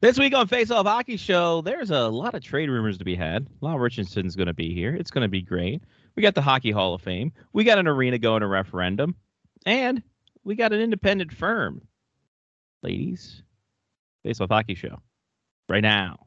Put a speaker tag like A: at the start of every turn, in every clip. A: This week on Face Off Hockey Show, there's a lot of trade rumors to be had. Lyle Richardson's going to be here. It's going to be great. We got the Hockey Hall of Fame. We got an arena going to referendum. And we got an independent firm. Ladies, Face Off Hockey Show right now.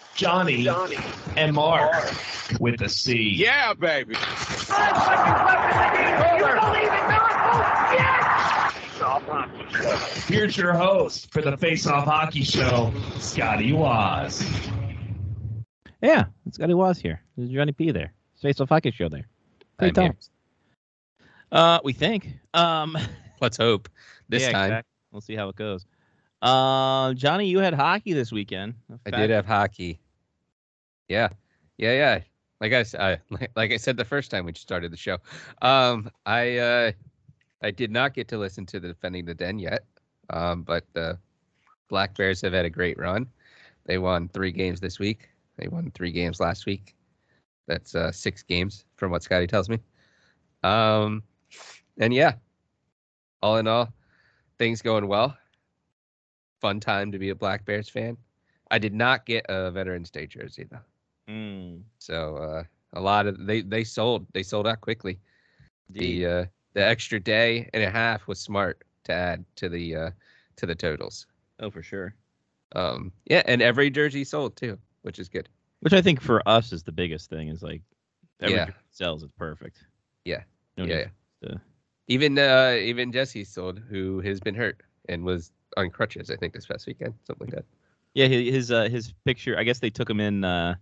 B: Johnny, and Mark. With a C.
C: Yeah, baby.
B: Here's your host for the Face Off Hockey Show, Scotty Waz.
A: Yeah, it's Scotty Was here. There's Johnny P there. It's Face Off Hockey Show there. Three
D: I'm here.
A: times. Uh, we think. Um,
D: Let's hope this
A: yeah,
D: time.
A: exact- We'll see how it goes. Uh, Johnny, you had hockey this weekend.
D: I did have hockey. Yeah, yeah, yeah. Like I, s- I- like- like I said the first time we started the show, um, I uh, I did not get to listen to the defending the den yet, um, but the Black Bears have had a great run. They won three games this week. They won three games last week. That's uh, six games from what Scotty tells me. Um, and yeah, all in all, things going well. Fun time to be a Black Bears fan. I did not get a Veterans Day jersey though.
A: Mm,
D: So uh, a lot of they they sold they sold out quickly. The uh, the extra day and a half was smart to add to the uh, to the totals.
A: oh, for sure.
D: Um, yeah, and every jersey sold too, which is good.
A: Which I think for us is the biggest thing is like every
D: Yeah.
A: yeah. sells it's perfect.
D: Yeah.
A: No
D: yeah,
A: need-
D: yeah.
A: uh,
D: even uh, even Jesse sold, who has been hurt and was on crutches. I think this past weekend, something like that.
A: yeah. hi- His uh, his picture. I guess they took him in. Uh,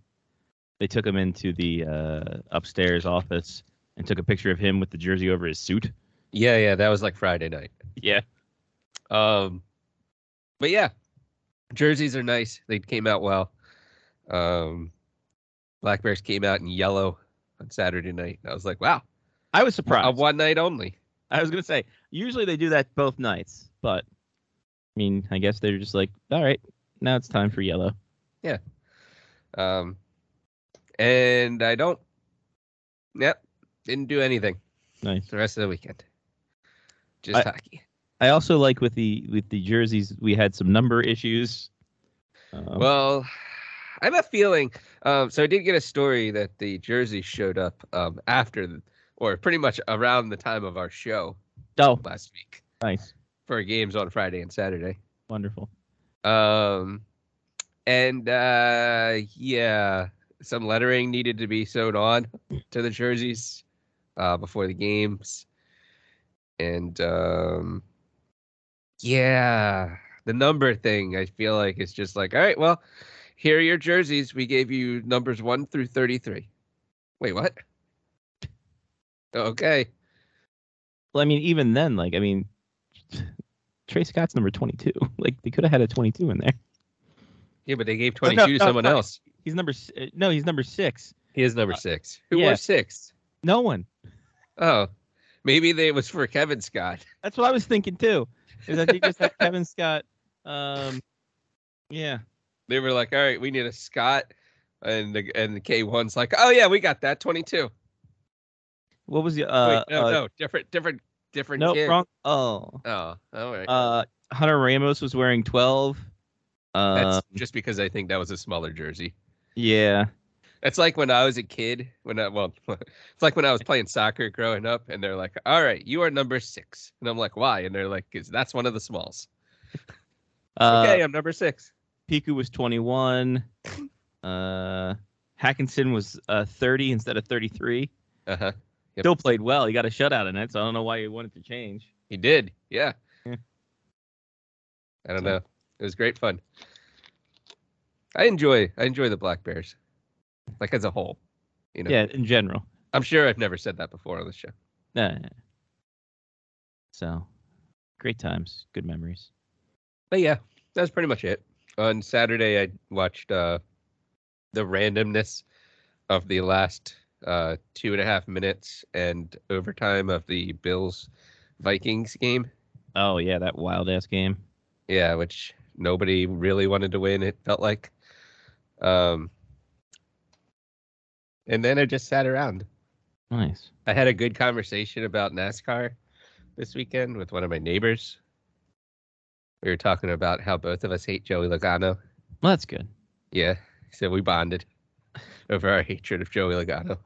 A: they took him into the uh, upstairs office and took a picture of him with the jersey over his suit.
D: Yeah, yeah, that was like Friday night.
A: Yeah.
D: Um, but yeah, jerseys are nice. They came out well. Um, Black Bears came out in yellow on Saturday night. And I was like, wow,
A: I was
D: a
A: surprised.
D: one night only.
A: I was gonna say usually they do that both nights, but I mean, I guess they're just like, all right, now it's time for yellow.
D: Um, and I don't. Yep, didn't do anything
A: Nice.
D: the rest of the weekend. Just
A: I-
D: hockey.
A: I also like with the with the jerseys we had some number issues. Um,
D: Well, I have a feeling. Um, so I did get a story that the jersey showed up um, after, the, or pretty much around the time of our show
A: oh,
D: last week.
A: nice,
D: for games on Friday and Saturday.
A: wonderful.
D: Um, and uh, yeah, some lettering needed to be sewed on to the jerseys uh, before the games. And um, yeah, the number thing, I feel like it's just like, all right, well, here are your jerseys. We gave you numbers one through 33. Wait, what? Okay.
A: Well, I mean, even then, like, I mean, Trey Scott's number twenty-two. Like, they could have had a twenty-two in there.
D: Yeah, but they gave
A: Well, no,
D: 22 to
A: no,
D: someone
A: no.
D: else.
A: He's number s- uh, no, he's number six.
D: He is number six. Who
A: yeah.
D: wore six?
A: No one.
D: Oh, maybe they, it was for Kevin Scott.
A: That's what I was thinking too. Is that they just had Kevin Scott? Um, yeah,
D: They were like, "All right, we need a Scott," and the and the K one's like, "Oh yeah, we got that twenty two.
A: what was the
D: Wait,
A: uh,
D: no,
A: uh,
D: no, different, different, different.
A: nope,
D: kid.
A: wrong? Oh,
D: Oh, all right.
A: uh, Hunter Ramos was wearing twelve.
D: That's
A: Um,
D: just because I think that was a smaller jersey.
A: yeah,
D: That's like when I was a kid. When I well, it's like when I was playing soccer growing up, and they're like, "All right, you are number six. and I'm like, "Why?" And they're like, "Cause that's one of the smalls."
A: uh,
D: okay, I'm number six.
A: Piku was 21. Uh, Hackinson was uh, 30 instead of 33.
D: Uh huh. Yep.
A: Still played well. He got a shutout in it, so I don't know why he wanted to change.
D: He did. Yeah.
A: Yeah.
D: I don't
A: So-
D: know. It was great fun. I enjoy I enjoy the Black Bears. like as a whole. You know,
A: Yeah, in general.
D: I'm sure I've never said that before on the show.
A: Yeah. So, great times, good memories.
D: But yeah, that's pretty much it. On Saturday, I watched uh, the randomness of the last uh, two and a half minutes and overtime of the Bills Vikings game.
A: Oh yeah, that wild ass game.
D: Yeah, which nobody really wanted to win. It felt like. Um, and then I just sat around.
A: Nice.
D: I had a good conversation about NASCAR this weekend with one of my neighbors. We were talking about how both of us hate Joey Logano.
A: Well, that's good.
D: Yeah. So we bonded over our hatred of Joey Logano.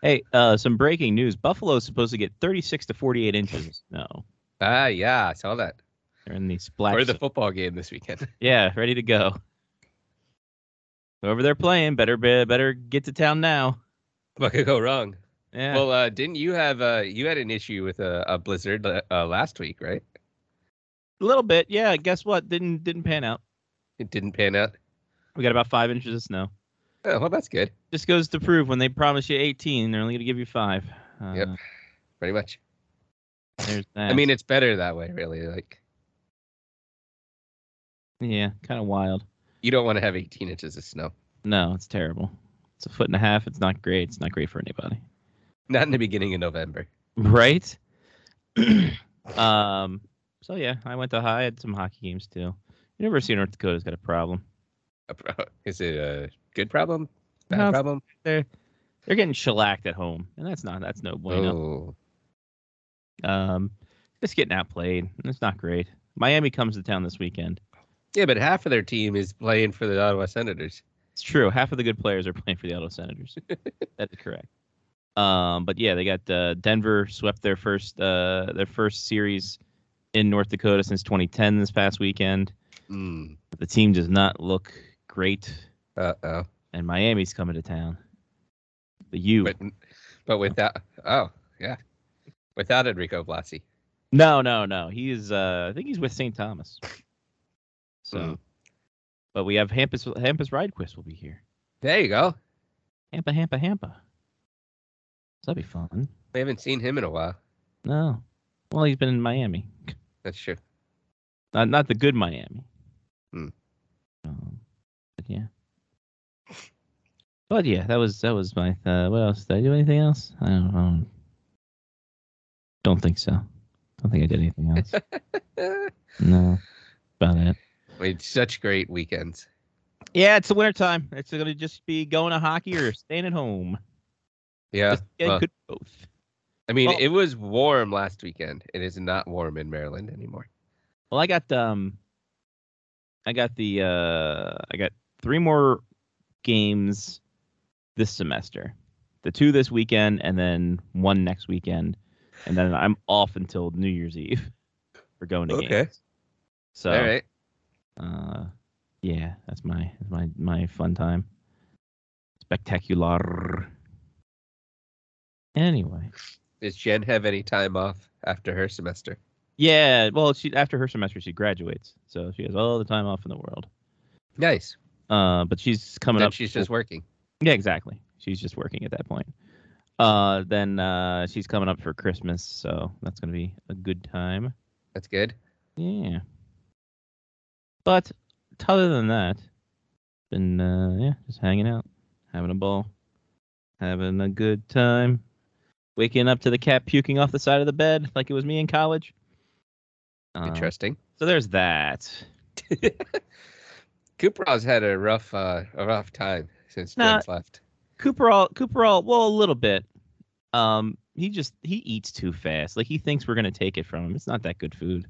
A: Hey, uh, some breaking news. Buffalo's supposed to get 36 to 48 inches. No,
D: Ah, yeah, I saw that.
A: they're in the
D: Or
A: splash.
D: the football game this weekend.
A: yeah, ready to go. Whoever they're playing, better be, better get to town now.
D: What could go wrong?
A: Yeah.
D: Well, uh, didn't you have uh, you had an issue with a, a blizzard uh, uh, last week, right?
A: a little bit. Yeah. Guess what? Didn't didn't pan out.
D: It didn't pan out.
A: We got about five inches of snow.
D: Oh, well, that's good.
A: Just goes to prove when they promise you 18, they're only gonna give you five. Uh,
D: Yep. Pretty much.
A: There's that.
D: I mean, it's better that way, really. Like
A: yeah, kind of wild.
D: you don't want to have 18 inches of snow.
A: No, it's terrible. It's a foot and a half. It's not great. It's not great for anybody.
D: Not in the beginning of November.
A: Right? um, so yeah, I went to high, had some hockey games too. University of North Dakota's got a problem.
D: A pro- Is it a good problem? Bad
A: No,
D: problem?
A: They're getting shellacked at home, and that's not that's no bueno.
D: Oh,
A: Um, just getting outplayed. and It's not great. Miami comes to town this weekend.
D: yeah, but half of their team is playing for the Ottawa Senators.
A: It's true. Half of the good players are playing for the Auto Senators. that is correct. Um, but yeah, they got uh, Denver swept their first uh, their first series in North Dakota since 2010 this past weekend.
D: Mm.
A: The team does not look great.
D: Uh oh.
A: and Miami's coming to town. The U.
D: But but without oh yeah, without Enrico Blasi.
A: no, no, no. He is. Uh, I think he's with St. Thomas. So,
D: Mm.
A: but we have Hampus. Hampus Ridequist will be here.
D: There you go.
A: Hampa, Hampa, Hampa. So that'd be fun.
D: We haven't seen him in a while.
A: No, well, he's been in Miami.
D: That's true.
A: Not, not the good Miami.
D: Hmm.
A: Um, but yeah. But yeah, that was that was my. Uh, what else? Did I do anything else? I don't. I don't, don't think so. Don't think I did anything else.
D: Eh,
A: No, about it.
D: we had such great weekends.
A: Yeah, it's the winter time. It's gonna just be going to hockey or staying at home.
D: Yeah.
A: Just- oh. yeah,
D: well,
A: could both.
D: I mean,
A: well-
D: it was warm last weekend. It is not warm in Maryland anymore.
A: Well, I got um, I got the uh, I got three more games this semester. The two this weekend, and then one next weekend, and then I'm off until New Year's Eve for going to
D: Okay.
A: games. So
D: All right.
A: uh, yeah, that's my that's my my fun time. Spectacular. Anyway,
D: Does Jen have any time off after her semester?
A: yeah. Well, she after her semester she graduates, so she has all the time off in the world.
D: Nice.
A: Uh, but she's coming
D: Then
A: up.
D: she's just working.
A: yeah, exactly. She's just working at that point. Uh, then uh, she's coming up for Christmas, so that's gonna be a good time.
D: That's good.
A: Yeah. But t- other than that, been uh, yeah, just hanging out, having a ball, having a good time, waking up to the cat puking off the side of the bed like it was me in college. Um,
D: Interesting.
A: so there's that.
D: Kuprov's had a rough, uh, a rough time since
A: No.
D: Jen's left.
A: Cooperall, Cooperall, well, a little bit. Um, he just he eats too fast. Like he thinks we're gonna take it from him. It's not that good food.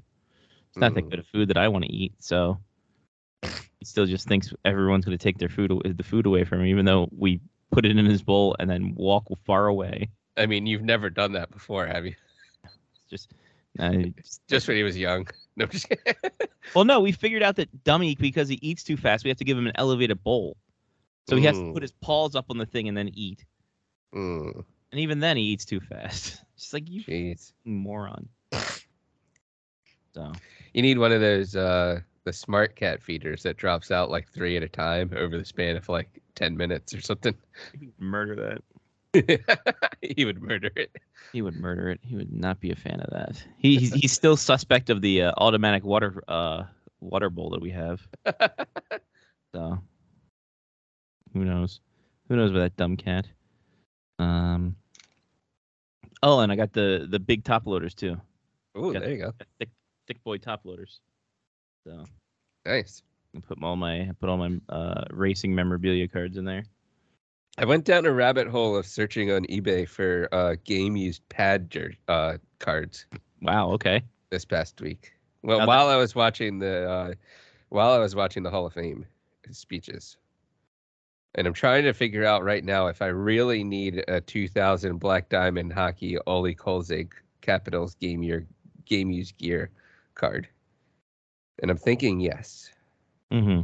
A: It's not that
D: Mm.
A: good of food that I want to eat. So he still just thinks everyone's gonna take their food the food away from him, even though we put it in his bowl and then walk far away.
D: I mean, you've never done that before, have you?
A: It's just. I just
D: Just when he was young. No, I'm just kidding.
A: well, no, we figured out that dummy because he eats too fast, we have to give him an elevated bowl. So he has to
D: Mm.
A: put his paws up on the thing and then eat. Hmm.
D: Mm,
A: And even then, he eats too fast. Just like you
D: Jeez.
A: fucking moron. So
D: You need one of those uh, the smart cat feeders that drops out like three at a time over the span of like ten minutes or something.
A: Murder that.
D: he would murder it.
A: He would murder it. He would not be a fan of that. He he's, he's still suspect of the uh, automatic water uh water bowl that we have. so who knows? Who knows about that dumb cat? Um. Oh, and I got the the big top loaders too.
D: Oh,
A: Got
D: there you go.
A: Thick thick boy top loaders. So
D: Nice.
A: I put all my I put all my uh racing memorabilia cards in there.
D: I went down a rabbit hole of searching on eBay for uh, game used pad jer- uh, cards
A: Wow. Okay.
D: this past week. Well,
A: Now that-
D: while I was watching the uh, while I was watching the Hall of Fame speeches, and I'm trying to figure out right now if I really need a 2000 Black Diamond Hockey Ole Kolzig Capitals game year game used gear card, and I'm thinking yes.
A: Mm-hmm.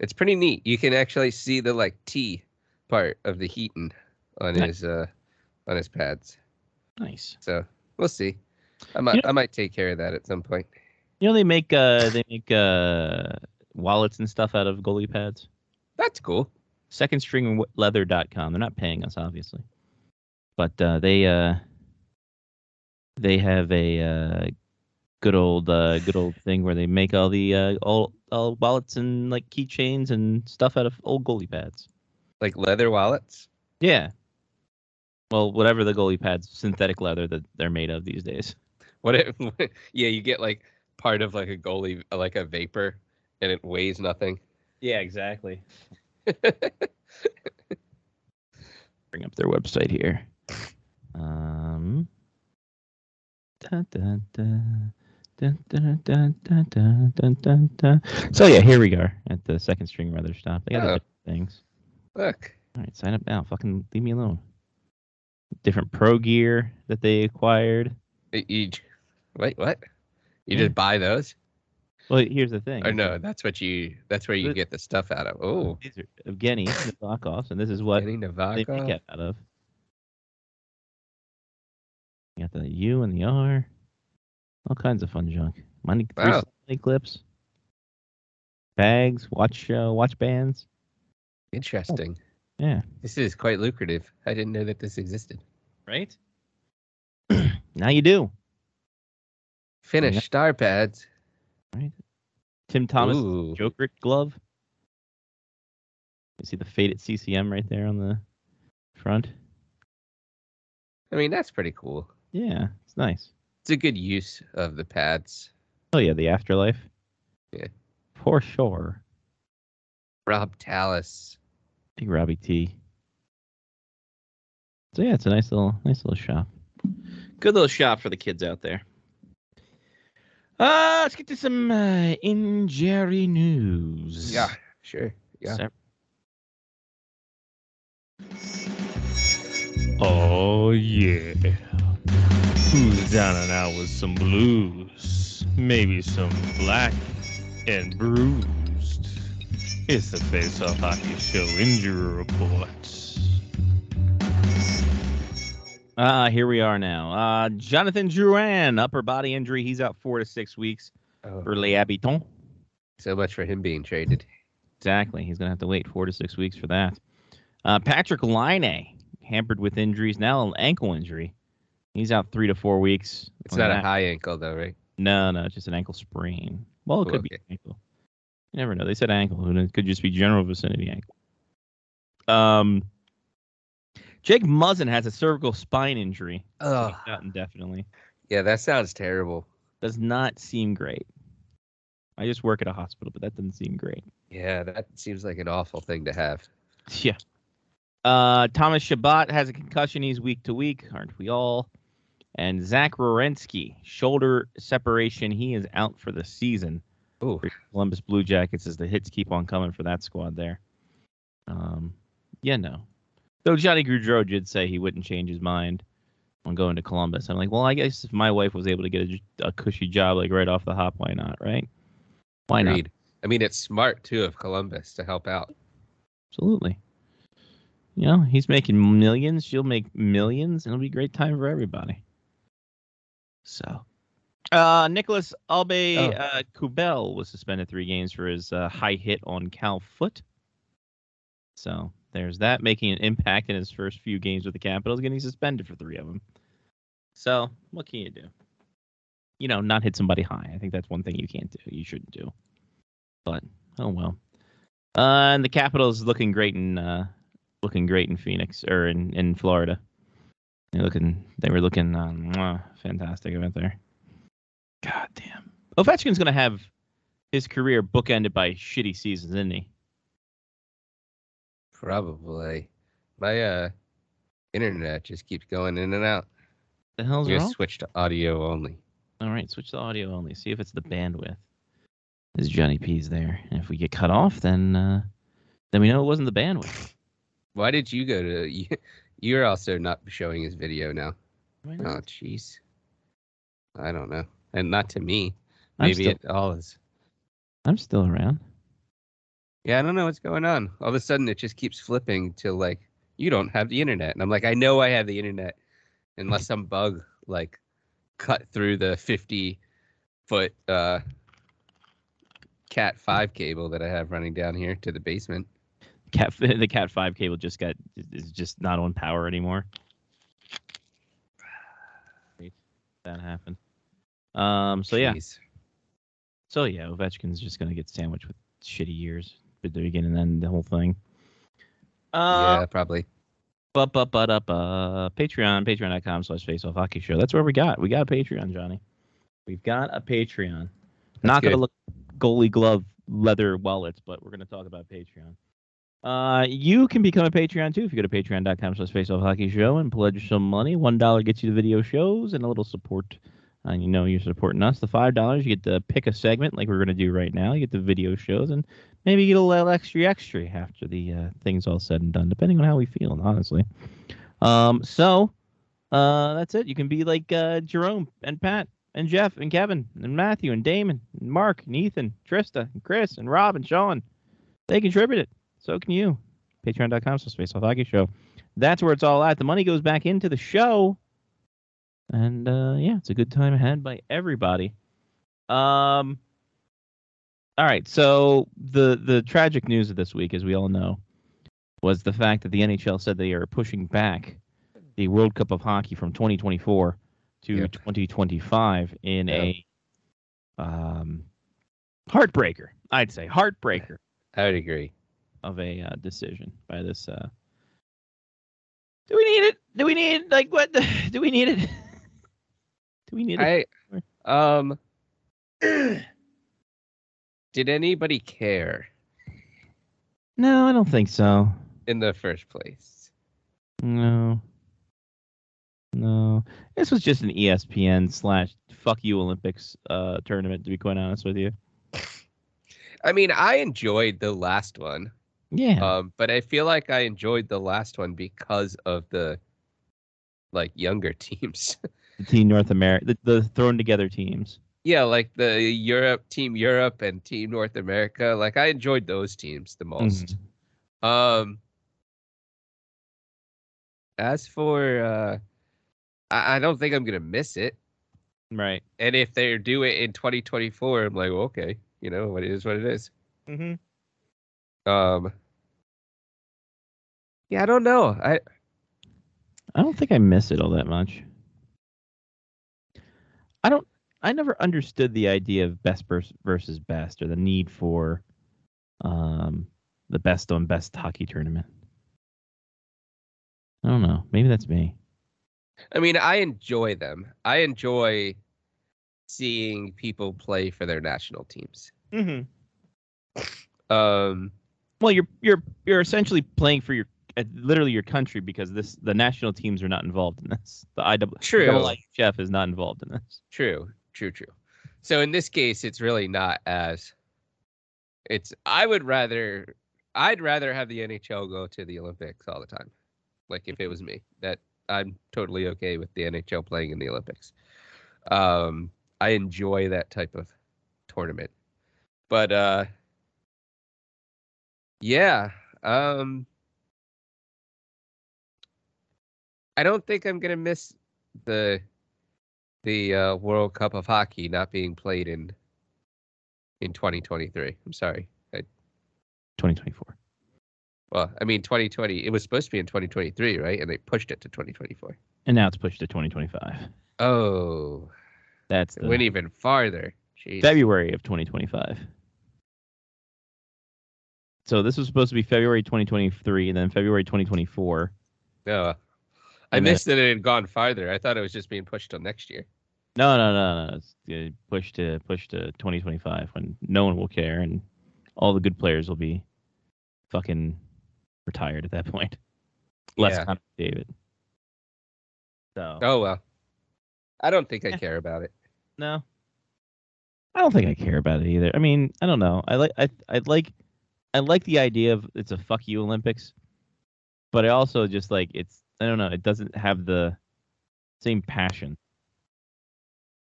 D: It's pretty neat. You can actually see the like T part of the Heaton on
A: Nice.
D: his uh on his pads.
A: Nice.
D: So we'll see. I might
A: You
D: I might take care of that at some point.
A: You know they make uh they make uh wallets and stuff out of goalie pads.
D: That's cool.
A: secondstringleather.com. They're not paying us, obviously, but uh, they uh, they have a uh, good old uh, good old thing where they make all the uh, all all wallets and like keychains and stuff out of old goalie pads.
D: Like leather wallets.
A: Yeah. Well, whatever the goalie pads, synthetic leather that they're made of these days.
D: What if yeah, you get like part of like a goalie like a vapor and it weighs nothing.
A: Yeah, exactly. Bring up their website here. Um, dun, dun, dun, dun, dun, dun, dun, dun, dun, dun, dun. So yeah, here we are at the second string rather stop. They got
D: Oh.
A: different things.
D: Look.
A: All right, sign up now. Fucking leave me alone. Different pro gear that they acquired.
D: It- you j- wait, what? You
A: Yeah.
D: just buy those?
A: Well, here's the thing.
D: Or no, that's what you that's where you
A: But-
D: get the stuff out of. Oh,
A: These are Evgeny knockoffs, and this is what
D: Kenny
A: they
D: Navaka.
A: make it out of. You got the U and the R. All kinds of fun junk. Money three
D: Wow.
A: Sunday clips. Bags, watch uh, watch bands.
D: Interesting.
A: Oh, Yeah.
D: This is quite lucrative. I didn't know that this existed.
A: Right? now you do.
D: Finnish
A: Yeah.
D: star pads.
A: Tim Thomas
D: Ooh.
A: Jokerit glove. You see the faded CCM right there on the front.
D: I mean, that's pretty cool.
A: Yeah, it's nice.
D: It's a good use of the pads.
A: Oh yeah, the afterlife.
D: Yeah.
A: For sure.
D: Rob Tallis.
A: Big Robbie T. So yeah, it's a nice little nice little shop. Good little shop for the kids out there. Uh, let's get to some uh, injury news.
D: sure. yeah.
A: Sep- Oh yeah.
C: Who's down and out with some blues, maybe some black and bruised. It's the Face Off Hockey Show Injury Report.
A: Ah, here we are now. Uh, Jonathan Drouin, upper body injury. He's out four to six weeks
D: Oh,
A: for Les Habitants.
D: so much for him being traded.
A: Exactly. He's going to have to wait four to six weeks for that. Uh, Patrick Line, hampered with injuries, now an ankle injury. He's out three to four weeks.
D: It's
A: on
D: not a
A: that.
D: high ankle though, right?
A: No, no, it's just an ankle sprain. Well, it
D: Oh,
A: could be
D: okay.
A: an ankle. You never know. They said ankle. Who knows? It could just be general vicinity ankle. Um, Jake Muzzin has a cervical spine injury.
D: Oh,
A: He's out indefinitely.
D: yeah. That sounds terrible.
A: Does not seem great. I just work at a hospital, but that doesn't seem great.
D: Yeah, that seems like an awful thing to have.
A: Yeah. Uh, Thomas Shabbat has a concussion. He's week to week, aren't we all? And Zach Rorensky, shoulder separation. He is out for the season.
D: Ooh,
A: Columbus Blue Jackets as the hits keep on coming for that squad there. Um, yeah, no. Though Johnny Goudreau did say he wouldn't change his mind on going to Columbus. I'm like, well, I guess if my wife was able to get a, a cushy job like right off the hop, why not, right? Why not?
D: agreed. I mean, it's smart too of Columbus to help out.
A: Absolutely. You know, he's making millions. She'll make millions. and It'll be a great time for everybody. So, Uh, Nicholas Albe
D: Oh.
A: uh, Kubel was suspended three games for his uh, high hit on Cal Foot. So there's that making an impact in his first few games with the Capitals, getting suspended for three of them. So what can you do? You know, not hit somebody high. I think that's one thing you can't do. You shouldn't do. But oh well. Uh, and the Capitals looking great in uh, looking great in Phoenix or in in Florida. They're looking. They were looking uh, mwah, fantastic event there. God damn. Ovechkin's gonna have his career bookended by shitty seasons, isn't he?
D: Probably. My uh, internet just keeps going in and out.
A: The hell's
D: I'm gonna
A: wrong?
D: switch to audio only.
A: All right, switch to audio only. See if it's the bandwidth. Is Johnny P's there? And if we get cut off, then uh, then we know it wasn't the bandwidth.
D: Why did you go to? You, you're also not showing his video now.
A: Why
D: Oh,
A: not?
D: jeez. I don't know, and not to me.
A: I'm
D: Maybe
A: still-
D: it all is.
A: I'm still around.
D: Yeah, I don't know what's going on. All of a sudden, it just keeps flipping to like you don't have the internet, and I'm like, I know I have the internet, unless some bug like cut through the 50 foot uh, Cat five cable that I have running down here to the basement.
A: Cat the Cat Five cable just got is just not on power anymore. That happened. Um. So yeah.
D: Jeez.
A: So yeah, Ovechkin's just gonna get sandwiched with shitty years at the beginning and then the whole thing. Uh,
D: yeah, probably.
A: but but but up uh Patreon, patreon.com slash faceoff hockey show. That's where we got. We got a Patreon, Johnny. We've got a Patreon. Not gonna
D: good.
A: look goalie glove leather wallets, but we're gonna talk about Patreon. Uh, you can become a Patreon too if you go to patreon.com slash faceoff hockey show and pledge some money. One dollar gets you the video shows and a little support. And you know you're supporting us. The five dollars you get to pick a segment like we're gonna do right now. You get the video shows and maybe you get a little extra extra after the uh, thing's all said and done, depending on how we feel, honestly. Um, so uh, that's it. You can be like uh, Jerome and Pat and Jeff and Kevin and Matthew and Damon and Mark and Ethan, Trista and Chris and Rob and Sean. They contribute it. So can you. Patreon.com slash Space Off Hockey Show. That's where it's all at. The money goes back into the show. And uh, yeah, it's a good time had by everybody. Um, all right. So the the tragic news of this week, as we all know, was the fact that the NHL said they are pushing back the World Cup of Hockey from 2024 to
D: Yep.
A: 2025 in a um, heartbreaker. I'd say heartbreaker
D: I would agree.
A: of a uh, decision by this. Uh, do we need it? Do we need like what? The, do we need it? do we need it?
D: I um did anybody care
A: No, I don't think so.
D: in the first place?
A: No. No. This was just an E ESPN slash fuck you Olympics uh, tournament, to be quite honest with you.
D: I mean, I enjoyed the last one.
A: Yeah.
D: Um but I feel like I enjoyed the last one because of the like younger teams.
A: the team North America, the, the thrown together teams.
D: yeah, like the Europe team Europe and team North America. Like I enjoyed those teams the most. Um, as for, uh, I, I don't think I'm gonna miss it.
A: Right.
D: And if they do it in 2024, I'm like, well, okay, you know, what it is, what it is.
A: Mm-hmm.
D: Um, yeah, I don't know. I
A: I don't think I miss it all that much. I don't. I never understood the idea of best vers- versus best, or the need for um, the best on best hockey tournament. I don't know. Maybe that's me.
D: I mean, I enjoy them. I enjoy seeing people play for their national teams.
A: Mm-hmm.
D: Um,
A: Well, you're you're you're essentially playing for your uh, literally your country because this the national teams are not involved in this. The IW,
D: True.
A: IIHF is not involved in this.
D: True, true, true. So in this case, it's really not as. It's. I would rather. I'd rather have the NHL go to the Olympics all the time. Like if it was me, that I'm totally okay with the NHL playing in the Olympics. Um, I enjoy that type of tournament, but uh, yeah. Um, I don't think I'm gonna miss the the uh, World Cup of Hockey not being played in in 2023. I'm sorry. I,
A: 2024.
D: well, I mean 2020. It was supposed to be in 2023, right? And they pushed it to 2024.
A: And now it's pushed to 2025.
D: Oh,
A: That's
D: it
A: the
D: went even farther. Jeez.
A: February of 2025. So this was supposed to be February 2023 and then February 2024.
D: No. Oh, I
A: And then-
D: missed that it had gone farther. I thought it was just being pushed till next year.
A: No, no, no, no. It's uh, push to push to 2025 when no one will care and all the good players will be fucking retired at that point. Less
D: Yeah.
A: Connor David. So
D: Oh well. I don't think I care about it.
A: no, I don't think I care about it either. I mean, I don't know. I like I I like I like the idea of it's a fuck you Olympics, but I also just like it's I don't know. It doesn't have the same passion.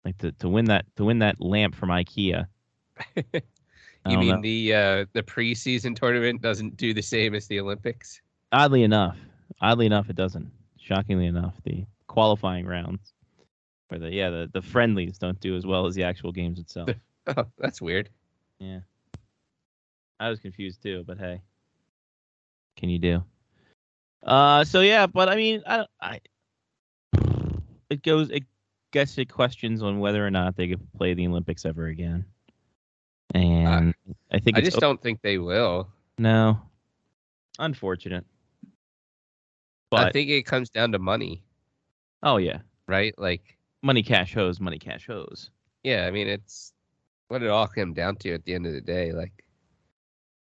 A: Like to, to win that to win that lamp from IKEA. I
D: You
A: don't
D: mean
A: know.
D: the uh, the preseason tournament doesn't do the same as the Olympics?
A: oddly enough, oddly enough, it doesn't. Shockingly enough, the qualifying rounds, or the yeah, the, the friendlies don't do as well as the actual games itself.
D: Oh, that's weird.
A: I was confused too, but hey, can you do? Uh, so yeah, but I mean, I, I it goes, it gets to questions on whether or not they could play the Olympics ever again, and I think
D: I
A: it's
D: just don't think they will.
A: no, unfortunate. But
D: I think it comes down to money,
A: oh yeah,
D: right? Like,
A: money cash hose, money cash hose.
D: yeah, I mean, it's what it all came down to at the end of the day. Like,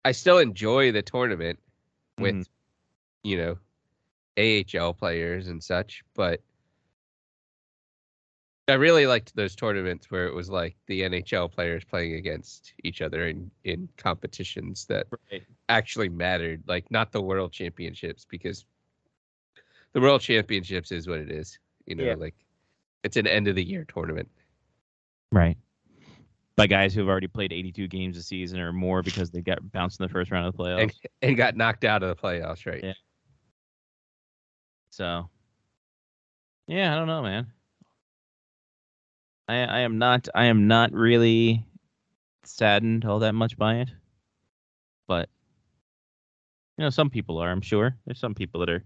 D: I still enjoy the tournament with,
A: Mhm.
D: you know, AHL players and such, but I really liked those tournaments where it was like the NHL players playing against each other in, in competitions that
A: Right.
D: actually mattered, like not the world championships, because the world championships is what it is. You know,
A: Yeah.
D: like it's an end of the year tournament.
A: Right. By guys who have already played 82 games a season or more because they got bounced in the first round of the playoffs.
D: And and got knocked out of the playoffs, right?
A: Yeah. So, yeah, I don't know, man. I I am not I am not really saddened all that much by it, but you know, some people are. I'm sure there's some people that are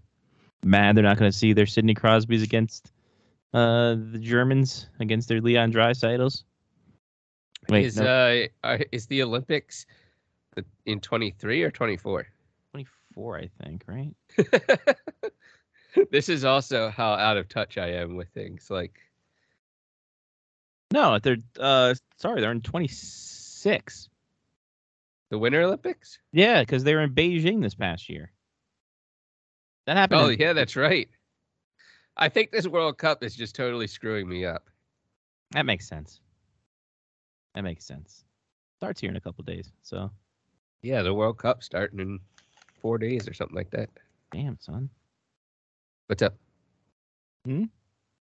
A: mad they're not going to see their Sidney Crosby's against uh the Germans against their Leon Dreisaitls. Wait,
D: is
A: no,
D: uh are- is the Olympics the- in twenty three or twenty four?
A: 24, I think, right?
D: this is also how out of touch I am with things. Like
A: No, they're uh sorry, they're in 26.
D: the Winter Olympics.
A: Yeah, because they were in Beijing this past year. That happened.
D: Oh
A: in-
D: yeah, that's right. I think this World Cup is just totally screwing me up.
A: that makes sense. That makes sense. Starts here in a couple days, so
D: Yeah, the World Cup starting in four days or something like that.
A: damn son.
D: What's up?
A: Hmm?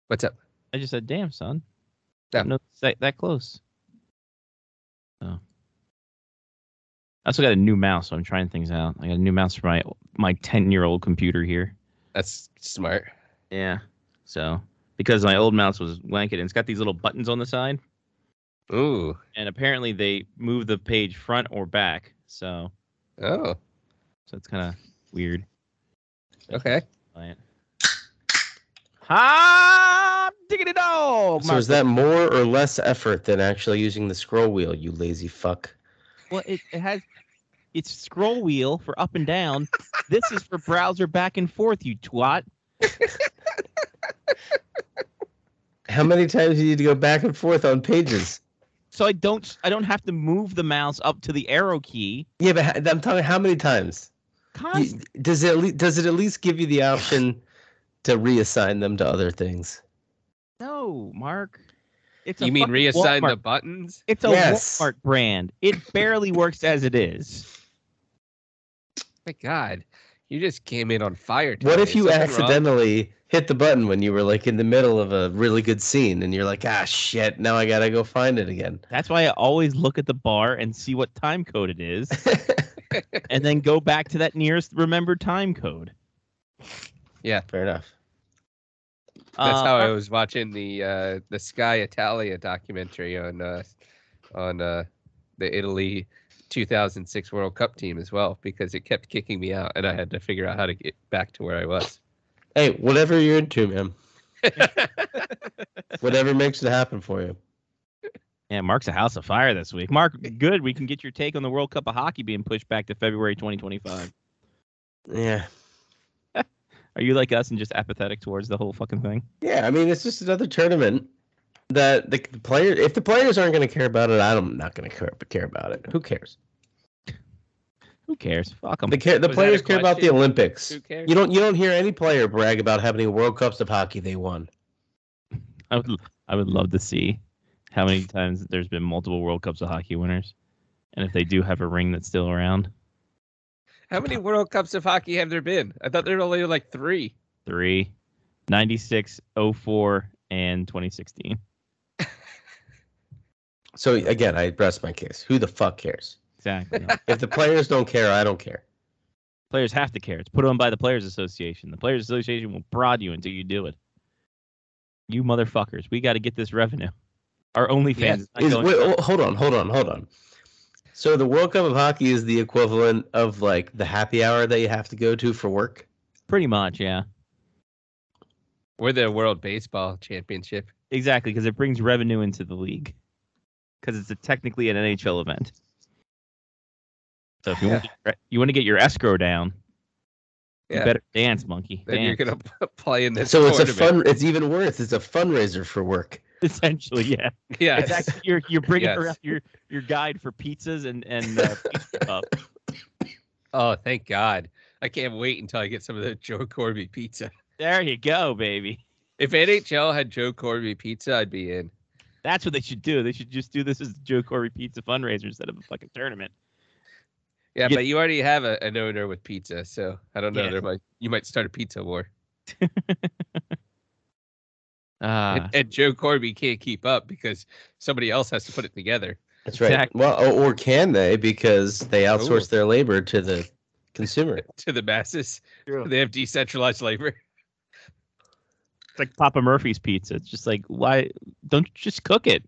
D: What's up?
A: I just said damn son.
D: Yeah.
A: No, that, that close. So I also got a new mouse, so I'm trying things out. I got a new mouse for my my 10 year old computer here.
D: That's smart.
A: Yeah. So because my old mouse was wanking, and it's got these little buttons on the side,
D: Ooh.
A: and apparently they move the page front or back. So
D: Oh.
A: so it's kind of weird.
D: Okay.
A: Client. Ha! Diggity dog.
E: So is that more or less effort than actually using the scroll wheel, you lazy fuck?
A: Well, it, it has. It's scroll wheel for up and down. this is for browser back and forth. You twat.
E: How many times do you need to go back and forth on pages?
A: So I don't. I don't have to move the mouse up to the arrow key.
E: Yeah, but ho- I'm talking how many times?
A: Const-
E: You- Does it at least, does it at least give you the option to reassign them to other things?
A: no, Mark. It's a
D: you mean
A: fucking
D: reassign
A: Walmart
D: the buttons?
A: It's a
E: Yes.
A: Walmart brand. It barely works as it is.
D: My God. You just came in on fire. Today.
E: What if you
D: Something wrong?
E: accidentally hit the button when you were like in the middle of a really good scene and you're like, ah, shit, now I gotta go find it again?
A: That's why I always look at the bar and see what time code it is, and then go back to that nearest remembered time code.
E: Fair enough.
D: That's
A: Uh,
D: how I
A: all-
D: was watching the uh, the Sky Italia documentary on uh, on uh, the Italy 2006 World Cup team as well because it kept kicking me out and I had to figure out how to get back to where I was.
E: Hey, whatever you're into, man. whatever makes it happen for you.
A: Yeah, Mark's a house of fire this week. Mark, good. We can get your take on the World Cup of Hockey being pushed back to February 2025.
E: Yeah.
A: Are you like us and just apathetic towards the whole fucking thing?
E: Yeah, I mean, it's just another tournament that the, the player. If the players aren't going to care about it, I'm not going to care, care about it. Who cares?
A: Who cares? Fuck 'em.
E: The care, the
D: Was that a
E: players care about the
D: question?
E: Olympics.
D: Who cares?
E: You don't you don't hear any player brag about how many World Cups of hockey they won.
A: I would, I would love to see how many times there's been multiple World Cups of hockey winners, and if they do have a ring that's still around.
D: How many World Cups of hockey have there been? I thought there were only like three.
A: Three, 96, 04, and 2016.
E: So again, I rest my case. Who the fuck cares?
A: Exactly.
E: If the players don't care, I don't care.
A: players have to care. It's put on by the Players Association. The Players Association will prod you until you do it. You motherfuckers, we got to get this revenue. Our OnlyFans
D: Yeah,
A: is not
E: Is-
A: going
E: wait, oh, hold on, hold on, hold on. So the World Cup of hockey is the equivalent of like the happy hour that you have to go to for work.
A: pretty much, yeah.
D: We're the World Baseball Championship.
A: Exactly, because it brings revenue into the league. Because it's a, technically an NHL event. So if you want to, you want to get your escrow down,
D: Yeah.
A: you better dance, monkey.
D: Then you're
A: Dance.
D: gonna play in this.
E: so it's a
D: tournament.
E: fun. It's even worse. It's a fundraiser for work.
A: Essentially, yeah.
D: Yeah,
A: It's actually, you're you're bringing
D: Yes.
A: around your your guide for pizzas and and uh, pizza puff.
D: Oh, thank God. I can't wait until I get some of the Joe Corby pizza.
A: There you go, baby.
D: If NHL had Joe Corby pizza, I'd be in.
A: That's what they should do. They should just do this as the Joe Corey Pizza fundraiser instead of a fucking tournament.
D: Yeah,
A: Yeah.
D: but you already have a, an owner with pizza, so I don't know.
A: Yeah.
D: There might you might start a pizza war,
A: Uh,
D: and, and Joe Corby can't keep up because somebody else has to put it together.
E: That's right.
A: Exactly.
E: Well, or, or can they? Because they outsource
D: Ooh.
E: their labor to the consumer.
D: to the masses.
A: True.
D: They have decentralized labor.
A: it's like Papa Murphy's pizza. It's just like why don't you just cook it?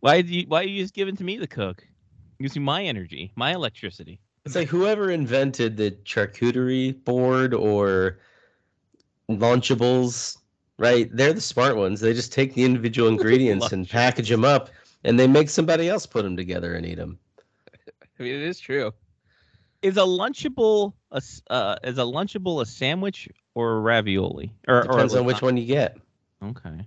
A: Why do you, why are you just giving to me the cook? Using my energy, my electricity.
E: It's like whoever invented the charcuterie board or Launchables, right? They're the smart ones. They just take the individual ingredients and package them up, and they make somebody else put them together and eat them.
D: I mean, it is true.
A: Is a lunchable a s- uh, is a lunchable a sandwich or a ravioli? Or or a
E: Depends on which one you get.
A: lasagna? Okay.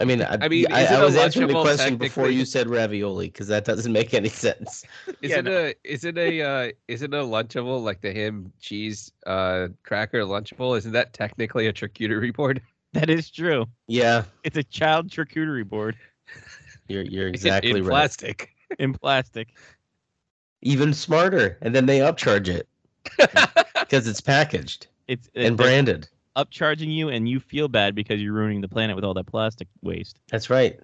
E: I mean, I,
D: I mean,
E: I,
D: is it
E: I
D: a
E: was answering the
D: Lunchable
E: question before
D: technically?
E: you said ravioli because that doesn't make any sense.
D: Is
A: Yeah,
D: it a is it a uh, is it a lunchable like the ham cheese uh, cracker lunchable? Isn't that technically a charcuterie board?
A: That is true.
E: Yeah,
A: It's a child charcuterie board
E: you're you're
D: It's in-
E: exactly
D: in
E: right.
D: plastic.
A: in plastic.
E: Even smarter, and then they upcharge it because it's packaged
A: It's
E: and
A: they're
E: branded.
A: upcharging you, and you feel bad because you're ruining the planet with all that plastic waste.
E: That's right.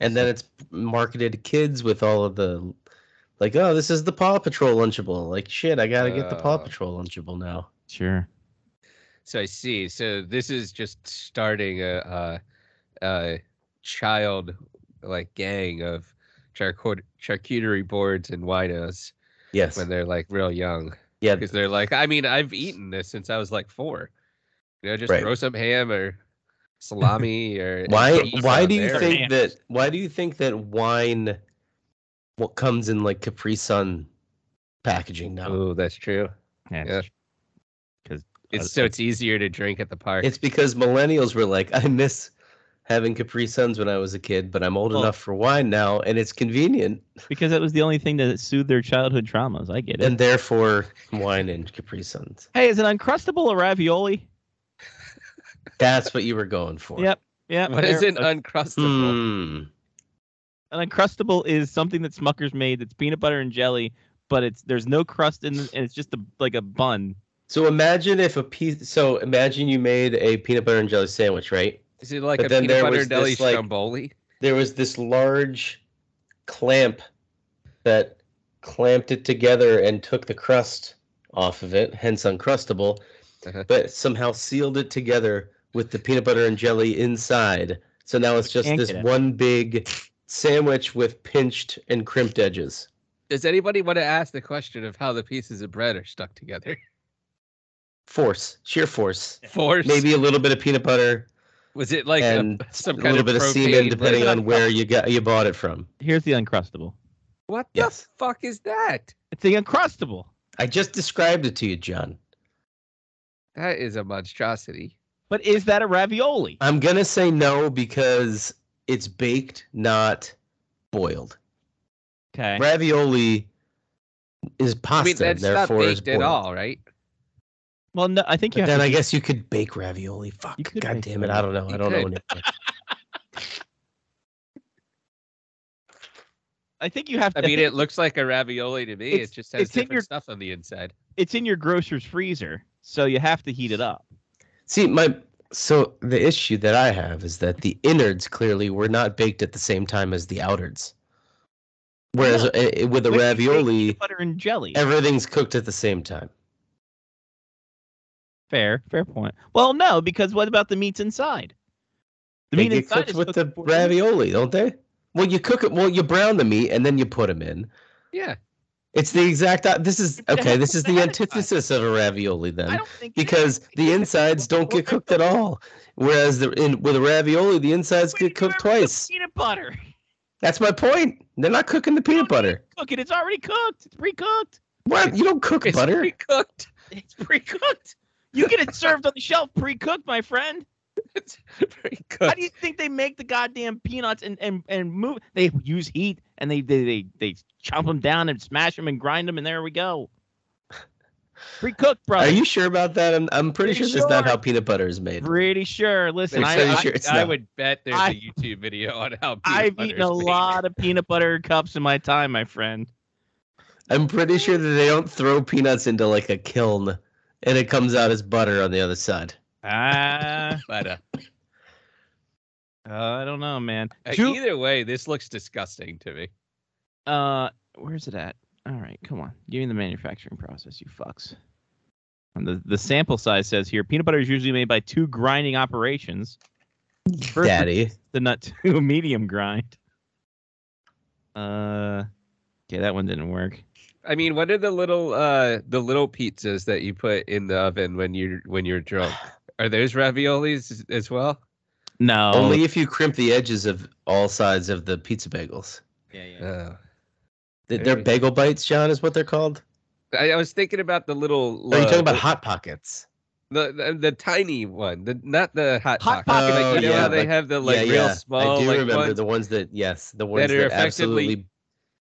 E: And then it's marketed to kids with all of the, like, oh, this is the Paw Patrol Lunchable. Like, shit, I gotta get the Paw
D: Uh.
E: Patrol Lunchable now.
A: Sure.
D: So I see. So this is just starting a, a, a child like gang of charcut- charcuterie boards and winos
E: Yes.
D: when they're like real young
E: Yeah.
D: because they're like, I mean, I've eaten this since I was like four. You know, just
E: Right.
D: throw some ham or salami or and
E: Why?
D: cheese
E: Why
D: on
E: do you
D: there.
E: think that? Why do you think that wine, what comes in like Capri Sun packaging now?
D: Oh, that's
E: Uh,
D: true. Yeah.
A: Yeah. Because
D: It's so it's easier to drink at the park.
E: It's because millennials were like, I miss having Capri Suns when I was a kid, but I'm old
A: Well-
E: enough for wine now, and it's convenient,
A: because that was the only thing that soothed their childhood traumas. I get it.
E: and therefore wine and Capri Suns.
A: hey, is an uncrustable a ravioli?
E: That's what you were going for.
A: Yep. Yeah.
D: what is
A: there-
D: an uncrustable?
E: Hmm.
A: An uncrustable is something that Smucker's made that's peanut butter and jelly, but it's there's no crust in and it's just a, like a bun.
E: So imagine if a piece. So imagine you made a peanut butter and jelly sandwich, right?
D: Is it like
E: But
D: a
E: then
D: peanut
E: there
D: butter
E: was
D: deli
E: this, like-
D: stromboli?
E: There was this large clamp that clamped it together and took the crust off of it, hence uncrustable,
D: Uh-huh.
E: but somehow sealed it together with the peanut butter and jelly inside. So now it's just
A: Can't
E: this
A: get it.
E: one big sandwich with pinched and crimped edges.
D: Does anybody want to ask the question of how the pieces of bread are stuck together?
E: Force, sheer force.
D: Force?
E: Maybe a little bit of peanut butter
D: Was it like a-
E: and
D: some
E: a
D: kind
E: little
D: of
E: bit of
D: propane,
E: semen, depending
D: like-
E: on where you got you bought it from.
A: Here's the uncrustable.
D: What
E: Yes.
D: the fuck is that?
A: It's the uncrustable.
E: I just described it to you, John.
D: That is a monstrosity.
A: But is that a ravioli?
E: I'm gonna say no because it's baked, not boiled.
A: Okay.
E: Ravioli is
D: I
E: pasta,
D: mean, that's not
E: therefore is
D: baked at
E: boiled.
D: all, right?
A: Well, no, I think you
E: But
A: have
E: then
A: to
E: I guess you could bake ravioli. Fuck,
A: You could
E: god
A: bake
E: damn it,
A: them.
E: I don't know.
D: You
E: I don't know.
D: could.
E: anything.
A: I think you have
D: I
A: to
D: mean,
A: think
D: it looks like a ravioli to me.
A: It's-
D: it just has
A: it's in
D: different
A: your-
D: stuff on the inside.
A: it's in your grocer's freezer, so you have to heat it up.
E: See, my so the issue that I have is that the innards clearly were not baked at the same time as the outards. Whereas
A: No.
E: uh, uh, with the
A: When you bake
E: ravioli,
A: Peanut butter and jelly.
E: everything's cooked at the same time.
A: fair, fair point. Well, no, because what about the meats inside? The
E: they
A: meat
E: get
A: inside
E: cooked
A: is
E: with
A: cooked
E: the
A: before you-
E: ravioli, don't they? Well, you cook it. Well, you brown the meat and then you put them in.
D: Yeah.
E: It's the exact. o- This is
A: But it
E: okay.
A: has
E: This
A: to
E: is
A: be
E: the
A: ahead of time.
E: antithesis of a ravioli
A: I
E: then,
A: don't think it is.
E: because the insides don't get cooked at all. Whereas the in, with a ravioli, the insides
A: What do you
E: get cooked
A: ever cook
E: twice.
A: Peanut butter.
E: That's my point. They're not cooking the peanut butter.
A: Cook it. It's already cooked. It's pre-cooked.
E: What? You don't cook
D: It's
E: butter?
D: pre-cooked.
A: It's pre-cooked. You get it served on the shelf pre-cooked, my friend. How
D: Pre-cooked.
A: do you think they make the goddamn peanuts and and and move? They use heat and they they they, they chomp them down and smash them and grind them and there we go. Pre-cooked, bro.
E: Are you sure about that? I'm, I'm pretty,
A: Pretty
E: sure that's not
A: sure.
E: how peanut butter is made.
A: pretty sure? Listen,
E: Make
A: I,
E: sure you
A: I
E: sure it's
D: I
E: not.
D: would bet there's
A: I-
D: a YouTube video on how. peanut
A: I've
D: butter
A: eaten
D: is
A: a
D: made.
A: lot of peanut butter cups in my time, my friend.
E: I'm pretty sure that they don't throw peanuts into like a kiln and it comes out as butter on the other side.
A: Ah,
D: But uh,
A: I don't know, man.
E: Uh,
A: Ju-
D: either way, this looks disgusting to me.
A: Uh, where's it at? All right, come on. Give me the manufacturing process, you fucks. And the, the sample size says here peanut butter is usually made by two grinding operations. First,
E: Daddy.
A: the nut to a medium grind. Uh, okay, that one didn't work.
D: I mean, what are the little uh the little pizzas that you put in the oven when you're when you're drunk? Are those raviolis as- as well?
A: No,
D: Um,
E: Only if you crimp the edges of all sides of the pizza bagels.
D: Oh.
E: Th-
D: There
E: They're
D: we go.
E: bagel bites, John, is what they're called.
D: I, I was thinking about the little.
E: Or Are you talking
D: uh,
E: about hot pockets?
D: the, the the tiny one? The not the hot,
A: Hot
D: pocket.
E: pocket.
D: Like, you
E: Oh,
D: know
E: yeah,
D: how they
E: like-
D: have the like
E: yeah,
D: real
E: yeah.
D: small
E: I do
D: like
E: remember
D: ones.
E: the ones that yes, the ones
D: are
E: that,
D: effectively-
E: absolutely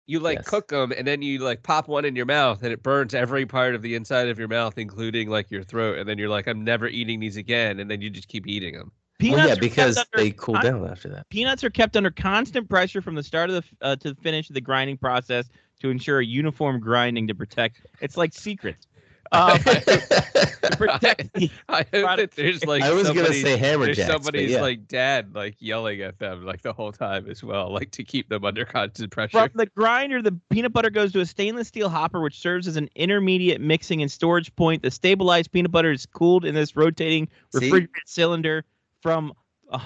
D: you like
E: yes.
D: cook them and then you like pop one in your mouth and it burns every part of the inside of your mouth, including like your throat. And then you're like, I'm never eating these again. And then you just keep eating them.
E: Uh, well, yeah,
A: are kept
E: because
A: under-
E: they cool
A: con-
E: down after that.
A: Peanuts are kept under constant pressure from the start of the f- uh, to the finish of the grinding process to ensure a uniform grinding to protect. It's like secrets. Um, to protect the
D: I hope that
A: Product-
D: there's like
E: I was gonna
D: somebody-
E: say hammer
D: there's
E: jacks, but
D: somebody's
E: yeah.
D: like dad like yelling at them like the whole time as well, like to keep them under constant pressure.
A: From the grinder, the peanut butter goes to a stainless steel hopper, which serves as an intermediate mixing and storage point. The stabilized peanut butter is cooled in this rotating
E: See?
A: refrigerant cylinder from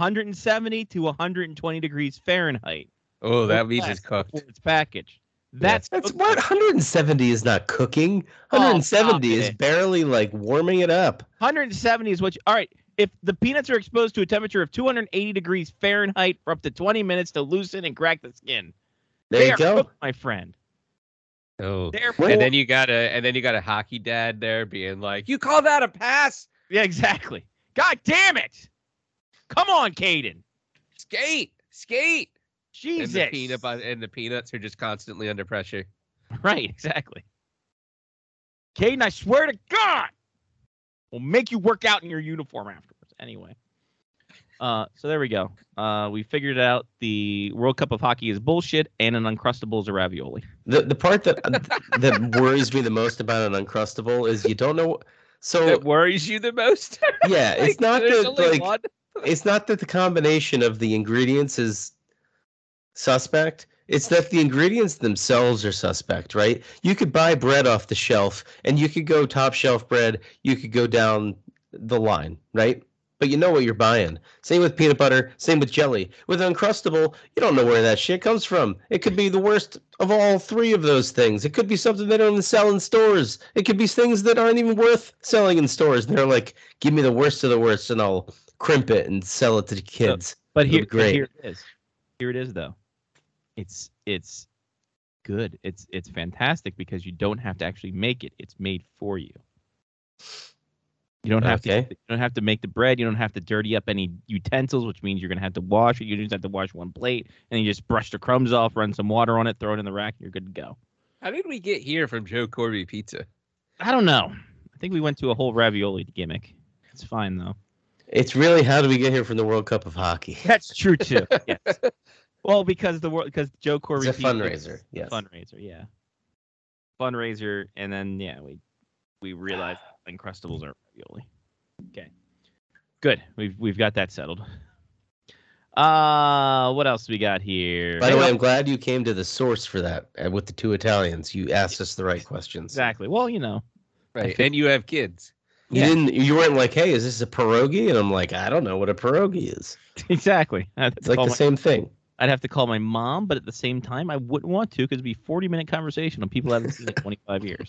A: 170 to 120 degrees Fahrenheit.
D: Oh, that means
A: Yes,
D: it's cooked.
A: before It's packaged. That's
E: That's
A: cooked.
E: what 170 is not cooking.
A: Oh,
E: 170
A: stop
E: is
A: it.
E: barely like warming it up.
A: 170 is what. You, all right. If the peanuts are exposed to a temperature of 280 degrees Fahrenheit for up to 20 minutes to loosen and crack the skin,
E: There
A: they
E: you
A: are
E: go.
A: cooked, my friend.
D: Oh.
A: They're
D: And then you got a and then you got a hockey dad there being like, You call that a pass?
A: Yeah, exactly. God damn it! Come on, Caden.
D: Skate, skate.
A: Jesus.
D: And the peanut butter and the peanuts are just constantly under pressure.
A: Right, exactly. Caden, I swear to God, we'll make you work out in your uniform afterwards. Anyway. Uh, so there we go. Uh, we figured out the World Cup of Hockey is bullshit, and an Uncrustable is a ravioli.
E: The the part that uh, that worries me the most about an uncrustable is you don't know.
D: That
E: So
D: worries you the most.
E: yeah, it's
D: Like,
E: not
D: there's
E: that
D: only
E: like
D: one.
E: it's not that the combination of the ingredients is suspect. It's that the ingredients themselves are suspect, right? You could buy bread off the shelf, and you could go top shelf bread. You could go down the line, right? but you know what you're buying. Same with peanut butter, same with jelly. With Uncrustable, you don't know where that shit comes from. It could be the worst of all three of those things. It could be something they don't even sell in stores. It could be things that aren't even worth selling in stores. And they're like, give me the worst of the worst and I'll crimp it and sell it to the kids.
A: But here,
E: It'll be great.
A: here it is. Here it is though. It's it's good. It's it's fantastic because you don't have to actually make it. It's made for you. You don't have
E: Okay.
A: to you don't have to make the bread. You don't have to dirty up any utensils, which means you're gonna have to wash it. You just have to wash one plate and you just brush the crumbs off, run some water on it, throw it in the rack, and you're good to go.
D: How did we get here from Joe Corby Pizza?
A: I don't know. I think we went to a whole ravioli gimmick. It's fine though.
E: It's really how do we get here from the World Cup of Hockey?
A: That's true too. yes. Well, because the world because Joe Corby
E: It's a
A: Pizza is
E: fundraiser, yes.
A: Fundraiser, yeah. Fundraiser, and then yeah, we we realized Uncrustables aren't ravioli. Okay. Good. We've we've got that settled. Uh what else we got here?
E: By the way, I'm glad you came to the source for that uh, with the two Italians. You asked us the right questions.
A: exactly. Well, you know.
D: Right. And you have kids.
E: You
A: Yeah.
E: didn't. You weren't like, "Hey, is this a pierogi?" And I'm like, "I don't know what a pierogi is."
A: Exactly. I'd have,
E: It's
A: to
E: like
D: Oh
A: call
E: the
A: my,
E: same thing.
A: I'd have to call my mom, but at the same time I wouldn't want to because it'd be a forty minute conversation on people I haven't seen in twenty five years.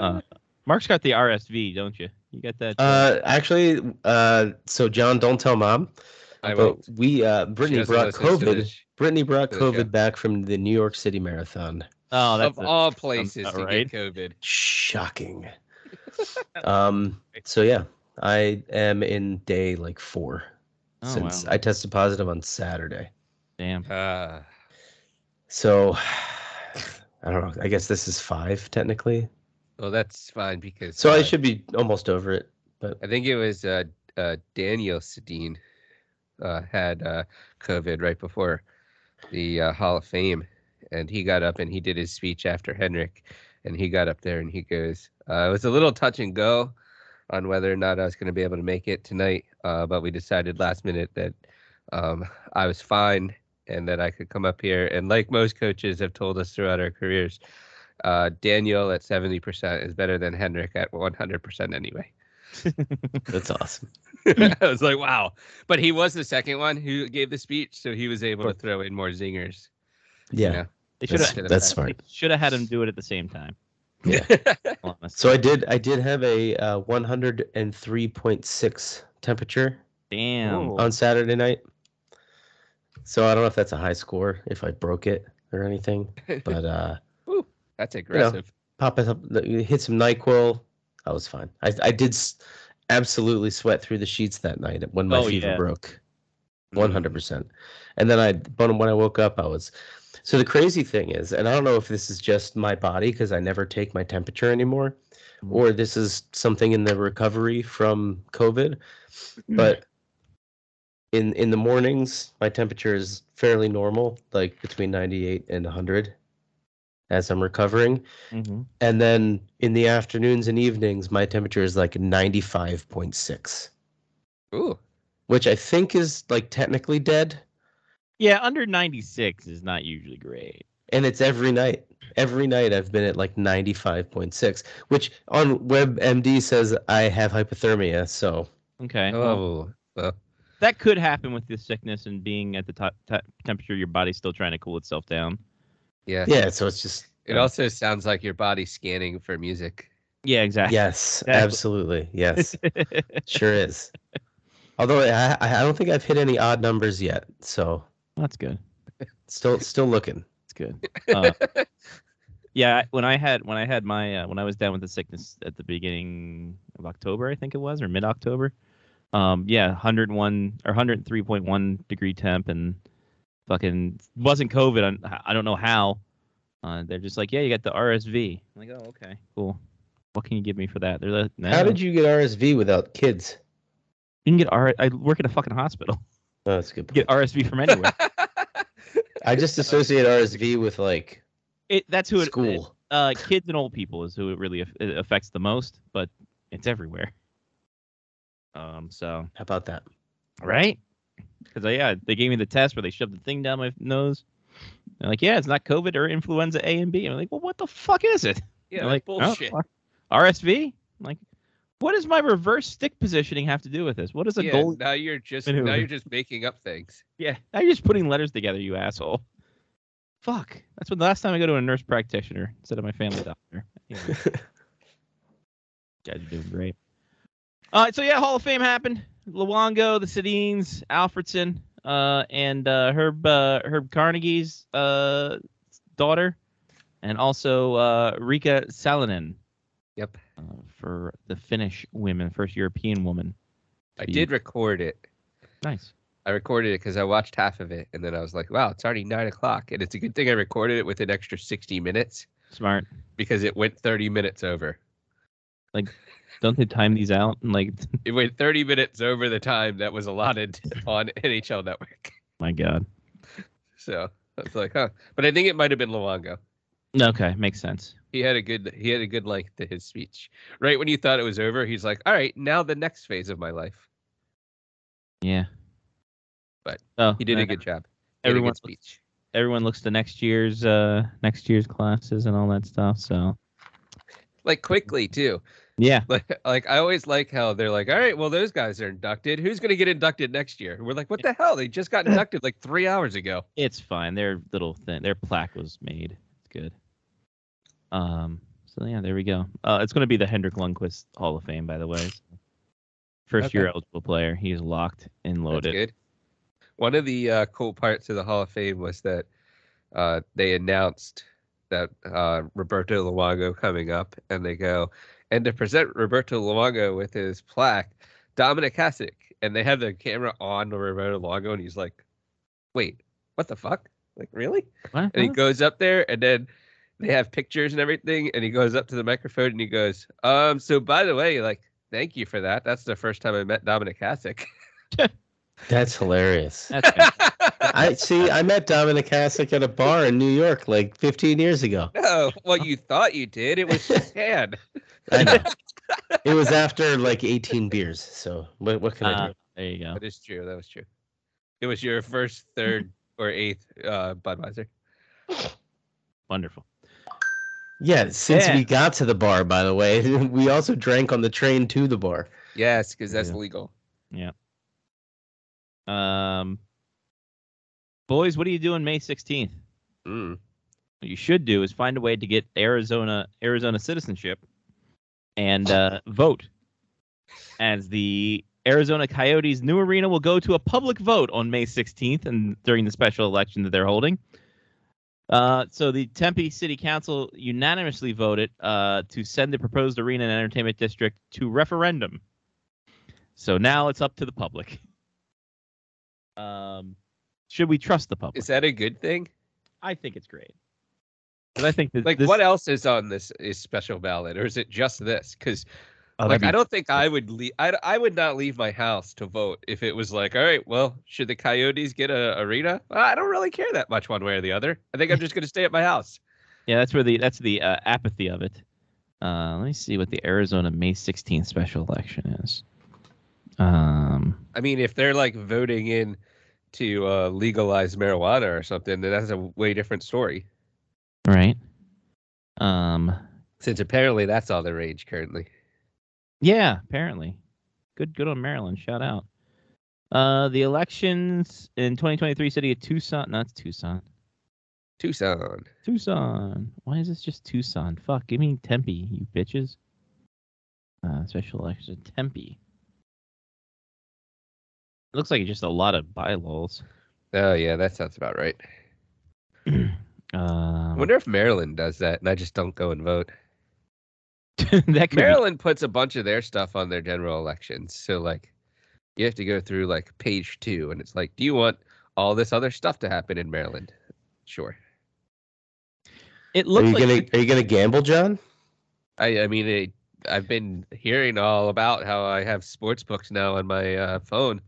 A: Uh, Mark's got the RSV, don't you? You got that?
E: Uh, actually, uh, so John, don't tell mom.
D: I
E: but
D: won't.
E: we, uh,
D: She
E: Brittany
D: doesn't
E: brought
D: listen to
E: COVID.
D: this.
E: Brittany brought
D: to the show.
E: COVID back from the New York City Marathon.
A: oh, that's
D: of
A: a-
D: all places
A: about
D: to
A: right.
D: get COVID.
E: Shocking. um. So yeah, I am in day like four
A: oh,
E: since
A: wow.
E: I tested positive on Saturday.
A: damn.
D: Uh,
E: So I don't know. I guess this is five technically.
D: well, that's fine because.
E: So I
D: uh,
E: should be almost over it.
D: I think it was uh, uh, Daniel Sedin uh, had uh, COVID right before the uh, Hall of Fame, and he got up and he did his speech after Henrik, and he got up there and he goes, uh, "It was a little touch and go on whether or not I was going to be able to make it tonight, uh, but we decided last minute that um, I was fine and that I could come up here. And like most coaches have told us throughout our careers." Uh, Daniel at 70% is better than Henrik at 100% anyway.
E: That's awesome.
D: I was like, wow. But he was the second one who gave the speech, so he was able to throw in more zingers.
E: Yeah.
D: Yeah.
A: They should
E: That's,
A: have
D: Should've-
E: that's smart.
A: should have had him do it at the same time.
E: Yeah.
A: Honest.
E: So I did. I did have a uh, 103.6 temperature
A: damn.
E: on Saturday night. So I don't know if that's a high score, if I broke it or anything. But uh,
D: That's aggressive.
E: pop it up, hit some Nyquil. I was fine. I I did s- absolutely sweat through the sheets that night when my
A: Oh,
E: fever
A: yeah. Mm-hmm.
E: broke. One hundred percent. And then I, but when I woke up, I was. So the crazy thing is, and I don't know if this is just my body because I never take my temperature anymore,
A: Mm-hmm.
E: or this is something in the recovery from COVID. But in in the mornings, my temperature is fairly normal, like between ninety eight and hundred, as I'm recovering.
A: Mhm.
E: And then in the afternoons and evenings, my temperature is like ninety five point six,
D: Ooh.
E: which I think is like technically dead.
A: Yeah, under 96 is not usually great.
E: and it's every night. Every night I've been at like 95.6, which on WebMD says I have hypothermia. So
A: Okay. Well,
D: Oh. Well,
A: that could happen with this sickness and being at the top t- temperature your body's still trying to cool itself down.
D: yeah.
E: yeah, so it's just
D: It also sounds like your body's scanning for music.
A: Yeah, exactly.
E: yes,
A: Exactly.
E: absolutely, yes, sure is. Although I, I I don't think I've hit any odd numbers yet, so
A: That's good.
E: still still looking.
A: It's good. Uh, yeah, I- when I had when I had my uh, when I was down with the sickness at the beginning of October, I think it was, or mid October. Um, yeah, 101 or 103.1 degree temp, and fucking wasn't COVID. On, I don't know how. Uh, they're just like, yeah, you got the RSV. I'm like, oh, okay, cool. What can you give me for that? They're like,
E: How did you get RSV without kids?
A: you can get R? I work at a fucking hospital.
E: Oh, that's a good.
A: Get
E: Point.
A: RSV from anywhere.
E: I just associate RSV with like
A: it that's who it,
E: school.
A: uh, kids and old people is who it really aff- it affects the most, but it's everywhere. Um, so
E: How about that?
A: right, because yeah, they gave me the test where they shoved the thing down my nose. They're like, yeah, it's not COVID or influenza A and B. And I'm like, "Oh, well, what the fuck is it?
D: Yeah,
A: They're
D: like
A: like, "Oh,
D: bullshit.
A: R- RSV. I'm like, What does my reverse stick positioning have to do with this? What is a
D: yeah,
A: goalie?
D: now you're just
A: Anyway.
D: now you're just making up things.
A: Yeah, now you're just putting letters together, you asshole. Fuck. That's when the last time I go to a nurse practitioner instead of my family doctor. Anyway. Guys, you're doing great. Uh, so yeah, Hall of Fame happened. Luongo, the Sedines, Alfredson, uh, and uh, Herb uh, Herb Carnegie's uh, daughter, and also uh, Rika Salonen.
D: Yep.
A: Uh, for the Finnish women, first European woman.
D: I
A: Be-
D: did record it.
A: Nice.
D: I recorded it because I watched half of it, and then I was like, "Wow, it's already nine o'clock." And it's a good thing I recorded it with an extra sixty minutes
A: Smart.
D: because it went thirty minutes over.
A: Don't they time these out and like
D: It went thirty minutes over the time that was allotted on NHL Network.
A: my god.
D: So I was like, "Huh," but I think it might have been Luongo.
A: Okay, makes sense.
D: He had a good he had a good length to his speech. Right when you thought it was over, he's like, "All right, now the next phase of my life."
A: Yeah.
D: But
A: oh,
D: He did a
A: uh,
D: good job. He had a
A: Everyone
D: good
A: looks,
D: speech.
A: everyone looks to next year's uh next year's classes and all that stuff. So
D: Like quickly too.
A: yeah,
D: Like, like I always like how they're like, all right, well, those guys are inducted. Who's going to get inducted next year? We're like, what the hell? They just got inducted like three hours ago.
A: it's fine. Their little thing, their plaque was made. It's good. Um. So yeah, there we go. Uh, it's going to be the Hendrik Lundqvist Hall of Fame, by the way. First year eligible player. He is locked and
D: That's
A: loaded.
D: good. One of the uh, cool parts of the Hall of Fame was that uh, they announced that uh, Roberto Luongo coming up, and they go and to present Roberto Luongo with his plaque, Dominic Hasek, and they have the camera on Roberto Luongo, and he's like, "Wait, what the fuck? Like, really?"
A: What?
D: and he goes up there and then they have pictures and everything and he goes up to the microphone and he goes um so by the way like thank you for that that's the first time i met dominic Hasek.
E: That's hilarious.
A: That's good.
E: I see. I met Dominic Hasek at a bar in New York like 15 years ago.
D: no well you thought you did it was just hand
E: I know. it was after like 18 beers. So what, what can I
A: Uh,
E: do?
A: there you go.
D: that is true that was true it was your first third or eighth uh budweiser
A: Wonderful.
E: Yeah. Since
A: yeah.
E: we got to the bar, by the way, we also drank on the train to the bar.
D: yes because that's
A: Yeah.
D: legal
A: Um. Boys, what are you doing May sixteenth?
D: mm.
A: what you should do is find a way to get Arizona Arizona citizenship and uh, vote as the Arizona Coyotes new arena will go to a public vote on May 16th and during the special election that they're holding. Uh, so the Tempe City Council unanimously voted uh, to send the proposed arena and entertainment district to referendum. So now it's up to the public. Um, should we trust the public?
D: is that a good thing
A: I think it's great. 'Cause I think that
D: like
A: this-
D: what else is on this is special ballot or is it just this because
A: Oh, that'd
D: like
A: be-
D: I don't think I would leave. I, I would not leave my house to vote if it was like, all right, well, should the Coyotes get a arena? Uh, I don't really care that much one way or the other. I think I'm just going to stay at my house.
A: yeah, that's where the that's the uh, apathy of it. Uh, let me see what the Arizona May 16th special election is. Um,
D: I mean, if they're like voting in to uh, legalize marijuana or something, then that's a way different story.
A: right. Um,
D: Since apparently that's all the rage currently.
A: yeah, apparently. Good, good on Maryland. Shout out. Uh, the elections in 2023 city of Tucson. No, it's Tucson.
D: Tucson.
A: Tucson. Why is this just Tucson? Fuck, give me Tempe, you bitches. Uh, special election Tempe. It looks like it's just a lot of bylaws.
D: Oh yeah, that sounds about right. I
A: Uh, Um,
D: wonder if Maryland does that, and I just don't go and vote.
A: that could be,
D: Maryland puts a bunch of their stuff on their general elections. So like you have to go through like page two and it's like, do you want all this other stuff to happen in Maryland? Sure.
A: it
E: Are
A: looks
E: you
A: like
E: gonna Are you gonna gamble, John?
D: I I mean it, I've been hearing all about how I have sports books now on my uh, phone.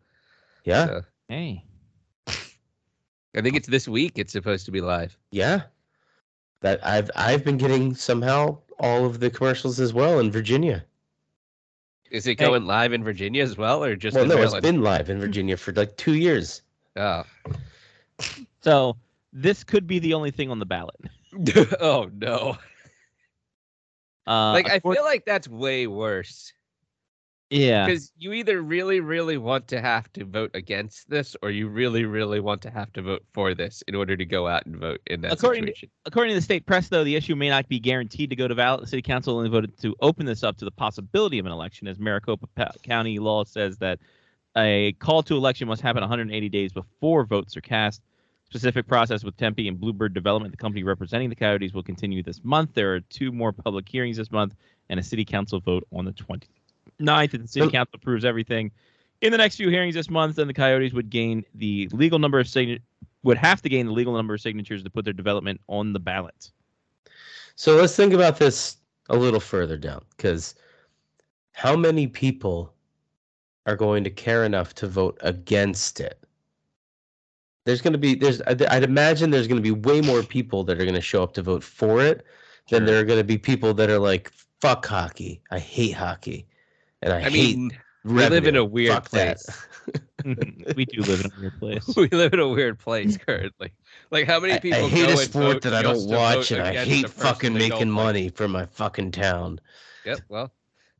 E: Yeah.
D: So
A: hey,
D: I think it's this week it's supposed to be live.
E: Yeah. That I've I've been getting somehow all of the commercials as well in Virginia.
D: Is it
A: Hey.
D: going live in Virginia as well or just
E: well,
D: in
E: no,
D: Maryland?
E: it's been live in Virginia for like two years.
D: Oh.
A: so this could be the only thing on the ballot.
D: oh no.
A: Uh,
D: like I
A: accor- Uh,
E: Uh,
D: feel like that's way worse
A: Yeah.
D: because you either really really want to have to vote against this or you really really want to have to vote for this in order to go out and vote in that
A: According to-
D: situation
A: According to the state press, though, the issue may not be guaranteed to go to ballot. The city council only voted to open this up to the possibility of an election, as Maricopa Pa- County law says that a call to election must happen 180 days before votes are cast. Specific process with Tempe and Bluebird Development, the company representing the Coyotes, will continue this month. There are two more public hearings this month and a city council vote on the 29th. If the city
E: Well-
A: council approves everything in the next few hearings this month, then the Coyotes would gain the legal number of signatures would have to gain the legal number of signatures to put their development on the ballot.
E: So let's think about this a little further down because how many people are going to care enough to vote against it? There's going to be, there's, I'd I'd imagine there's going to be way more people that are going to show up to vote for it than
A: Sure.
E: there are going to be people that are like, fuck hockey. I hate hockey. And I,
D: i,
E: hate
D: mean we live in
E: revenue.
D: a weird
E: Fuck that."
D: place
A: we do live in a weird place.
D: we live in a weird place currently like how many
E: I,
D: people
E: I hate
D: go
E: a
D: and
E: sport
D: vote
E: that I
D: just
E: don't
D: to vote
E: watch and I
D: against
E: hate
D: the person
E: fucking
D: they don't
E: making
D: like?
E: money for my fucking town.
D: yep well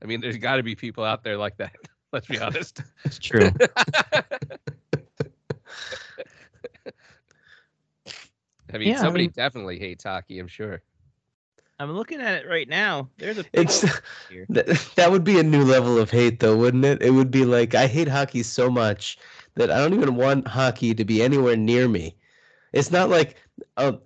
D: i mean there's got to be people out there like that let's be honest
A: It's true.
D: i mean
A: Yeah, I
D: somebody
A: mean-
D: definitely hates hockey i'm sure
A: I'm looking at it right now. There's a
E: It's
A: here.
E: that, that would be a new level of hate though, wouldn't it? It would be like I hate hockey so much that I don't even want hockey to be anywhere near me. It's not like oh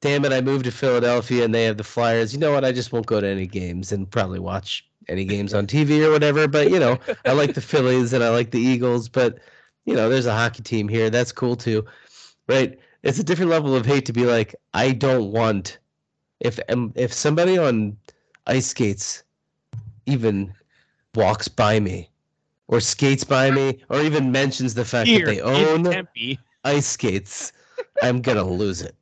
E: damn it, I moved to Philadelphia and they have the Flyers. You know what? I just won't go to any games and probably watch any games on TV or whatever, but you know, I like the Phillies and I like the Eagles, but you know, there's a hockey team here. That's cool too. Right? It's a different level of hate to be like I don't want if um, if somebody on ice skates even walks by me or skates by me or even mentions the fact
A: Here
E: that they
A: in
E: own
A: Tempe.
E: ice skates, I'm going to lose it.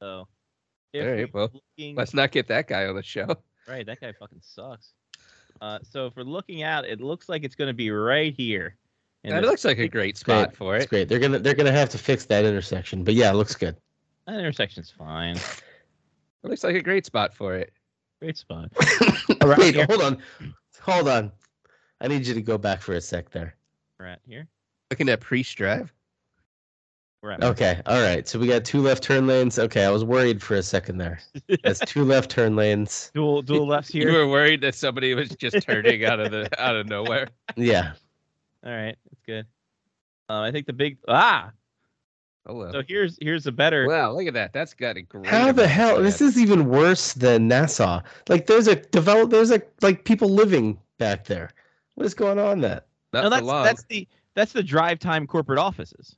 A: So,
D: All right,
A: if we're
D: well,
A: looking-
D: let's not get that guy on the show
A: right, that guy fucking sucks. Uh, so if we're looking out, it looks like it's going to be right here. And
D: that
A: the-
D: looks like a great spot for
E: It's
D: it
E: great. They're going to they're going to have to fix that intersection. But yeah, it looks good.
A: that intersection's fine.
D: It looks like a great spot for it.
A: Great spot.
E: All right, Wait,
A: here.
E: hold on. Hold on. I need you to go back for a sec there.
A: We're at here.
D: Looking at Priest Drive.
A: We're at.
E: Okay. All right. So we got two left turn lanes. Okay, I was worried for a second there. That's two left turn lanes.
A: Dual dual lefts
D: You
A: here.
D: were worried that somebody was just turning out of the out of nowhere.
E: Yeah.
A: All right, that's good. Um, I think the big ah.
D: Hello.
A: So here's here's a better.
D: Wow, look at that. That's got a great.
E: How the
D: amount of
E: hell? This
D: land.
E: is even worse than Nassau. Like there's a develop. There's a like people living back there. What is going on? That
D: not
A: no,
D: for
A: that's
D: long.
A: that's the that's the drive time corporate offices.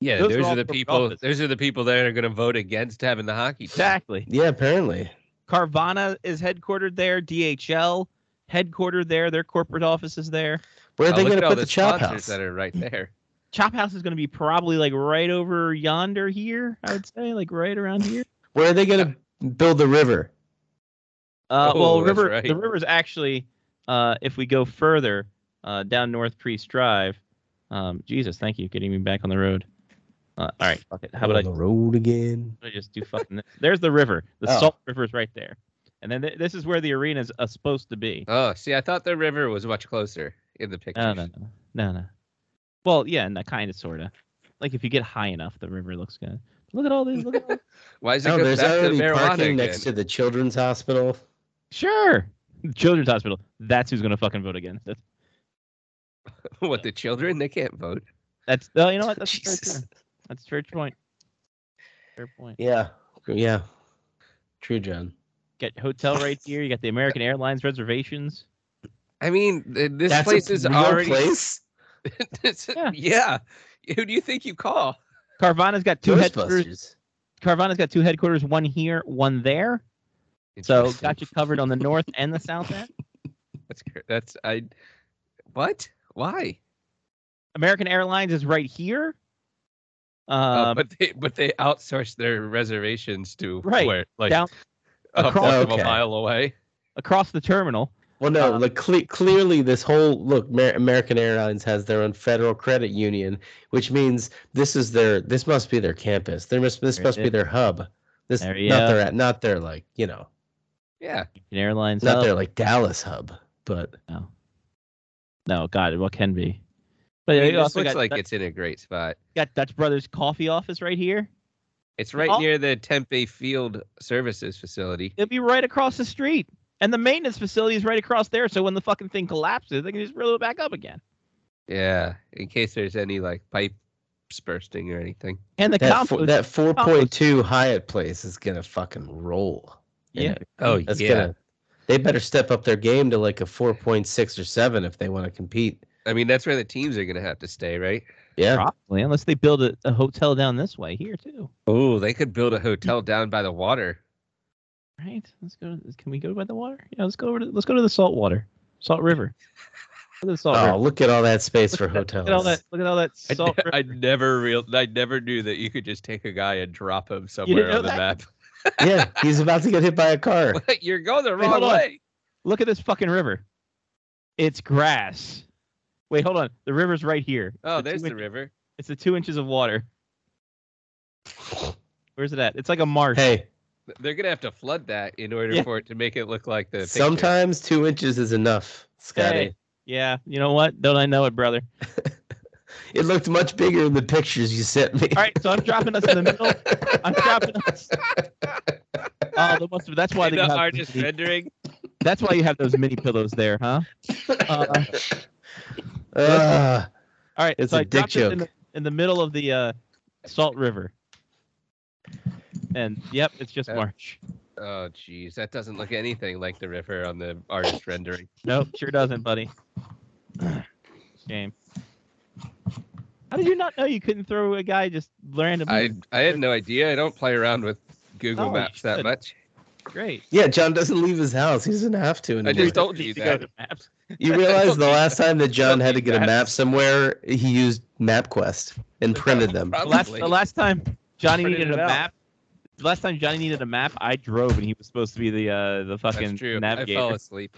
D: yeah,
A: those
D: those,
A: are all
D: are the
A: corporate
D: people.
A: office.
D: Those are the people that are going to vote against having the hockey. team.
A: Exactly.
E: yeah, apparently.
A: Carvana is headquartered there. DHL headquartered there. Their corporate office is there.
E: Where are
D: Oh,
E: they
D: look
E: going
D: at
E: to
D: all
E: put the chop
D: sponsors
E: house?
D: that are right there.
A: Chop House is going to be probably like right over yonder here. I would say like right around here.
E: Where are they going to build the river?
A: Uh,
D: Oh,
A: well,
D: that's
A: river
D: right.
A: the river's actually uh, if we go further uh, down North Priest Drive. Um, Jesus, thank you, getting me back on the road. Uh, all right, fuck it. How about I
E: on the road again?
A: I just do fucking this. There's the river. The
E: Oh.
A: Salt River's right there. And then th- this is where the arena's uh, supposed to be.
D: Oh, see, I thought the river was much closer in the picture.
A: No, no, no. No, no. Well, yeah, and that kind of, sort of. Like if you get high enough, the river looks good. Look at all these. Look at all
D: Why is it
E: Oh,
D: go
E: there's
D: back to
E: already
D: marijuana
E: parking
D: again?
E: next to the children's hospital.
A: Sure. Children's Hospital. That's who's going to fucking vote against it.
D: what the children? They can't vote.
A: That's, oh, you know what? That's a fair
E: Jesus.
A: point. That's a fair point. Fair point.
E: Yeah, yeah. True, John.
A: Get hotel right here. You got the American Airlines reservations.
D: I mean, th- this
E: That's
D: place
E: a
D: is
E: real
D: already.
E: place.
D: It's-
A: Yeah.
D: yeah. Who do you think you call?
A: Carvana's got two headquarters.
E: Ghostbusters.
A: Carvana's got two headquarters, one here, one there. So
D: Interesting.
A: got you covered on the north and the south end.
D: That's cr- that's I. What? Why?
A: American Airlines is right here.
D: Uh,
A: Um,
D: but they but they outsource their reservations to
A: Right,
D: where like
A: down-
D: a
A: across-
D: fourth of
E: Okay.
D: a mile away.
A: across the terminal.
E: Well, no,
A: Um,
E: like cle clearly, this whole look, Mer- American Airlines has their own federal credit union, which means this is their, this must be their campus. There must, this
A: There it
E: must be
A: is.
E: their hub. This
A: There
E: not
A: you
E: their, not their like, you know,
D: Yeah.
A: American Airlines. oh,
E: Not
A: hub.
E: their like Dallas hub, but
A: No, God, what can be? But
D: I mean,
A: it
D: this
A: also
D: looks
A: got,
D: like
A: Dut-
D: it's in a great spot.
A: got Dutch Brothers Coffee Office right here.
D: It's right
A: Oh.
D: near the Tempe Field Services facility.
A: It'll be right across the street, and the maintenance facility is right across there. So when the fucking thing collapses, they can just reel it back up again.
D: Yeah, in case there's any like pipes bursting or anything.
A: And the
E: that,
A: compost-
E: fo- that 4.2 Hyatt place is gonna fucking roll.
A: Yeah.
D: Oh
E: That's
D: yeah.
E: gonna. They better step up their game to like a 4.6 or 7 if they want to compete.
D: I mean, that's where the teams are gonna have to stay, right?
E: Yeah.
A: probably, unless they build a, a hotel down this way here too.
D: Oh, they could build a hotel down by the water.
A: Right? Let's go. To, can we go by the water? Yeah, let's go over. To, let's go to the salt water, Salt River. Look at the salt
E: Oh,
A: river.
E: look at all that space for
A: Look at that-
E: hotels.
A: Look at all that. Look at all that
D: I,
A: salt.
D: ne-
A: river.
D: I never real. I never knew that you could just take a guy and drop him somewhere
A: know
D: on the
A: that?
D: map.
E: yeah, he's about to get hit by a car.
D: You're going the
A: Wait,
D: wrong
A: hold on.
D: way.
A: Look at this fucking river. It's grass. Wait, hold on. The river's right here.
D: Oh,
A: It's a
D: there's
A: two
D: the
A: inch-
D: river.
A: It's the two inches of water. Where's it at? It's like a marsh.
E: Hey,
D: They're gonna have to flood that in order
A: Yeah.
D: for it to make it look like the. picture.
E: sometimes two inches is enough, Scotty.
A: Hey. Yeah, you know what? Don't I know it, brother?
E: It looked much bigger in the pictures you sent me.
A: All right, so I'm dropping us in the middle. I'm dropping us. Oh, that must have- that's why
D: In
A: they
D: the
A: have
D: artist rendering.
A: That's why you have those mini pillows there, huh? Uh,
E: Ah,
A: all right,
E: It's
A: so
E: a
A: I
E: dick
A: dropped us in the, in the middle of the uh, Salt River, and yep, it's just
D: Uh,
A: marsh.
D: Oh, geez, that doesn't look anything like the river on the artist rendering.
A: Nope, sure doesn't, buddy. Shame. How did you not know you couldn't throw a guy just randomly?
D: I I had no idea. I don't play around with Google
A: No, you
D: Maps that
A: should.
D: much.
A: Great.
E: yeah, John doesn't leave his house. He doesn't have to
D: I
E: anymore.
D: just told you
A: You go
D: that.
A: to maps.
E: you
D: I
E: realize
D: don't
E: the
D: need
E: last time that John
D: don't
E: had to
D: need
E: get a
D: that.
E: map somewhere, he used MapQuest and printed them.
A: The last,
D: Probably.
A: the last time Johnny
D: Printed
A: needed a
D: it out.
A: map. The last time Johnny needed a map, I drove and he was supposed to be the uh, the fucking
D: That's true.
A: navigator.
D: I fell asleep.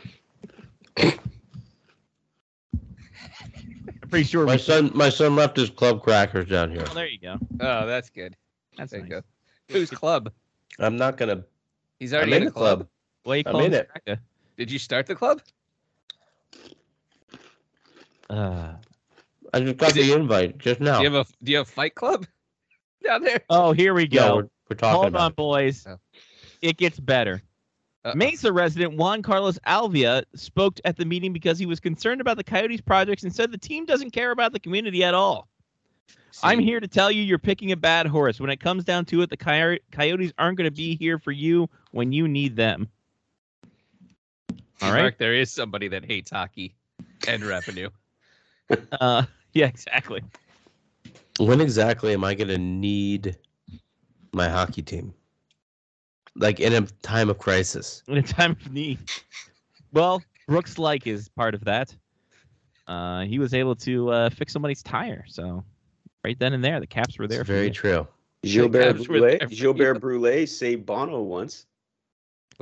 A: I'm pretty sure.
E: My
A: we-
E: son, my son left his club crackers down here.
A: Well, there you go.
D: Oh, that's good.
A: That's
D: There you
A: nice.
D: go. Who's club?
E: I'm not gonna.
D: He's
E: I'm
D: already
E: in the club.
A: What do you
E: I'm
A: call
E: in
A: it?
D: Did you start the club?
A: Uh,
E: I just got
D: Is it-
E: the invite just now.
D: Do you have a Do you have fight club down there?
A: oh, here we
E: No,
A: go.
E: we're, we're talking
A: Hold
E: about.
A: on, boys.
D: Oh.
A: It gets better.
D: Uh-oh.
A: Mesa resident Juan Carlos Alvia spoke at the meeting because he was concerned about the Coyotes projects and said the team doesn't care about the community at all. I'm
D: See,
A: here to tell you you're picking a bad horse. When it comes down to it, the coy- Coyotes aren't going to be here for you when you need them. All right.
D: Mark, there is somebody that hates hockey and revenue.
A: Uh, yeah, exactly.
E: When exactly am I gonna need my hockey team? Like in a time of crisis.
A: In a time of need. Well, Brooks Like is part of that. Uh, he was able to uh, fix somebody's tire. So right then and there, the caps were
E: It's
A: there. for
E: very
A: you.
E: true.
D: Yeah,
F: Gilbert
D: that's
F: Brule,
D: what-
F: Gilbert Brule saved Bono once.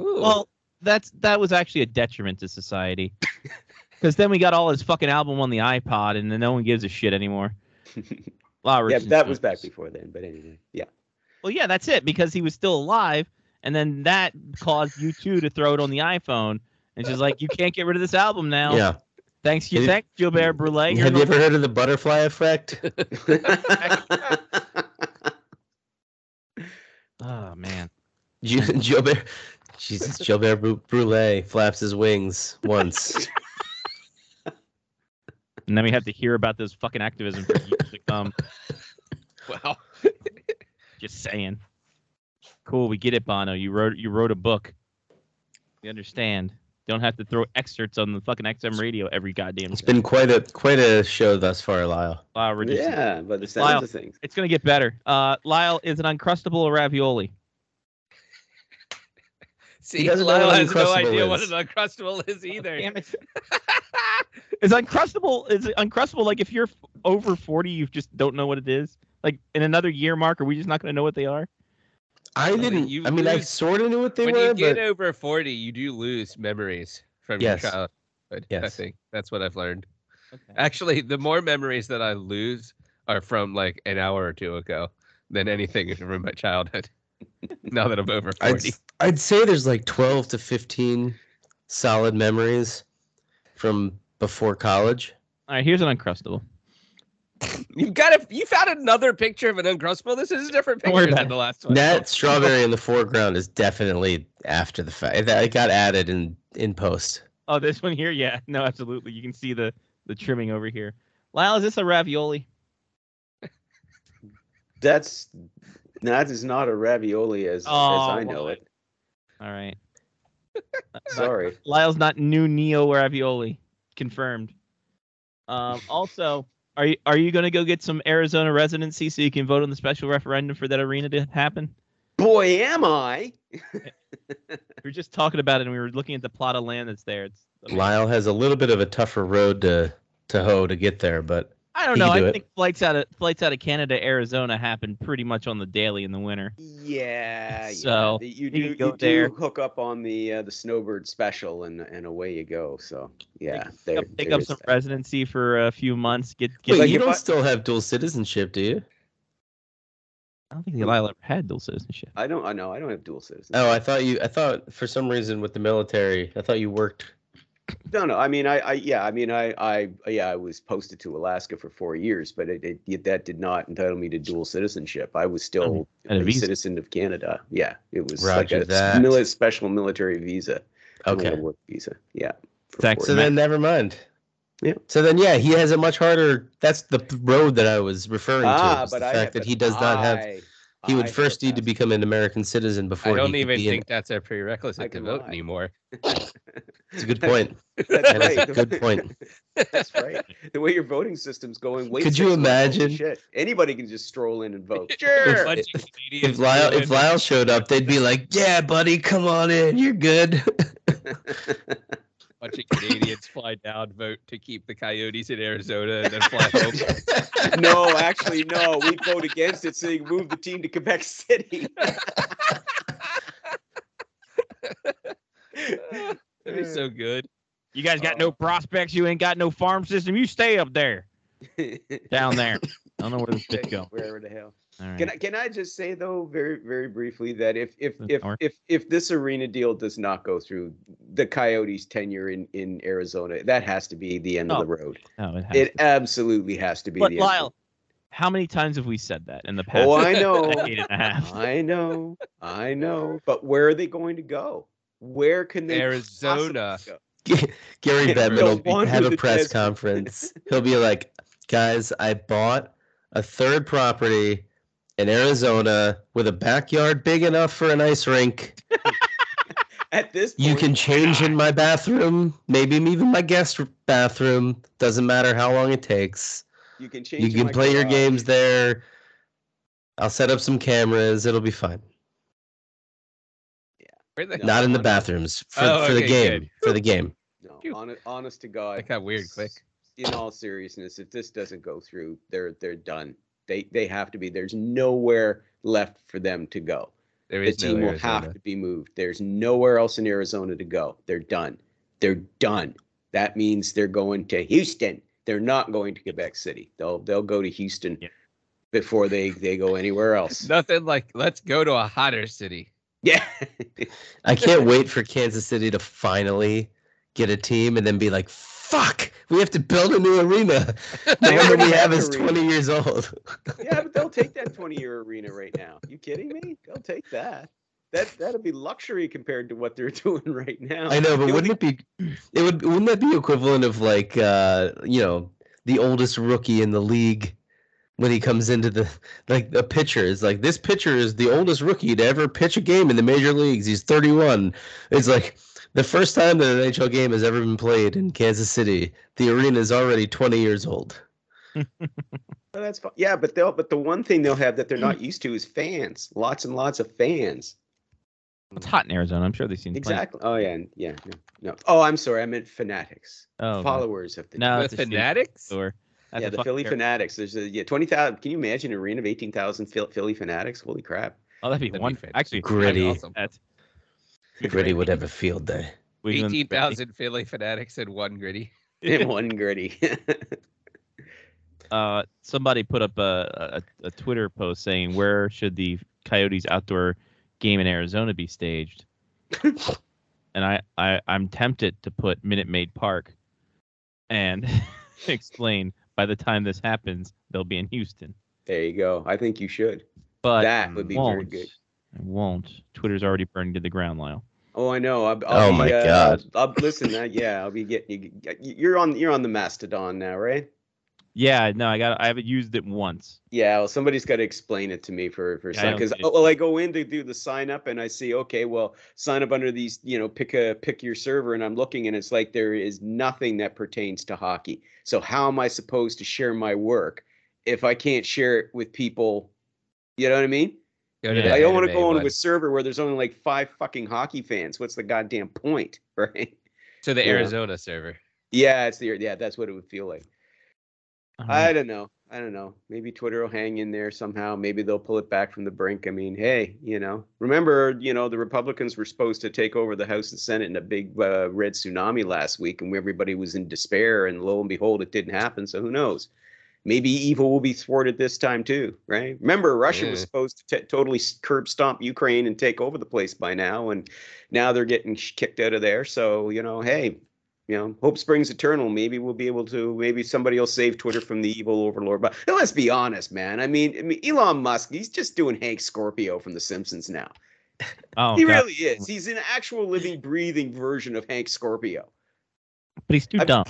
D: Ooh.
A: Well, that's that was actually a detriment to society. Because then we got all his fucking album on the iPod, and then no one gives a shit anymore. Lowry
F: yeah, that was back before then. But anyway, yeah.
A: Well, yeah, that's it because he was still alive, and then that caused you two to throw it on the iPhone. And she's like, "You can't get rid of this album now."
E: Yeah.
A: Thanks, you
E: Have you-
A: thanks Gilbert Brule. You're
E: Have you
A: the-
E: ever heard of the butterfly effect?
A: Oh man.
E: Ju- Gilbert, Jesus, Gilbert Bru- Brule flaps his wings once.
A: And then we have to hear about this fucking activism for years to come.
D: wow.
A: Just saying. Cool, we get it, Bono. You wrote you wrote a book. We understand. Don't have to throw excerpts on the fucking XM radio every goddamn.
E: It's been quite a quite a show thus far, Lyle.
A: Lyle Richardson.
F: yeah, but the
A: Lyle.
F: sounds of things.
A: It's gonna get better. Uh, Lyle is an uncrustable ravioli.
D: See,
E: doesn't know
D: Lyle
E: what
D: has no
E: Uncrustable
D: idea what
E: is.
D: an uncrustable is either.
A: Damn it. Is uncrustable is uncrustable like if you're f- over 40 you just don't know what it is? Like in another year mark are we just not going to know what they are?
E: I
D: Well,
E: didn't.
D: you
E: I mean, I
D: lose-
E: sort of knew what they
D: when
E: were,
D: you get
E: but
D: over 40 you do lose memories from
E: Yes.
D: your childhood i
E: Yes.
D: think that's what i've learned
A: Okay.
D: actually the more memories that i lose are from like an hour or two ago than anything from my childhood now that I'm over 40.
E: I'd, I'd say there's like 12 to 15 solid memories from before college.
A: All right, here's an uncrustable.
D: You've got it. You found another picture of an uncrustable. This is a different
A: Don't worry
D: picture
A: about
D: than the last one.
E: That strawberry in the foreground is definitely after the fact. That it got added in in post.
A: Oh, this one here, yeah, no, absolutely. You can see the the trimming over here. Lyle, is this a ravioli?
F: That's that is not a ravioli as
A: Oh,
F: as I know it.
A: All right,
F: Sorry.
A: Lyle's not new Neo ravioli, confirmed. Um, also, are you are you gonna go get some Arizona residency so you can vote on the special referendum for that arena to happen?
F: Boy, am I.
A: We were just talking about it, and we were looking at the plot of land that's there. It's,
E: Lyle has a little bit of a tougher road to to hoe to get there, but
A: I don't
E: He
A: know.
E: can do
A: I
E: it.
A: think flights out of flights out of Canada, to Arizona happen pretty much on the daily in the winter.
F: Yeah. yeah.
A: So,
F: you
A: you
F: do
A: can
F: you
A: go
F: do
A: there.
F: hook up on the uh, the snowbird special and and away you go. So yeah,
A: Pick
F: there,
A: up, pick
F: there
A: up
F: is
A: some
F: that.
A: residency for a few months. Get get.
E: wait,
F: like
E: you
F: if
E: don't
F: I-
E: still have dual citizenship, do you?
A: I don't think Lyle ever had dual citizenship.
F: I don't. I know. I don't have dual citizenship.
E: Oh, I thought you. I thought for some reason with the military, I thought you worked.
F: No, no. I mean, I, I, yeah. I mean, I, I, yeah. I was posted to Alaska for four years, but it, it yet that did not entitle me to dual citizenship. I was still
A: and a
F: a
A: visa.
F: citizen of Canada. Yeah, it was
E: Roger
F: like a
E: that.
F: mili- special military visa, not a
E: Okay,
F: work visa. Yeah. for
A: Tax-
E: so
F: four
E: then never mind.
F: Yeah.
E: So then, yeah, he has a much harder. That's the p- road that I was referring to.
F: Ah,
E: was
F: but
E: the
F: I
E: fact
F: have-
E: that
F: but
E: he does not have.
F: I-
E: He would
F: I
E: first need to
F: bypassed-
E: become an American citizen before.
D: I don't
E: he could
D: even
E: be an-
D: think that's a
F: I
D: prerequisite to
F: can
D: vote
F: lie.
D: anymore.
E: It's a good point.
F: That's
E: That is
F: right.
E: a good point.
F: That's right. The way your voting system's going. Wait
E: Could
F: six
E: you
F: months, holy
E: imagine?
F: Shit. Anybody can just stroll in and vote.
D: Sure.
E: If- If Lyle, if Lyle showed up, they'd be like, "Yeah, buddy, come on in. You're good."
D: bunch of Canadians fly down, vote to keep the coyotes in Arizona, and then fly home.
F: no, actually, no. We vote against it, so you move the team to Quebec City.
D: That'd be so good.
A: You guys got
F: Uh,
A: no prospects. You ain't got no farm system. You stay up there, down there. I don't know where this bitch go.
F: Wherever the hell.
A: All
F: Can
A: right.
F: I, can I just say though, very very briefly, that if if
A: An
F: if
A: hour.
F: if if this arena deal does not go through, the Coyotes' tenure in in Arizona, that has to be the end
A: Oh,
F: of the road.
A: No, it has
F: It
A: to.
F: absolutely has to be.
A: But
F: the end of the-
A: Lyle, how many times have we said that in the past
F: Oh, I know.
A: decade and a half?
F: I know, I know. But where are they going to go? Where can they
D: Arizona.
F: possibly go?
E: Gary Bettman
F: Don't
E: will be-
F: wander
E: have a
F: the
E: press
F: desert.
E: conference. He'll be like, "Guys, I bought a third property in Arizona with a backyard big enough for an ice rink.
F: At this,
E: You
F: point,
E: can change in my bathroom, maybe even my guest bathroom. Doesn't matter how long it takes.
F: you can change.
E: You
F: in
E: can
F: my
E: play your
F: garage.
E: games there. I'll set up some cameras. It'll be fine.
D: Where the
F: No,
E: Not in the
F: honest-
E: bathrooms for,
D: Oh,
E: for the
D: okay,
E: game.
D: good.
E: For the game.
F: No, honest, honest to God,
D: That got weird quick.
F: In all seriousness, if this doesn't go through, they're they're done. They they have to be. There's nowhere left for them to go.
D: There
F: The
D: is no
F: team will have
D: Arizona.
F: to be moved. There's nowhere else in Arizona to go. They're done. They're done. That means they're going to Houston. They're not going to Quebec City. They'll they'll go to Houston
A: Yeah.
F: before they they go anywhere else.
D: Nothing like let's go to a hotter city.
F: Yeah.
E: I can't wait for Kansas City to finally get a team and then be like, fuck, we have to build a new arena. The one
F: They
E: that
F: already
E: we have
F: have
E: is
F: an arena.
E: 20 years old.
F: yeah, but they'll take that 20 year arena right now. You kidding me? They'll take that. That that'll be luxury compared to what they're doing right now.
E: I know, but
F: It would
E: wouldn't it be, it would, wouldn't that be equivalent of like, uh, you know, the oldest rookie in the league when he comes into the, like the pitcher is like, this pitcher is the oldest rookie to ever pitch a game in the major leagues. He's 31. It's like the first time that an NHL game has ever been played in Kansas City, the arena is already 20 years old.
F: Oh, that's fine. Yeah, but they'll but the one thing they'll have that they're not used to is fans. Lots and lots of fans.
A: It's hot in Arizona. I'm sure they've seen plenty.
F: Exactly. Oh yeah, and- yeah. No, no. Oh, I'm sorry. I meant fanatics.
A: Oh, God.
F: followers of the
A: no,
D: The
A: that's a shitty
D: fanatics.
A: store. That's
F: yeah,
A: a
F: the
A: fucking
F: Philly
A: terrible-
F: fanatics. There's a yeah, twenty thousand. Can you imagine an arena of eighteen thousand Philly fanatics? Holy crap!
A: Oh, that'd be
D: That'd be
A: one.
D: fantastic.
A: Actually,
E: Gritty.
A: that'd be awesome. That's
E: Gritty would have a field day.
A: Wiggins and
D: Eighteen
A: Gritty.
D: thousand Philly fanatics and one gritty.
F: One gritty.
A: uh, somebody put up a, a a Twitter post saying where should the Coyotes outdoor game in Arizona be staged. and I, I I'm tempted to put Minute Maid Park and explain by the time this happens, they'll be in Houston.
F: There you go. I think you should.
A: But
F: that would be
A: won't.
F: very good.
A: I won't. Twitter's already burning to the ground, Lyle.
F: Oh, I know. I'll,
E: Oh
F: I'll
E: my
F: be, uh,
E: God.
F: I'll, listen, uh, yeah, I'll be getting you. You're on. You're on the Mastodon now, right?
A: Yeah, no, I got I haven't used it once.
F: Yeah. Well, somebody's got to explain it to me for for
A: Yeah, I
F: sign
A: don't
F: because
A: get it.
F: oh, well, I go in to do the sign up and I see okay, well, sign up under these, you know, pick a pick your server, and I'm looking and it's like there is nothing that pertains to hockey. So how am I supposed to share my work if I can't share it with people? You know what I mean?
D: Go to
A: Yeah.
D: that
F: I don't want to
D: anime
F: go on
D: one.
F: to a server where there's only like five fucking hockey fans. What's the goddamn point, right?
D: to the
F: Yeah.
D: Arizona server.
F: Yeah, it's the yeah. That's what it would feel like. I
A: I,
F: don't know. I don't know. Maybe Twitter will hang in there somehow. Maybe they'll pull it back from the brink. I mean, hey, you know, remember, you know, the Republicans were supposed to take over the House and Senate in a big uh, red tsunami last week, and everybody was in despair. And lo and behold, it didn't happen. So who knows? Maybe evil will be thwarted this time too, right? Remember, Russia was
D: Yeah.
F: supposed to t- totally s- curb stomp Ukraine and take over the place by now, and now they're getting sh- kicked out of there. So you know, hey, you know, hope springs eternal. Maybe we'll be able to. Maybe somebody will save Twitter from the evil overlord. But no, let's be honest, man. I mean, I mean, Elon Musk, he's just doing Hank Scorpio from The Simpsons now.
A: oh,
F: he
A: God.
F: really is. He's an actual living, breathing version of Hank Scorpio.
A: but he's too
F: I've-
A: dumb.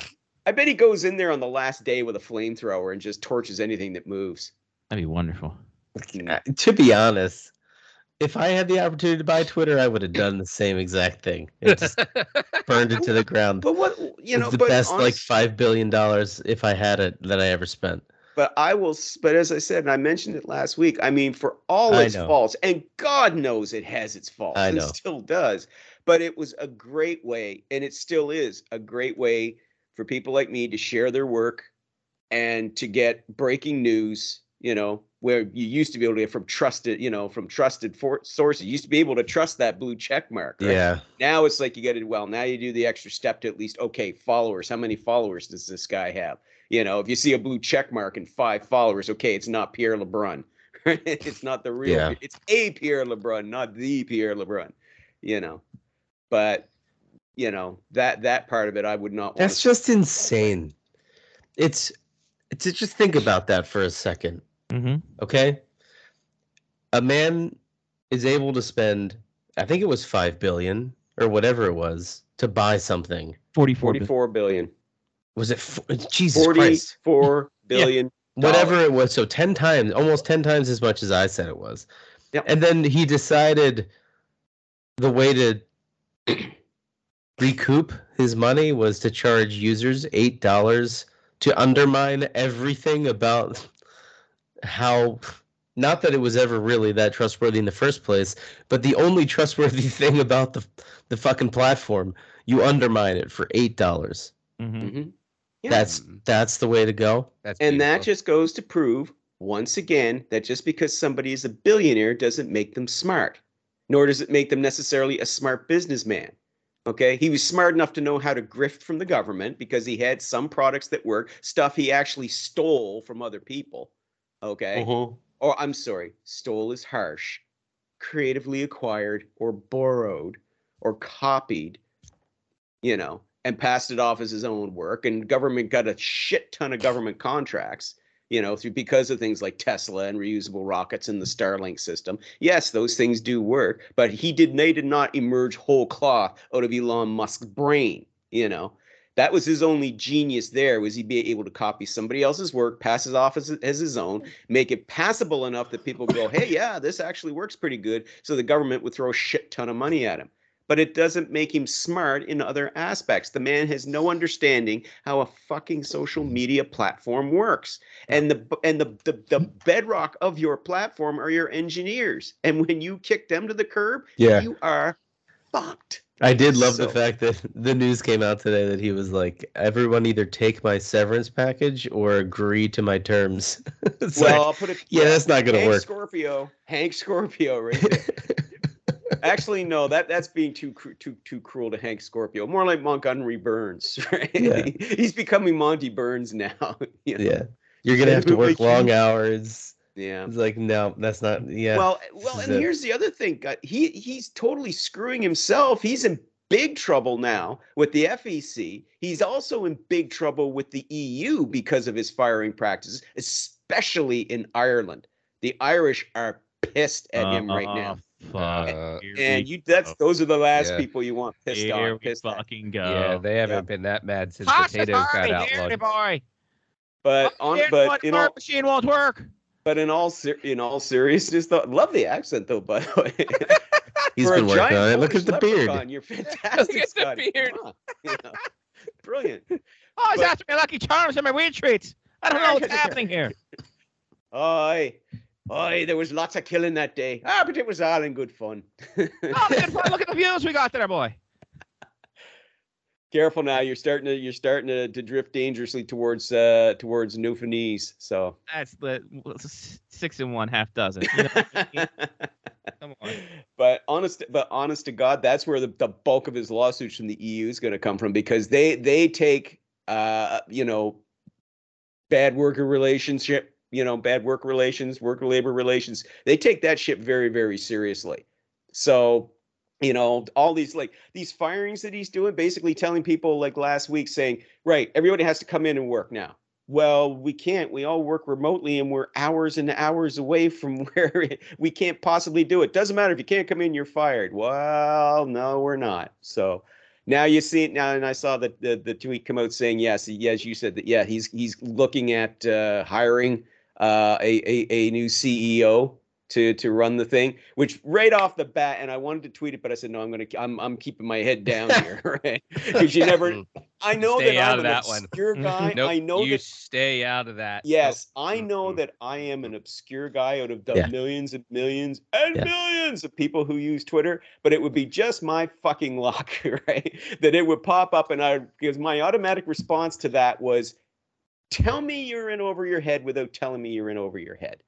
F: I bet he goes in there on the last day with a flamethrower and just torches anything that moves.
A: That'd be wonderful.
F: Mm.
E: Uh, to be honest, if I had the opportunity to buy Twitter, I would have done the same exact thing. It just burned it to the ground.
F: But what you know,
E: it's the
F: but
E: best like
F: honest-
E: five billion dollars if I had it that I ever spent.
F: But I will. s- But as I said, and I mentioned it last week. I mean, for all
E: I
F: its
E: know.
F: faults, and God knows it has its faults,
E: I
F: and
E: know.
F: still does. But it was a great way, and it still is a great way for people like me to share their work and to get breaking news. You know, where you used to be able to get from trusted, you know, from trusted for- sources. You used to be able to trust that blue check mark. right?
E: Yeah.
F: Now it's like you got to well. Now you do the extra step to at least okay followers. How many followers does this guy have? You know, if you see a blue check mark and five followers, okay, it's not Pierre LeBrun. it's not the real.
E: Yeah.
F: It's a Pierre LeBrun, not the Pierre LeBrun. You know, but you know that that part of it, I would not. wanna
E: That's just insane. It's to just think about that for a second.
A: Mm-hmm.
E: Okay. A man is able to spend I think it was five billion or whatever it was to buy something.
A: 44 billion.
F: Forty-four billion.
E: Was it f- Jesus Christ?
F: Forty-four billion.
E: whatever it was. So 10 times, almost 10 times as much as I said it was.
F: Yep.
E: And then he decided the way to recoup his money was to charge users $8 to undermine everything about how not that it was ever really that trustworthy in the first place, but the only trustworthy thing about the the fucking platform, you undermine it for $8.
A: Mm-hmm.
F: Mhm. Yeah.
E: That's that's the way to go.
D: That's
F: And that
D: beautiful.
F: just goes to prove, once again, that just because somebody is a billionaire doesn't make them smart, nor does it make them necessarily a smart businessman. Okay, he was smart enough to know how to grift from the government because he had some products that work, stuff he actually stole from other people. Okay,
D: Mm-hmm.
F: or I'm sorry, stole is harsh, creatively acquired or borrowed or copied, you know, and passed it off as his own work. And government got a shit ton of government contracts, you know, through because of things like Tesla and reusable rockets and the Starlink system. Yes, those things do work, but he did they did not emerge whole cloth out of Elon Musk's brain, you know that was his only genius there was he be able to copy somebody else's work pass it off as, as his own make it passable enough that people go hey yeah this actually works pretty good so the government would throw a shit ton of money at him but it doesn't make him smart in other aspects the man has no understanding how a fucking social media platform works and the and the the, the bedrock of your platform are your engineers and when you kick them to the curb
E: Yeah.
F: you are fucked
E: I did love the
F: So-
E: fact that the news came out today that he was like, everyone either take my severance package or agree to my terms. it's
F: well
E: like,
F: i'll put it
E: yeah, that's not going to
F: Hank
E: work.
F: Scorpio, Hank Scorpio, right there. Actually, no, that that's being too cru- too too cruel to Hank Scorpio. More like Montgomery Burns, right?
E: Yeah.
F: He's becoming Monty Burns now. you know?
E: yeah. You're going to have to
F: Who
E: work
F: makes you-
E: long hours.
F: Yeah.
E: It's like, no, that's not. Yeah.
F: Well, well,
E: is
F: and
E: it.
F: here's the other thing. guy- He he's totally screwing himself. He's in big trouble now with the FEC. He's also in big trouble with the EU because of his firing practices, especially in Ireland. The Irish are pissed at him right now.
A: now. Uh, Fuck.
D: Uh,
A: Uh-huh. Here
F: And
A: we
F: you that's
A: go.
F: those are the last
D: Yeah.
F: people you want pissed
A: Here
F: off.
A: we
F: Pissed at.
A: fucking go.
D: yeah, they haven't
F: Yeah.
D: been that mad since
A: Hot
D: potatoes got
A: Safari, dirty
D: outlawed.
A: boy.
F: But on but
A: you
F: in all
A: machine won't work.
F: but in all ser- in all seriousness though, love the accent though, by the way.
E: he's
F: For a
E: been working
F: giant
E: on it. Look
F: Polish
E: at the beard.
F: leprechaun, You're fantastic.
D: Look at the
F: Scotty.
D: beard.
F: Come on. Yeah. Brilliant.
A: Oh, he's
F: But-
A: after my Lucky Charms and my weed treats. I don't know what's happening here.
F: Aye. Aye, there was lots of killing that day. Ah, but it was all in good fun.
A: Oh, look at, look at the views we got there, boy.
F: Careful now, you're starting to you're starting to, to drift dangerously towards uh towards Newfoundlandese. So
A: That's the well, it's s- six and one half dozen. You know what I mean? Come on.
F: but honest but honest to god that's where the, the bulk of his lawsuits from the eu is going to come from because they they take uh you know bad worker relationship you know bad work relations worker labor relations they take that shit very very seriously so you know all these like these firings that he's doing basically telling people like last week saying right everybody has to come in and work now well we can't we all work remotely and we're hours and hours away from where it- we can't possibly do it doesn't matter if you can't come in you're fired well no we're not so now you see it now and i saw that the, the tweet come out saying yes yes you said that yeah he's he's looking at uh, hiring uh, a, a a new ceo to to run the thing which right off the bat and i wanted to tweet it but i said no i'm gonna i'm, I'm keeping my head down here right because you never i know
D: Stay
F: that
D: out
F: i'm
D: of
F: an
D: that one. Mm-hmm.
F: obscure guy
D: Nope,
F: i know
D: you Mm-hmm.
F: that
D: stay out of that.
F: Yes, I know
D: Mm-mm.
F: that I am an obscure guy out of the
E: Yeah.
F: millions and millions and
E: Yeah.
F: millions of people who use Twitter, but it would be just my fucking luck, right? That it would pop up and I because my automatic response to that was tell me you're in over your head without telling me you're in over your head.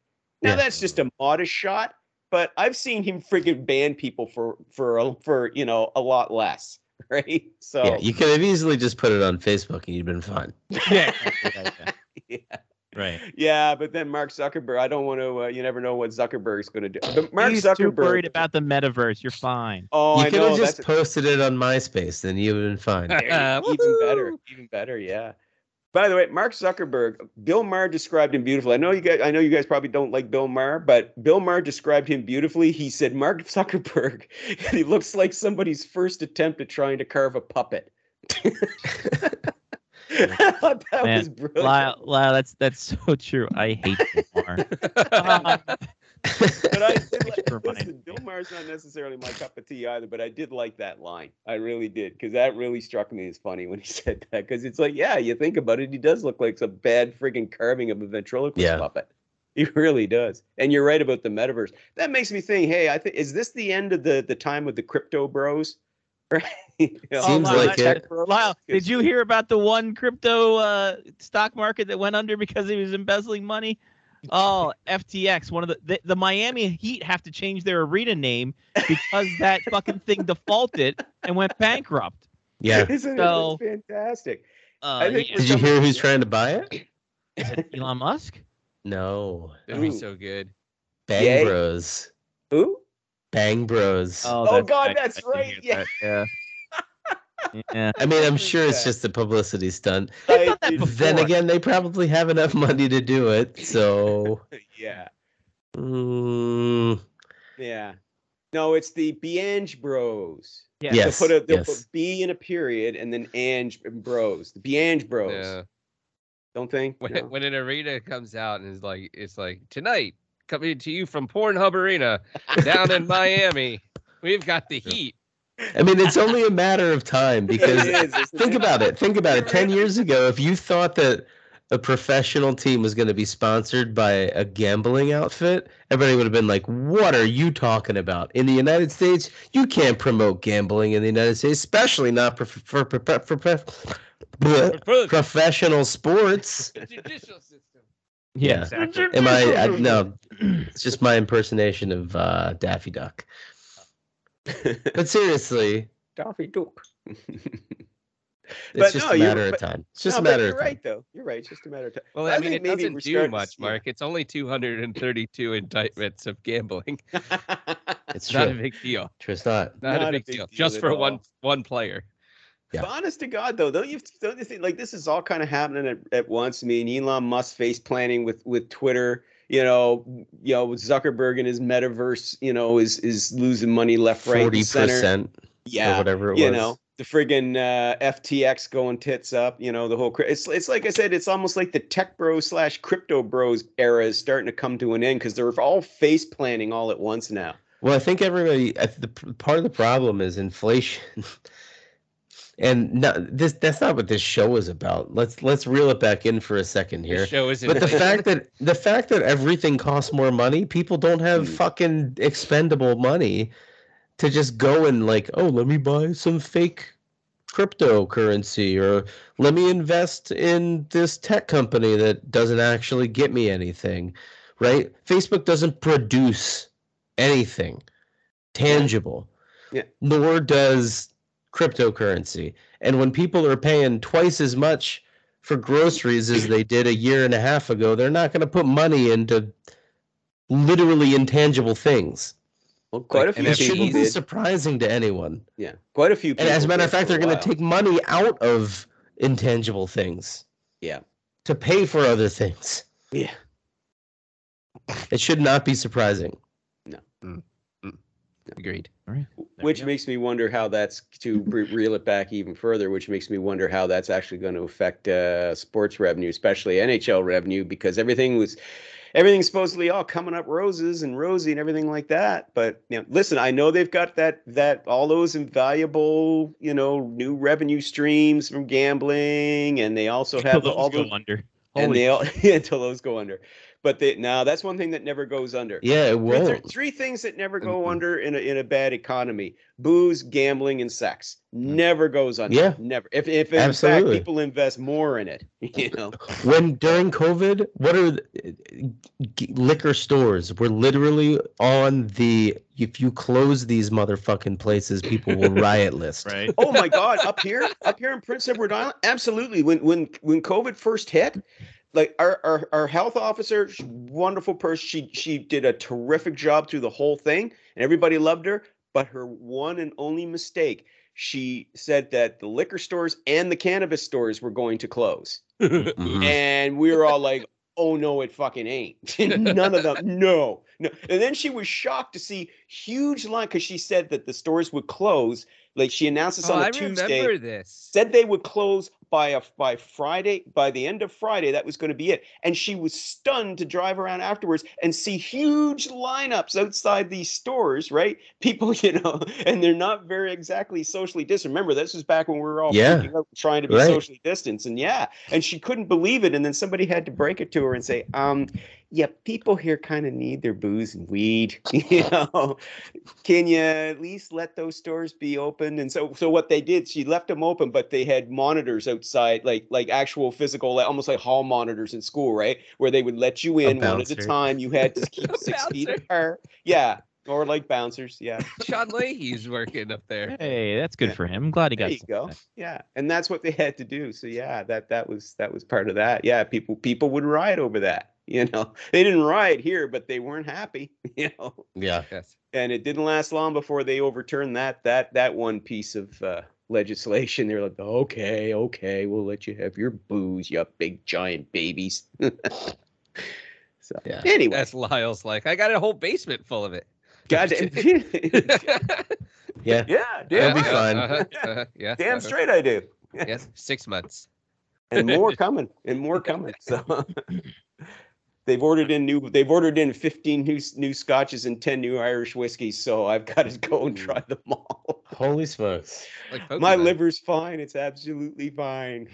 F: Now
E: Yeah.
F: that's just a modest shot, but I've seen him freaking ban people for for a- for, you know, a lot less, right? So
E: Yeah, you could have easily just put it on Facebook and you'd been fine.
A: Yeah. yeah, yeah. Right.
F: Yeah, but then Mark Zuckerberg. I don't want to. Uh, you never know what Zuckerberg's going to do. But Mark
A: He's too
F: Zuckerberg.
A: worried about the metaverse. You're fine.
F: oh,
E: you
F: I
E: could
F: know.
E: have
F: That's
E: just posted it on MySpace, then you'd have been fine.
A: uh,
F: there you- even better. Even better. Yeah. By the way, Mark Zuckerberg. Bill Maher described him beautifully. I know you guys. I know you guys probably don't like Bill Maher, but Bill Maher described him beautifully. He said Mark Zuckerberg. He looks like somebody's first attempt at trying to carve a puppet. I thought that
A: Man,
F: was brilliant.
A: Lyle, Lyle, that's that's so true. I hate Lamar. Um,
F: but I did like,
A: Just reminded
F: listen,
A: me.
F: Bill Maher's not necessarily my cup of tea either, but I did like that line. I really did, because that really struck me as funny when he said that. Because it's like, yeah, you think about it, he does look like some bad friggin' carving of a ventriloquist
E: Yeah.
F: puppet. He really does. And you're right about the metaverse. That makes me think, hey, I think is this the end of the the time with the crypto bros? Right? You know,
E: Seems
F: all the
E: like
F: tech
E: it.
F: bros?
A: Lyle, did
F: 'Cause-
A: you hear about the one crypto uh, stock market that went under because he was embezzling money? Oh, FTX, one of the, the the Miami Heat have to change their arena name because that fucking thing defaulted and went bankrupt.
E: Yeah.
F: Isn't
A: So-
F: it It's fantastic?
A: Uh,
F: I think
A: yeah,
E: Did you hear who's trying to buy it?
A: Elon Musk?
E: No.
D: That'd be
F: Ooh.
D: so good.
E: Bang
F: Yay.
E: Bros.
F: Who?
E: Bang Bros.
F: Oh, God, that's
A: didn't
F: right,
A: hear
F: yeah.
A: that, yeah. yeah.
E: I mean, I'm
F: Holy
E: sure it's
F: crap.
E: just a publicity stunt.
A: They've done that
F: did-
E: Then
A: Before.
E: again, they probably have enough money to do it. So,
F: yeah.
E: mm,
F: Yeah. No, it's the Biange Bros.
A: Yeah.
E: yes.
F: They'll put a they'll
E: yes.
F: put B in a period and then Ange Bros. The Biange Bros.
D: Yeah.
F: Don't think.
D: When,
F: No.
D: when an arena comes out and is like, it's like tonight coming to you from Pornhub Arena down in Miami. We've got the heat.
E: I mean, it's only a matter of time because
F: It is, isn't
E: think
F: it?
E: about it. Think about it.
F: You're
E: 10
F: right.
E: years ago, if you thought that a professional team was going to be sponsored by a gambling outfit, everybody would have been like, What are you talking about? In the United States, you can't promote gambling in the United States, especially not for, for, for, for, for, bleh, professional sports.
D: The judicial system.
A: Yeah,
E: Yeah.
A: exactly.
E: Am I, I? No, it's just my impersonation of uh, Daffy Duck. But seriously,
F: Daffy Duck.
E: It's
F: But
E: just
F: no,
E: a
F: you-
E: matter of
F: but-
E: time. It's just
F: No,
E: a
F: but
E: matter
F: You're
E: of time.
F: right, though. You're right. It's just a matter of time.
D: Well,
F: Well,
D: I,
F: I
D: mean,
F: think
D: it
F: maybe
D: doesn't
F: we're
D: do
F: starting to
D: much,
F: see it.
D: Mark. It's only 232 indictments of gambling.
E: It's
D: It's
E: true.
D: not a big deal.
E: True, it's not.
D: Not, a big, deal. Just
F: at
D: for
F: all.
D: one one player.
E: Yeah.
F: But honest to God, though, don't you don't you think like this is all kind of happening at, at once? I mean, Elon Musk face planning with with Twitter. You know, you know Zuckerberg and his metaverse. You know, is is losing money left, right,
E: Forty
F: and center.
E: percent or
F: Yeah,
E: whatever it
F: you
E: was.
F: know the friggin' uh, FTX going tits up. You know the whole. cri- It's it's like I said. It's almost like the tech bro slash crypto bros era is starting to come to an end because they're all face planning all at once now.
E: Well, I think everybody. I th- the p- part of the problem is inflation, and no, this that's not what this show is about. Let's let's reel it back in for a second
D: The
E: here.
D: show isn't.
E: But the
D: really-
E: fact that the fact that everything costs more money, people don't have
F: Hmm.
E: fucking expendable money to just go and like, oh, let me buy some fake cryptocurrency or let me invest in this tech company that doesn't actually get me anything, right? Facebook doesn't produce anything tangible,
F: Yeah.
E: nor does cryptocurrency. And when people are paying twice as much for groceries as they did a year and a half ago. They're not going to put money into literally intangible things.
F: Well, quite
D: Like
F: a few
E: It
D: NFTs.
F: people
E: shouldn't be
F: did.
E: surprising to anyone.
F: Yeah, quite a few.
E: And as a
F: people
E: matter
F: did
E: of fact,
F: for a
E: they're going
F: while.
E: to take money out of intangible things.
F: Yeah.
E: To pay for other things.
F: Yeah.
E: It should not be surprising.
D: Agreed.
A: There
F: which
A: you go.
F: makes me wonder how that's to re- reel it back even further which makes me wonder how that's actually going to affect uh, sports revenue especially nhl revenue because everything was everything's supposedly all coming up roses and rosy and everything like that but you know, listen i know they've got that that all those invaluable you know new revenue streams from gambling and they also have
A: Those
F: all
A: go
F: the
A: under.
F: and
A: Holy
F: they all until those go under but they now that's one thing that never goes under
E: Yeah, it
F: Three, three-
E: won't.
F: three things that never go
D: Mm-mm.
E: Mm-hmm.
F: under in a in a bad economy: booze, gambling, and sex. Never goes under.
E: Mm. Yeah.
F: never. If if in
E: Absolutely.
F: fact people invest more in it, you know.
E: When during COVID, what are the, g- liquor stores were literally on the if you close these motherfucking places, people will riot list.
A: Right.
F: Oh my God! Up here, up here in Prince Edward Island, absolutely. When when when COVID first hit, like our our, our health officer, she's a wonderful person. She she did a terrific job through the whole thing, and everybody loved her. But her one and only mistake, she said that the liquor stores and the cannabis stores were going to close.
E: Mm-hmm.
D: Mm-hmm.
F: and we were all like, "Oh no, it fucking ain't." None of them. No, no. And then she was shocked to see huge line because she said that the stores would close. Like she announced this
D: Oh,
F: on a
D: I
F: Tuesday.
D: remember this.
F: Said they would close by a by Friday, by the end of Friday, that was going to be it. And she was stunned to drive around afterwards and see huge lineups outside these stores, right? People, you know, and they're not very exactly socially distant. Remember, this was back when we were all
E: Yeah.
F: freaking out, trying to be
E: Right.
F: socially distanced. And yeah, and she couldn't believe it. And then somebody had to break it to her and say, um, yeah, people here kind of need their booze and weed. You know, can you at least let those stores be open? And so, so what they did, she left them open, but they had monitors outside, like like actual physical, like, almost like hall monitors in school, right? Where they would let you in one at
E: bouncer.
F: a time. You had to keep six feet
D: bouncer.
F: apart. Yeah, or like bouncers. Yeah,
D: Sean Leahy's working up there.
A: Hey, that's good
F: Yeah.
A: for him. I'm glad he
F: there
A: got.
F: you
A: some of
F: go. Yeah, and that's what they had to do. So yeah, that that was that was part of that. Yeah, people people would riot over that. You know, they didn't riot here, but they weren't happy. You know.
E: Yeah.
D: Yes.
F: and it didn't last long before they overturned that that that one piece of uh, legislation. They're like, okay, okay, we'll let you have your booze, you big giant babies. so
E: Yeah.
F: anyway,
D: That's Lyle's like, I got a whole basement full of it.
F: goddamn,
E: Yeah.
F: yeah,
D: Yeah,
F: damn,
E: be
F: right.
D: uh,
E: fine.
D: uh-huh, uh-huh, yeah.
F: damn
D: uh-huh.
F: straight I do,
D: Yes. Six months.
F: and more coming, and more coming. So. They've ordered in new. They've ordered in fifteen new new scotches and ten new Irish whiskeys. So I've got to go and try them all.
E: Holy smokes.
D: Like
F: My
D: Pokemon.
F: liver's fine. It's absolutely fine.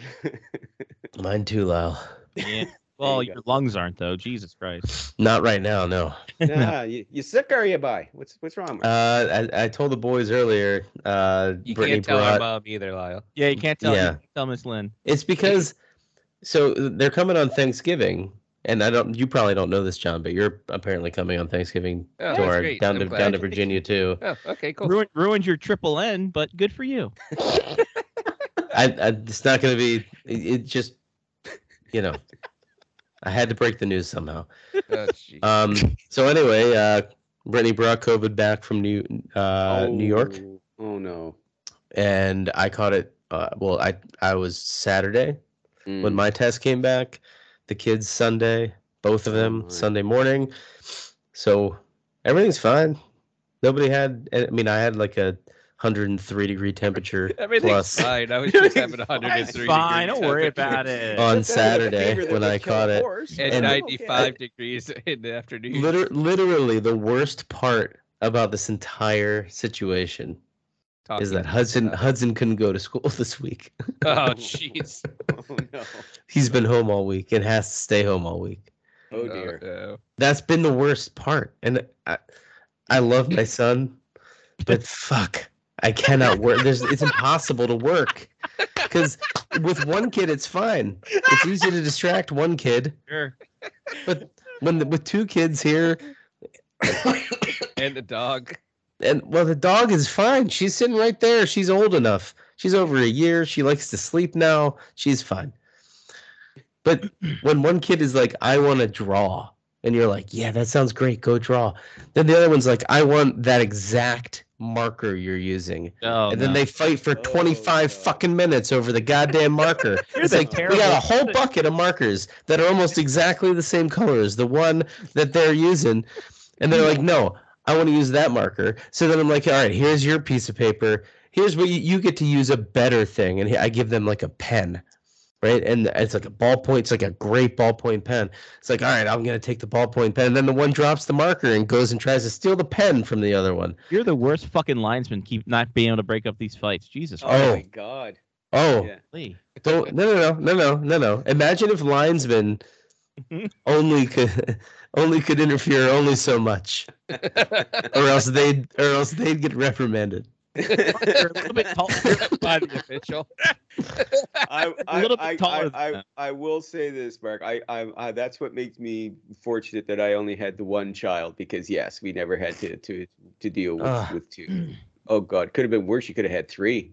E: Mine too, Lyle.
A: that. Yeah. Well,
F: you
A: your lungs aren't though. Jesus Christ.
E: Not right now, no.
F: nah, you, you sick are you by? What's what's wrong? Mark?
E: Uh, I, I told the boys earlier, uh,
D: You
E: Brittany
D: can't tell um, our
E: brought.
D: mom either, Lyle.
A: Yeah, you can't tell.
E: Yeah.
A: Yeah. tell Miss Lynn.
E: It's because so they're coming on Thanksgiving, and I don't. You probably don't know this, John, but you're apparently coming on Thanksgiving
D: Oh,
E: to
D: that's
E: our,
D: great.
E: down
D: I'm
E: to
D: glad.
E: down to Virginia too.
D: Oh, okay, cool.
A: Ruined ruined your triple N, but good for you.
E: I, I it's not going to be. It, it just, you know, I had to break the news somehow.
D: Oh, jeez.
E: Um. So anyway, uh, Brittany brought COVID back from New uh, New York,
F: Oh no.
E: and I caught it. Uh, well, I I was Saturday
F: Mm.
E: when my test came back. The kids Sunday, both of them
F: my.
E: Sunday morning. So everything's fine. Nobody had. I mean, I had like a 103 degree temperature
D: Everything's
E: plus
D: fine. I was just having 103
A: fine.
D: degree
A: Don't worry
D: temperature
A: about it.
E: on
F: That's not a
E: Saturday
F: fever that
E: when
F: would
E: I
F: kill
E: caught
F: a
E: it.
F: horse. Oh,
D: At
E: And-
D: 95 degrees in the afternoon.
E: Liter- literally, the worst part about this entire situation
D: Talking
E: is that
D: about
E: Hudson
D: that.
E: Hudson couldn't go to school this week.
D: Oh, jeez.
F: Oh no.
E: He's been home all week and has to stay home all week.
D: Uh,
F: Oh dear.
D: no.
E: That's been the worst part. And I, I love my son, but fuck, I cannot work. There's it's impossible to work because with one kid it's fine. It's easy to distract one kid,
A: Sure.
E: but when the, with two kids here,
D: And the dog.
E: And well, the dog is fine. She's sitting right there. She's old enough. She's over a year. She likes to sleep now. She's fine. But when one kid is like, I want to draw, and you're like, yeah, that sounds great. Go draw. Then the other one's like, I want that exact marker you're using.
A: Oh,
E: and then
A: no.
E: they fight for
F: Oh,
E: 25
F: no.
E: fucking minutes over the goddamn marker.
A: You're
E: it's
A: the
E: like, we
A: terrible
E: got a whole
A: person.
E: bucket of markers that are almost exactly the same color as the one that they're using. And they're like, no, I want to use that marker. So then I'm like, all right, here's your piece of paper. Here's what you, you get to use a better thing. And I give them like a pen, right? And it's like a ballpoint, it's like a great ballpoint pen. It's like, all right, I'm going to take the ballpoint pen. And then the one drops the marker and goes and tries to steal the pen from the other one.
A: You're the worst fucking linesman. Keep not being able to break up these fights. Jesus
F: Oh,
E: Oh.
F: my god.
E: Oh,
F: Yeah.
A: Lee.
E: Don't no no no no no no no. Imagine if linesmen only could only could interfere only so much, or else they'd or else they'd get reprimanded.
A: You're a little bit tall.
D: By the official.
F: I, I,
A: little bit
F: I,
A: taller
F: I,
A: than
F: I, I will say this, Mark. I, I, I, that's what makes me fortunate that I only had the one child because yes, we never had to to, to deal with,
E: Ah.
F: with two. Oh God, could have been worse. You could have had three.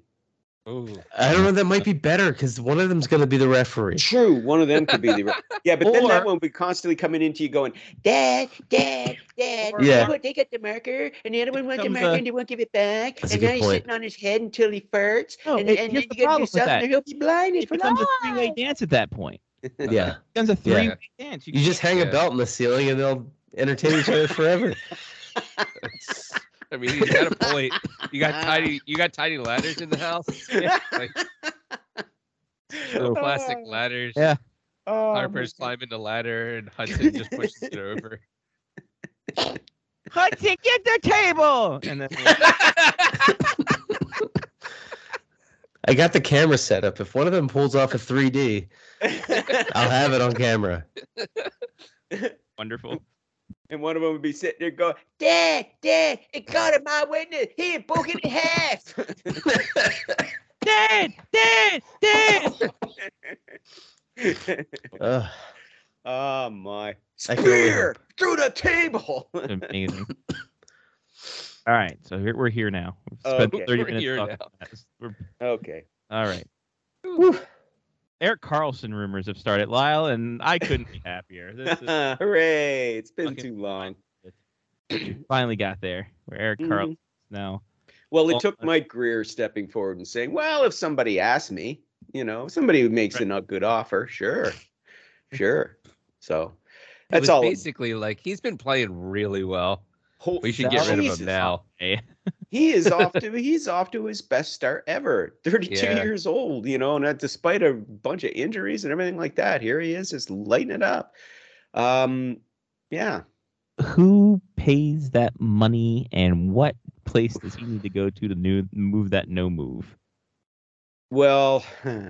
D: Ooh.
E: I don't know. That might be better because one of them's gonna be the referee.
F: True, one of them could be the yeah, but then that
A: Or-
F: one would be constantly coming into you going, Dad, Dad, Dad.
E: Or- Yeah.
F: look, they got the marker, and the other one wants the
A: Becomes
F: marker,
A: a-
F: and they won't give it back.
E: That's a
F: and
E: good
F: now he's
E: point.
F: sitting on his head until he farts,
A: No,
F: and,
A: it-
F: and
A: here's the
F: then you got to do
A: problem with
F: something,
A: that.
F: or he'll be blinded
A: It
F: for
A: becomes a three-way
F: life.
A: dance at that point.
E: Yeah,
A: It becomes a
E: Yeah.
A: three-way dance.
E: you just hang a
D: Yeah.
E: belt in the ceiling and they'll entertain each other forever.
D: I mean, he's got a point. You got tiny, you got tiny ladders in the house. Like,
A: Oh.
D: little plastic ladders.
A: Yeah.
F: Oh,
D: Harper's climbing the ladder, and Hudson just pushes it over.
A: Hudson, get the table. And then
E: I got the camera set up. If one of them pulls off a 3D, I'll have it on camera.
A: wonderful.
F: and one of them would be sitting there going, Dad, Dad, it got him my witness. He broke it in half.
A: Dad, Dad, Dad.
E: Ugh.
F: oh my.
E: I can only
F: Spear through the table.
A: Amazing. All right, so here, we're here now. We've spent 30
F: Okay.
D: We're
A: minutes
D: here
A: talking
D: now.
A: about this. We're-
F: okay.
A: all right. Eric Carlson rumors have started, Lyle, and I couldn't be happier. This is,
F: Hooray. It's been
A: Okay.
F: too long.
A: finally got there where Eric
F: Mhm.
A: Carlson is now.
F: Well,
A: Well,
F: it took
A: uh,
F: Mike Greer stepping forward and saying, Well, if somebody asks me, you know, if somebody makes a not good offer, sure. Sure. So
D: It
F: that's
D: was
F: all.
D: basically like he's been playing really well.
F: Ho-
D: We should get rid of
F: Jesus.
D: him now.
F: he is off to he's off to his best start ever 32
D: Yeah.
F: years old you know and that despite a bunch of injuries and everything like that here he is just lighting it up um yeah
A: Who pays that money, and what place does he need to go to to new, move that no move?
F: well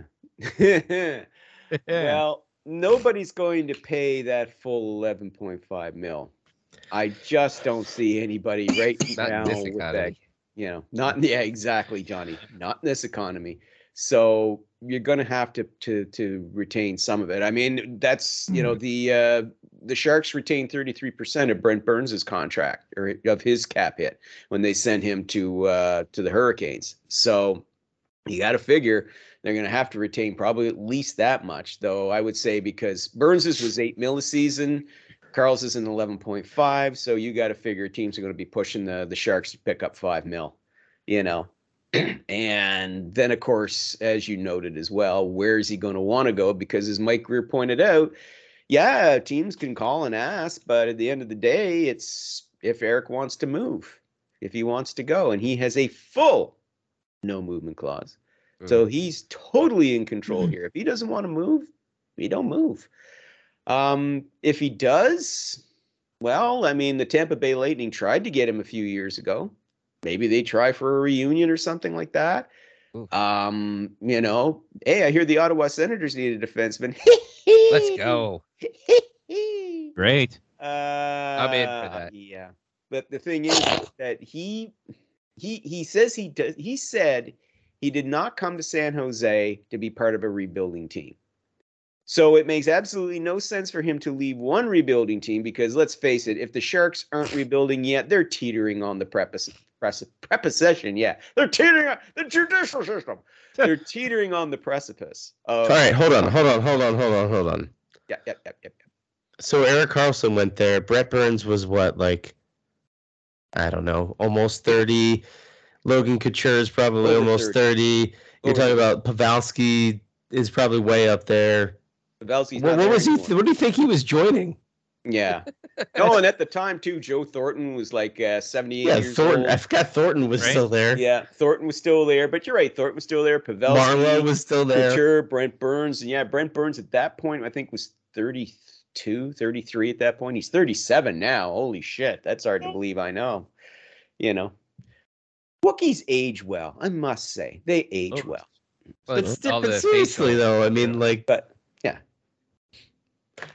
F: well nobody's going to pay that full 11.5 mil i just don't see anybody right
D: Not
F: now
D: in this
F: with that
D: economy.
F: you know not yeah exactly johnny not in this economy so you're going to have to to to retain some of it i mean that's you
D: Mm.
F: know the uh the sharks retain 33% of brent burns's contract or of his cap hit when they sent him to uh to the hurricanes so you got to figure they're going to have to retain probably at least that much, though. I would say because Burns's was eight mil a season, Carl's is an eleven point five, so you got to figure teams are going to be pushing the the Sharks to pick up five mil, you know. and then, of course, as you noted as well, where is he going to want to go? Because as Mike Greer pointed out, yeah, teams can call and ask, but at the end of the day, it's if Eric wants to move, if he wants to go, and he has a full no movement clause.
D: Mm-hmm.
F: So he's totally in control here. If he doesn't want to move, he don't move. Um, if he does, well, I mean, the Tampa Bay Lightning tried to get him a few years ago. Maybe they try for a reunion or something like that.
D: Ooh.
F: Um, you know, hey, I hear the Ottawa Senators need a defenseman.
D: Let's go.
A: Great.
F: Uh,
D: in for that.
F: Yeah, but the thing is that he he he says he does. He said he did not come to San Jose to be part of a rebuilding team. So it makes absolutely no sense for him to leave one rebuilding team because let's face it, if the Sharks aren't rebuilding yet, they're teetering on the prepice, preci- preposition. Yeah, they're teetering on the judicial system. They're teetering on the precipice. Of,
E: All right, hold on, hold on, hold on, hold on, hold on.
F: Yep, yep, yep, yep.
E: So Eric Carlson went there. Brett Burns was what, like, I don't know, almost 30. Logan Couture is probably
F: Over
E: almost 30. You're
F: Over
E: talking about Pavelski is probably way up there.
F: Pavelski's
E: What, what
F: not there
E: was he?
F: anymore.
E: What do you think he was joining?
F: Yeah. No, and at the time too, Joe Thornton was like uh, 78
E: Yeah,
F: years
E: Thornton.
F: old.
E: I forgot Thornton was
A: Right?
E: still there.
F: yeah, Thornton was still there, but you're right, Thornton was still there. Pavelski,
E: Marlowe was still there.
F: Couture, Brent Burns, and yeah, Brent Burns at that point I think was 32, 33 at that point. He's 37 now. Holy shit, that's hard to believe. I know. You know, Wookiees age well. I must say they age
D: Oh.
F: well,
D: Well,
E: But,
D: it's
E: sti-
D: all
E: but
D: the
E: seriously,
D: facial-
E: though, I mean, like,
F: but yeah.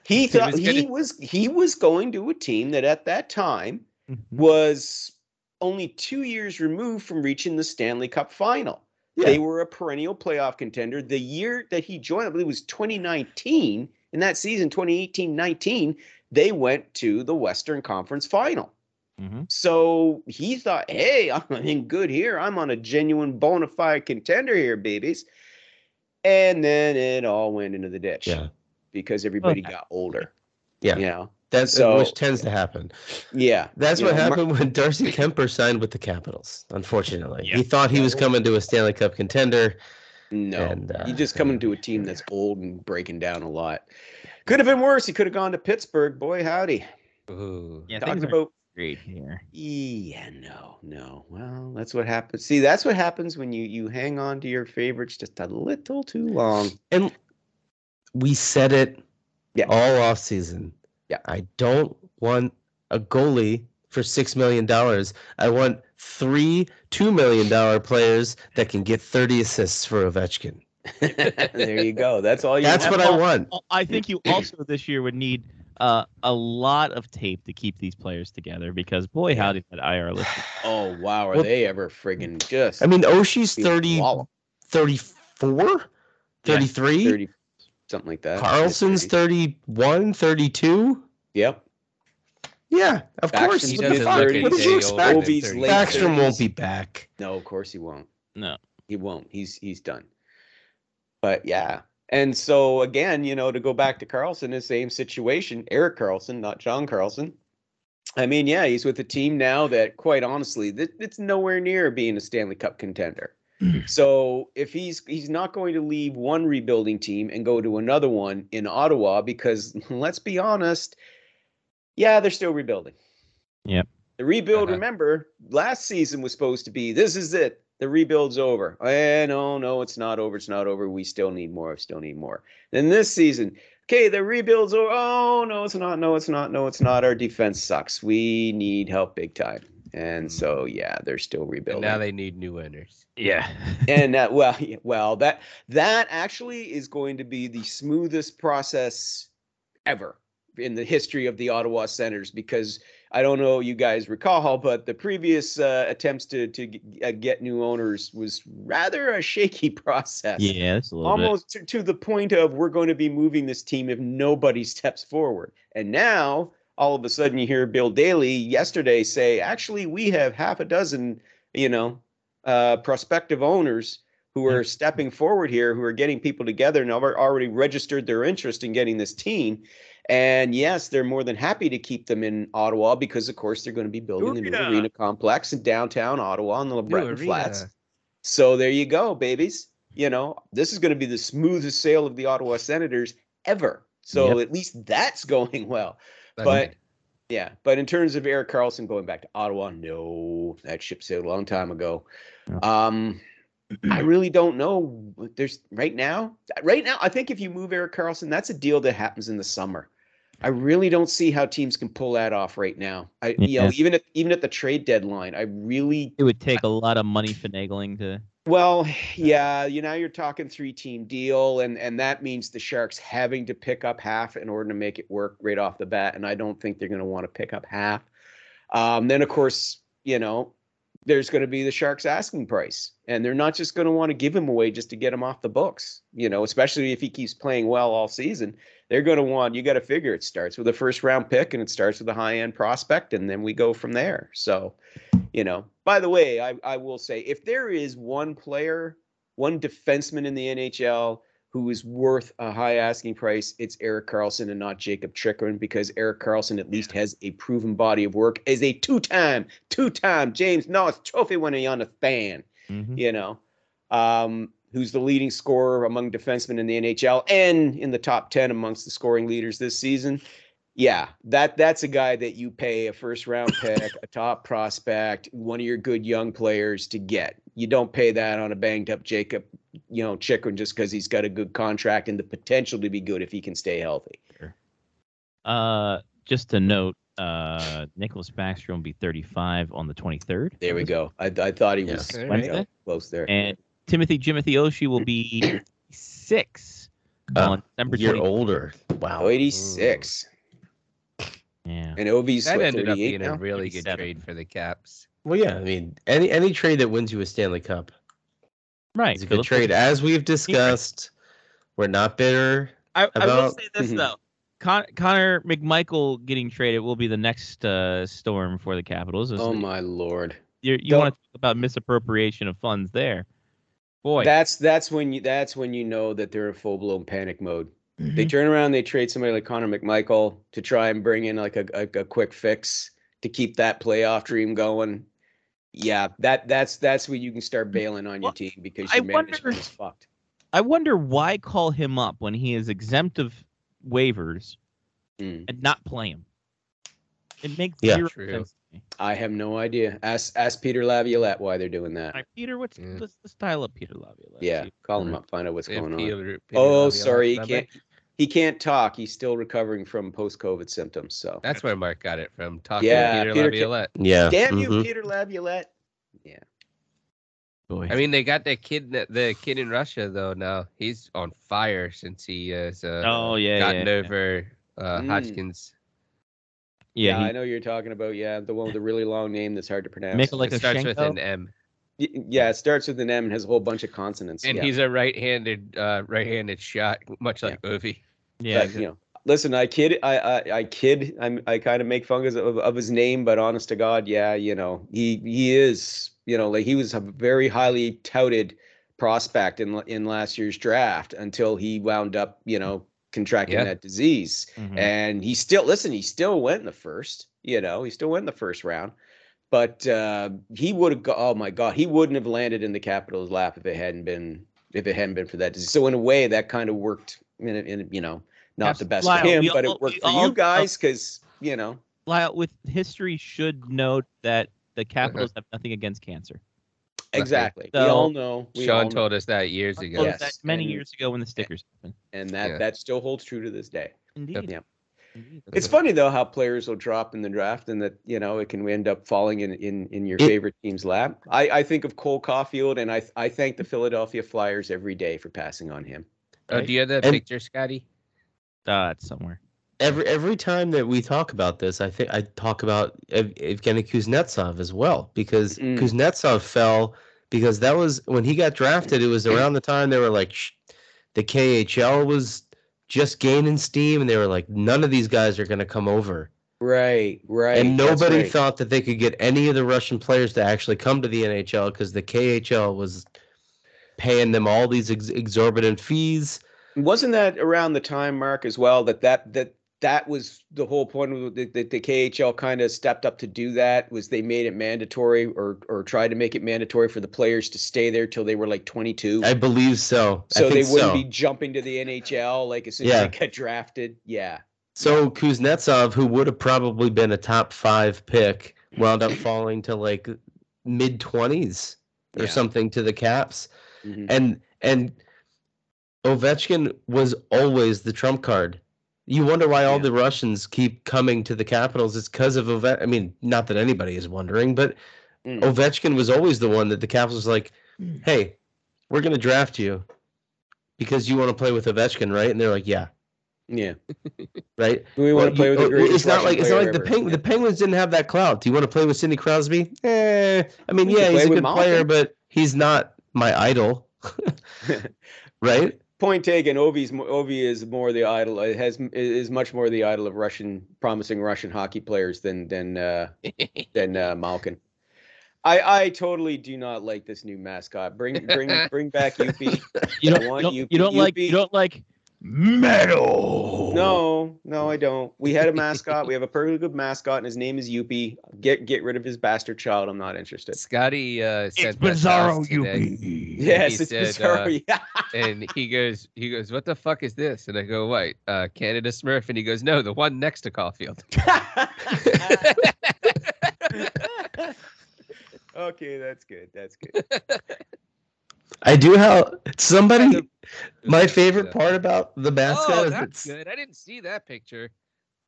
F: He thought
D: was
F: he
D: gonna-
F: was he was going to a team that at that time was only two years removed from reaching the Stanley Cup final.
E: Yeah.
F: They were a perennial playoff contender. The year that he joined, I believe, was 2019. In that season, 2018 19, they went to the Western Conference final.
E: Mm-hmm.
A: Mhm.
F: So he thought, hey, I'm in good here. I'm on a genuine bona fide contender here, babies. And then it all went into the ditch
E: yeah,
F: because everybody got older.
E: Yeah.
F: You know?
E: that's
F: So-
E: which tends to happen.
F: Yeah.
E: That's
F: You
E: what
F: know, Mar-
E: happened when Darcy Kemper signed with the Capitals. Unfortunately,
A: Yeah.
E: he thought he was coming to a Stanley Cup contender.
F: No,
E: And, uh,
F: you just come
E: yeah.
F: into a team that's old and breaking down a lot. Could have been worse. He could have gone to Pittsburgh. Boy, howdy.
D: Ooh.
A: Yeah,
F: Talking
A: things are
F: about
A: great here.
F: yeah, no, no. Well, that's what happens. See, that's what happens when you you hang on to your favorites just a little too long.
E: And we said it
F: Yeah.
E: all off season.
F: Yeah.
E: I don't want a goalie for six million dollars. I want three two million dollar players that can get thirty assists for Ovechkin.
F: there you go. That's all you.
E: That's
F: have.
E: what I want.
A: I think you also this year would need uh, a lot of tape to keep these players together because boy, how did that IR list?
F: Oh wow, are
E: Well-
F: they ever friggin' just?
E: I mean, Oshie's 30,
F: wallop.
E: 34, 33.
F: thirty, something like that.
E: Carlson's 31, 32.
F: Yep.
E: Yeah, of
F: Backstrom
E: course.
D: He
E: What, the
D: doesn't
F: does
E: fuck?
D: look
F: thirty.
E: what did you
D: any older
E: expect?
D: than
F: Ovi's
D: 30.
F: late
E: Backstrom
F: thirties.
E: won't be back.
F: No, of course he won't.
A: No,
F: he won't. He's he's done. But yeah. And so again, you know, to go back to Carlson, the same situation, Eric Carlson, not John Carlson. I mean, yeah, he's with a team now that quite honestly, th- it's nowhere near being a Stanley Cup contender. so if he's he's not going to leave one rebuilding team and go to another one in Ottawa because let's be honest, yeah, they're still rebuilding.
A: Yep.
F: The rebuild,
D: Uh-huh.
F: remember, last season was supposed to be this is it. The rebuild's over. Eh, no, no, it's not over. It's not over. We still need more. We still need more. Then this season, okay, the rebuild's over. Oh, no, it's not. No, it's not. No, it's not. Our defense sucks. We need help big time. And so, yeah, they're still
D: Mm. And
F: rebuilding
D: now they need new owners.
A: yeah,
F: and uh, well, yeah, well, that that actually is going to be the smoothest process ever in the history of the Ottawa Senators because I don't know you guys recall, but the previous uh, attempts to to g- uh, get new owners was rather a shaky process.
A: yeah, that's a little bit.
F: Almost to, to the point of we're going to be moving this team if nobody steps forward. And now all of a sudden you hear Bill Daly yesterday say, actually, we have half a dozen, you know, uh, prospective owners who are
A: Mm.
F: stepping forward here, who are getting people together and are already registered their interest in getting this team. And yes, they're more than happy to keep them in Ottawa because, of course, they're going to be building a new
D: Arena.
F: arena complex in downtown Ottawa in the Breton
D: arena.
F: Flats. So there you go, babies. You know, this is going to be the smoothest sale of the Ottawa Senators ever. So at least that's going well.
D: That's
F: But-
D: good.
F: Yeah. But in terms of Eric Carlson going back to Ottawa, no, that ship sailed a long time ago.
A: Yeah.
F: Um, I really don't know. There's right now, right now, I think if you move Eric Carlson, that's a deal that happens in the summer. I really don't see how teams can pull that off right now. I, you know,
A: Yeah.
F: even at, even at the trade deadline, I really
A: It would take a lot of money finagling to.
F: well, yeah, you know, you're talking three team deal, and and that means the Sharks having to pick up half in order to make it work right off the bat, and I don't think they're going to want to pick up half. Um, then, of course, you know, there's going to be the Sharks asking price, and they're not just going to want to give him away just to get him off the books, you know, especially if he keeps playing well all season. They're going to want, you got to figure it starts with a first round pick and it starts with a high end prospect, and then we go from there. So, you know, by the way, I, I will say if there is one player, one defenseman in the NHL who is worth a high asking price, it's Eric Carlson and not Jacob Chikrin because Eric Carlson at least has a proven body of work as a two time, two time James Norris Trophy winner on the fan
A: Mhm.
F: you know, um, who's the leading scorer among defensemen in the NHL and in the top 10 amongst the scoring leaders this season. Yeah, that that's a guy that you pay a first round pick, a top prospect, one of your good young players to get. You don't pay that on a banged up Jacob, you know, Chikrin just because he's got a good contract and the potential to be good if he can stay healthy.
A: Uh, just to note, uh, Nicholas Backstrom will be 35 on the 23rd.
F: There we go. I, I thought he
E: Yeah.
F: was you know,
A: Wednesday.
F: close there.
A: Mm-hmm. And Timothy Jimothy Oshie will be six
F: Uh,
E: Oh,
A: on December
E: You're
A: 20.
E: older. Wow.
F: Oh, 86.
A: Yeah.
F: And Ovi's
D: that
F: what,
D: ended up
F: 38
D: being
F: now?
D: a really good
A: 37.
D: trade for the Caps.
E: Well, yeah. I mean, any any trade that wins you a Stanley Cup
A: Right.
E: is a good
A: Philip.
E: trade. As we've discussed, we're not bitter.
A: I, I will
E: About-
A: say this
F: Mhm.
A: though. Con- Connor McMichael getting traded will be the next uh, storm for the Capitals.
F: Oh,
A: It's-
F: my Lord.
A: you you
F: Don't-
A: want to talk about misappropriation of funds there? Boy,
F: That's that's when you that's when you know that they're in full blown panic mode. They turn around, they trade somebody like Connor McMichael to try and bring in like a, a, a quick fix to keep that playoff dream going. Yeah, that that's that's when you can start bailing on your
A: Well,
F: team because
A: I
F: your management
A: wonder-
F: is fucked.
A: I wonder why call him up when he is exempt of waivers
F: Mm.
A: and not play him. It makes
E: Yeah.
A: zero
D: True.
A: sense. to me.
F: I have no idea. Ask ask Peter Laviolette why they're doing that.
A: All right, Peter, what's
D: Yeah.
A: let's, let's dial up Peter Laviolette?
F: yeah,
A: see-
F: call him up, find out what's
D: If
F: going on.
D: Peter- Peter
F: Oh,
D: Laviolette
F: sorry, he
D: remember?
F: can't he can't talk. He's still recovering from post COVID symptoms. So
D: That's where Mark got it from. Talking
F: Yeah,
D: to Peter,
F: Peter Ca-
D: Laviolette.
E: Yeah.
F: damn you,
E: mhm.
F: Peter Laviolette.
A: Boy.
D: I mean, they got that kid, that- the kid in Russia though. Now he's on fire since he has uh,
A: oh yeah,
D: gotten
A: yeah,
D: over uh,
F: Mm.
D: Hodgkins.
A: yeah.
F: Yeah,
A: he-
F: Uh, I know you're talking about. Yeah, the one with the really long name that's hard to pronounce.
A: Mikhail- Like
D: it starts with
A: Lashenko?
D: an M,
F: Y- Yeah, it starts with an M and has a whole bunch of consonants.
D: and
F: yeah.
D: he's a right-handed, uh, right-handed shot, much like Ovi.
A: yeah,
F: but, you know, listen, I kid, I, I, I kid, I'm, I kind of make fun of, of his name, but honest to God, yeah, you know, he, he is, you know, like he was a very highly touted prospect in, in last year's draft until he wound up, you know, contracting
D: Yeah.
F: that disease.
A: mhm.
F: and he still listen he still went in the first you know he still went in the first round but uh he would have go- oh my god he wouldn't have landed in the capitals lap if it hadn't been if it hadn't been for that disease so in a way that kind of worked in, a- in a- you know not the
A: Absolutely.
F: best
A: Lyle,
F: for him
A: we
F: but
A: all-
F: it worked
A: we
F: for
A: all-
F: you guys because you know
A: Lyle, with history should note that the Capitals have nothing against cancer.
F: exactly we
A: So-
F: all know we all
D: Sean
F: know.
D: told us that years ago.
A: Well,
F: Yes.
A: that many
F: and-
A: years ago when the stickers happened.
F: and that
D: Yeah.
F: that still holds true to this day
A: Indeed.
F: Yeah.
A: Indeed.
F: it's funny though how players will drop in the draft and that you know it can end up falling in in, in your
E: It-
F: favorite team's lap. I, I think of Cole Caulfield and I I thank the Philadelphia Flyers every day for passing on him.
D: Oh, do you have that
E: And-
D: picture, Scotty?
A: Uh, it's somewhere.
E: Every every time that we talk about this, I think I talk about Ev- Evgeny Kuznetsov as well because
F: Mm.
E: Kuznetsov fell because that was when he got drafted. It was around the time they were like, shh, the KHL was just gaining steam, and they were like, none of these guys are going to come over,
F: Right, right.
E: and nobody thought that they could get any of the Russian players to actually come to the NHL because the KHL was paying them all these ex- exorbitant fees.
F: Wasn't that around the time, Mark, as well that that that that was the whole point that the, the KHL kind of stepped up to do that was they made it mandatory or or tried to make it mandatory for the players to stay there till they were like 22.
E: I believe so. I
F: so they
E: think
F: wouldn't
E: so.
F: be jumping to the NHL like as soon
E: Yeah.
F: as they got drafted. Yeah.
E: So Kuznetsov, who would have probably been a top five pick, wound up falling to like mid twenties or
F: Yeah.
E: something to the Caps,
F: Mhm.
E: and and Ovechkin was always the trump card. You wonder why all
F: Yeah.
E: the Russians keep coming to the Capitals. It's because of Ovechkin. I mean, not that anybody is wondering, but
F: Mm.
E: Ovechkin was always the one that the Capitals was like, "Hey, we're gonna draft you because you want to play with Ovechkin, right?" And they're like, "Yeah,
F: Yeah.
E: right."
F: We want
E: Well,
F: to play
E: you-
F: with the
E: oh,
F: greatest
E: It's not
F: Russian
E: like it's not like
F: player
E: the
F: ever.
E: Peng- the Penguins didn't have that clout. Do you want to play with Sidney Crosby? Eh, I mean,
F: You can
E: yeah, he's
F: play
E: a
F: with
E: good player,
F: Malkin.
E: but he's not my idol, right?
F: Point taken. Ovi's mo- Ovi is more the idol. It has is much more the idol of Russian promising Russian hockey players than than uh, than uh, Malkin. I I totally do not like this new mascot. Bring bring bring back Yuppie.
A: You don't,
F: I
A: you
F: want
A: don't,
F: you-
A: you don't
F: you
A: like
F: be-
A: you don't like metal.
F: No, no, I don't. We had a mascot. We have a perfectly good mascot, and his name is Yuppie. Get get rid of his bastard child. I'm not interested.
D: Scotty uh,
C: It's
D: said
C: Bizarro
D: today,
C: UB.
F: Yes,
D: he
F: it's
D: said,
F: bizarre.
D: uh,
F: yeah.
D: and he goes, he goes, what the fuck is this? And I go, what, uh, Canada Smurf? And he goes, no, the one next to Caulfield.
F: okay, that's good. That's good.
E: I do how somebody.
D: Kind
E: my favorite part about the mascot
D: Oh,
E: is
D: that's
E: it's,
D: good. I didn't see that picture.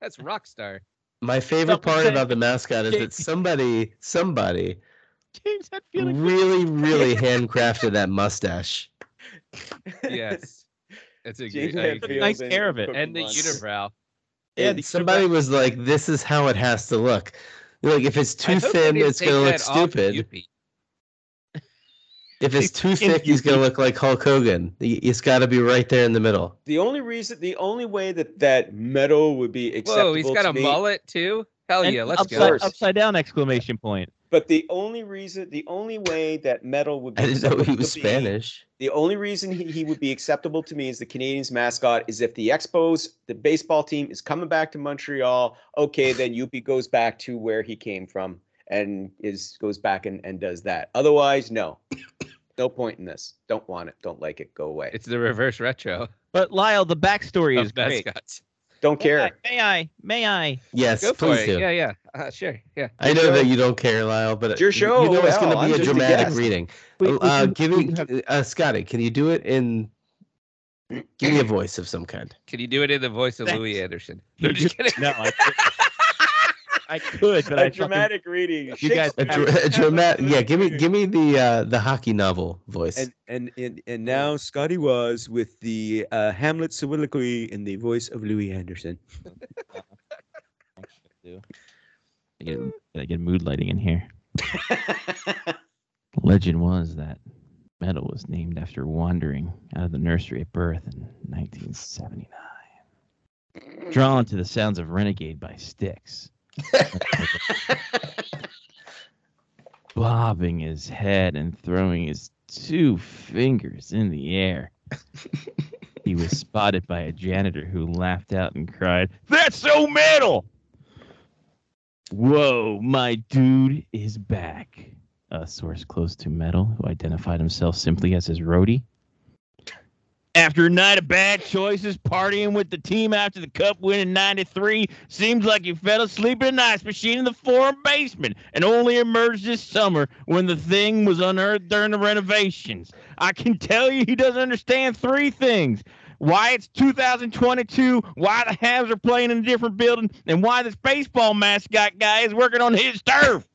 D: That's Rockstar.
E: my favorite
A: Something
E: part
A: said-
E: about the mascot is that somebody somebody
A: James Hetfield.
E: really really handcrafted that mustache.
D: Yes, that's a
F: James
D: good. I
F: Hetfield
D: agree.
A: Nice
F: and
A: care of it.
F: Cookie
D: And the
F: Monster.
D: unibrow.
A: Yeah, the
E: And somebody was like, "This is how it has to look." Like if it's too thin, it's gonna look stupid. If it's too thick, he's gonna look like Hulk Hogan. He- It's got to be right there in the middle.
F: The only reason, the only way that that metal would be acceptable
D: Whoa, he's got
F: to
D: a
F: me,
D: mullet too. Hell
A: And
D: Oh, yeah, let's
A: upside,
D: go.
F: course.
A: upside down exclamation point.
F: but the only reason, the only way that metal would be
E: I didn't know he
F: acceptable
E: was
F: to me-
E: Spanish.
F: The only reason he, he would be acceptable to me as the Canadians mascot is if the Expos, the baseball team, is coming back to Montreal. Okay, then Yuppie goes back to where he came from and is goes back and, and does that. Otherwise, no. No point in this. Don't want it. Don't like it. Go away.
D: It's the reverse retro
A: But Lyle, the backstory is
D: of
A: great.
D: mascots.
F: Don't
A: May I,
F: care.
A: may I? May I?
E: Yes,
D: Go for
E: please
D: it.
E: do.
D: Yeah, yeah. Uh, sure. Yeah.
E: I know that you don't care, Lyle, but uh,
F: It's your show,
E: you know it's going
F: hell,
E: to be
F: I'm
E: a
F: just a
E: dramatic
F: guest.
E: reading.
A: We- we
E: uh,
A: can-
E: give
A: we
E: me,
A: can have-
E: uh, Scotty, can you do it in? Give me a voice of some kind.
D: Can you do it in the voice of
A: Thanks.
D: Louis Anderson? No, just kidding.
A: No, I, could- I could, but I
F: A
A: fucking-
F: dramatic reading.
A: You guys-
E: A, dra- a dramatic. Yeah, give me, give me the uh, the hockey novel voice.
F: And and and, and now Scotty was with the uh, Hamlet soliloquy in the voice of Louis Anderson.
A: I get, I get mood lighting in here. Legend was that medal was named after wandering out of the nursery at birth in 1979. Drawn to the sounds of Renegade by Styx. bobbing his head and throwing his two fingers in the air. he was spotted by a janitor who laughed out and cried, That's so metal! Whoa, my dude is back. A source close to metal who identified himself simply as his roadie. After a night of bad choices, partying with the team after the cup win in 93, seems like he fell asleep in an ice machine in the foreign basement and only emerged this summer when the thing was unearthed during the renovations. I can tell you he doesn't understand three things why it's 2022, why the Habs are playing in a different building, and why this baseball mascot guy is working on his turf.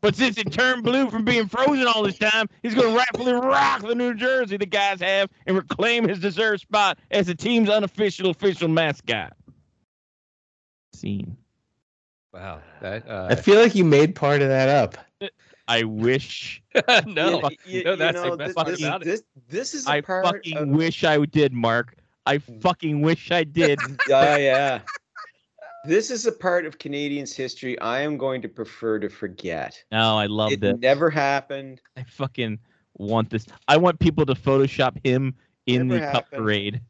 A: but since it turned blue from being frozen all this time, he's going to rightfully rock the New Jersey the guys have and reclaim his deserved spot as the team's unofficial official mascot. Scene.
D: Wow. That.
E: I
D: Uh,
E: feel like you made part of that up.
A: I wish.
D: no.
A: fuck-
D: no, that's the best part
F: this,
D: about it.
F: this, this is a
A: I
F: part
A: fucking
F: of- Mm.
A: wish I did, Mark. I fucking wish I did.
F: Oh yeah. This is a part of Canadians history I am going to prefer to forget.
A: no, I love
F: It
A: this.
F: never happened.
A: I fucking want this. I want people to Photoshop him in
F: Never
A: the cup
F: happened.
A: parade.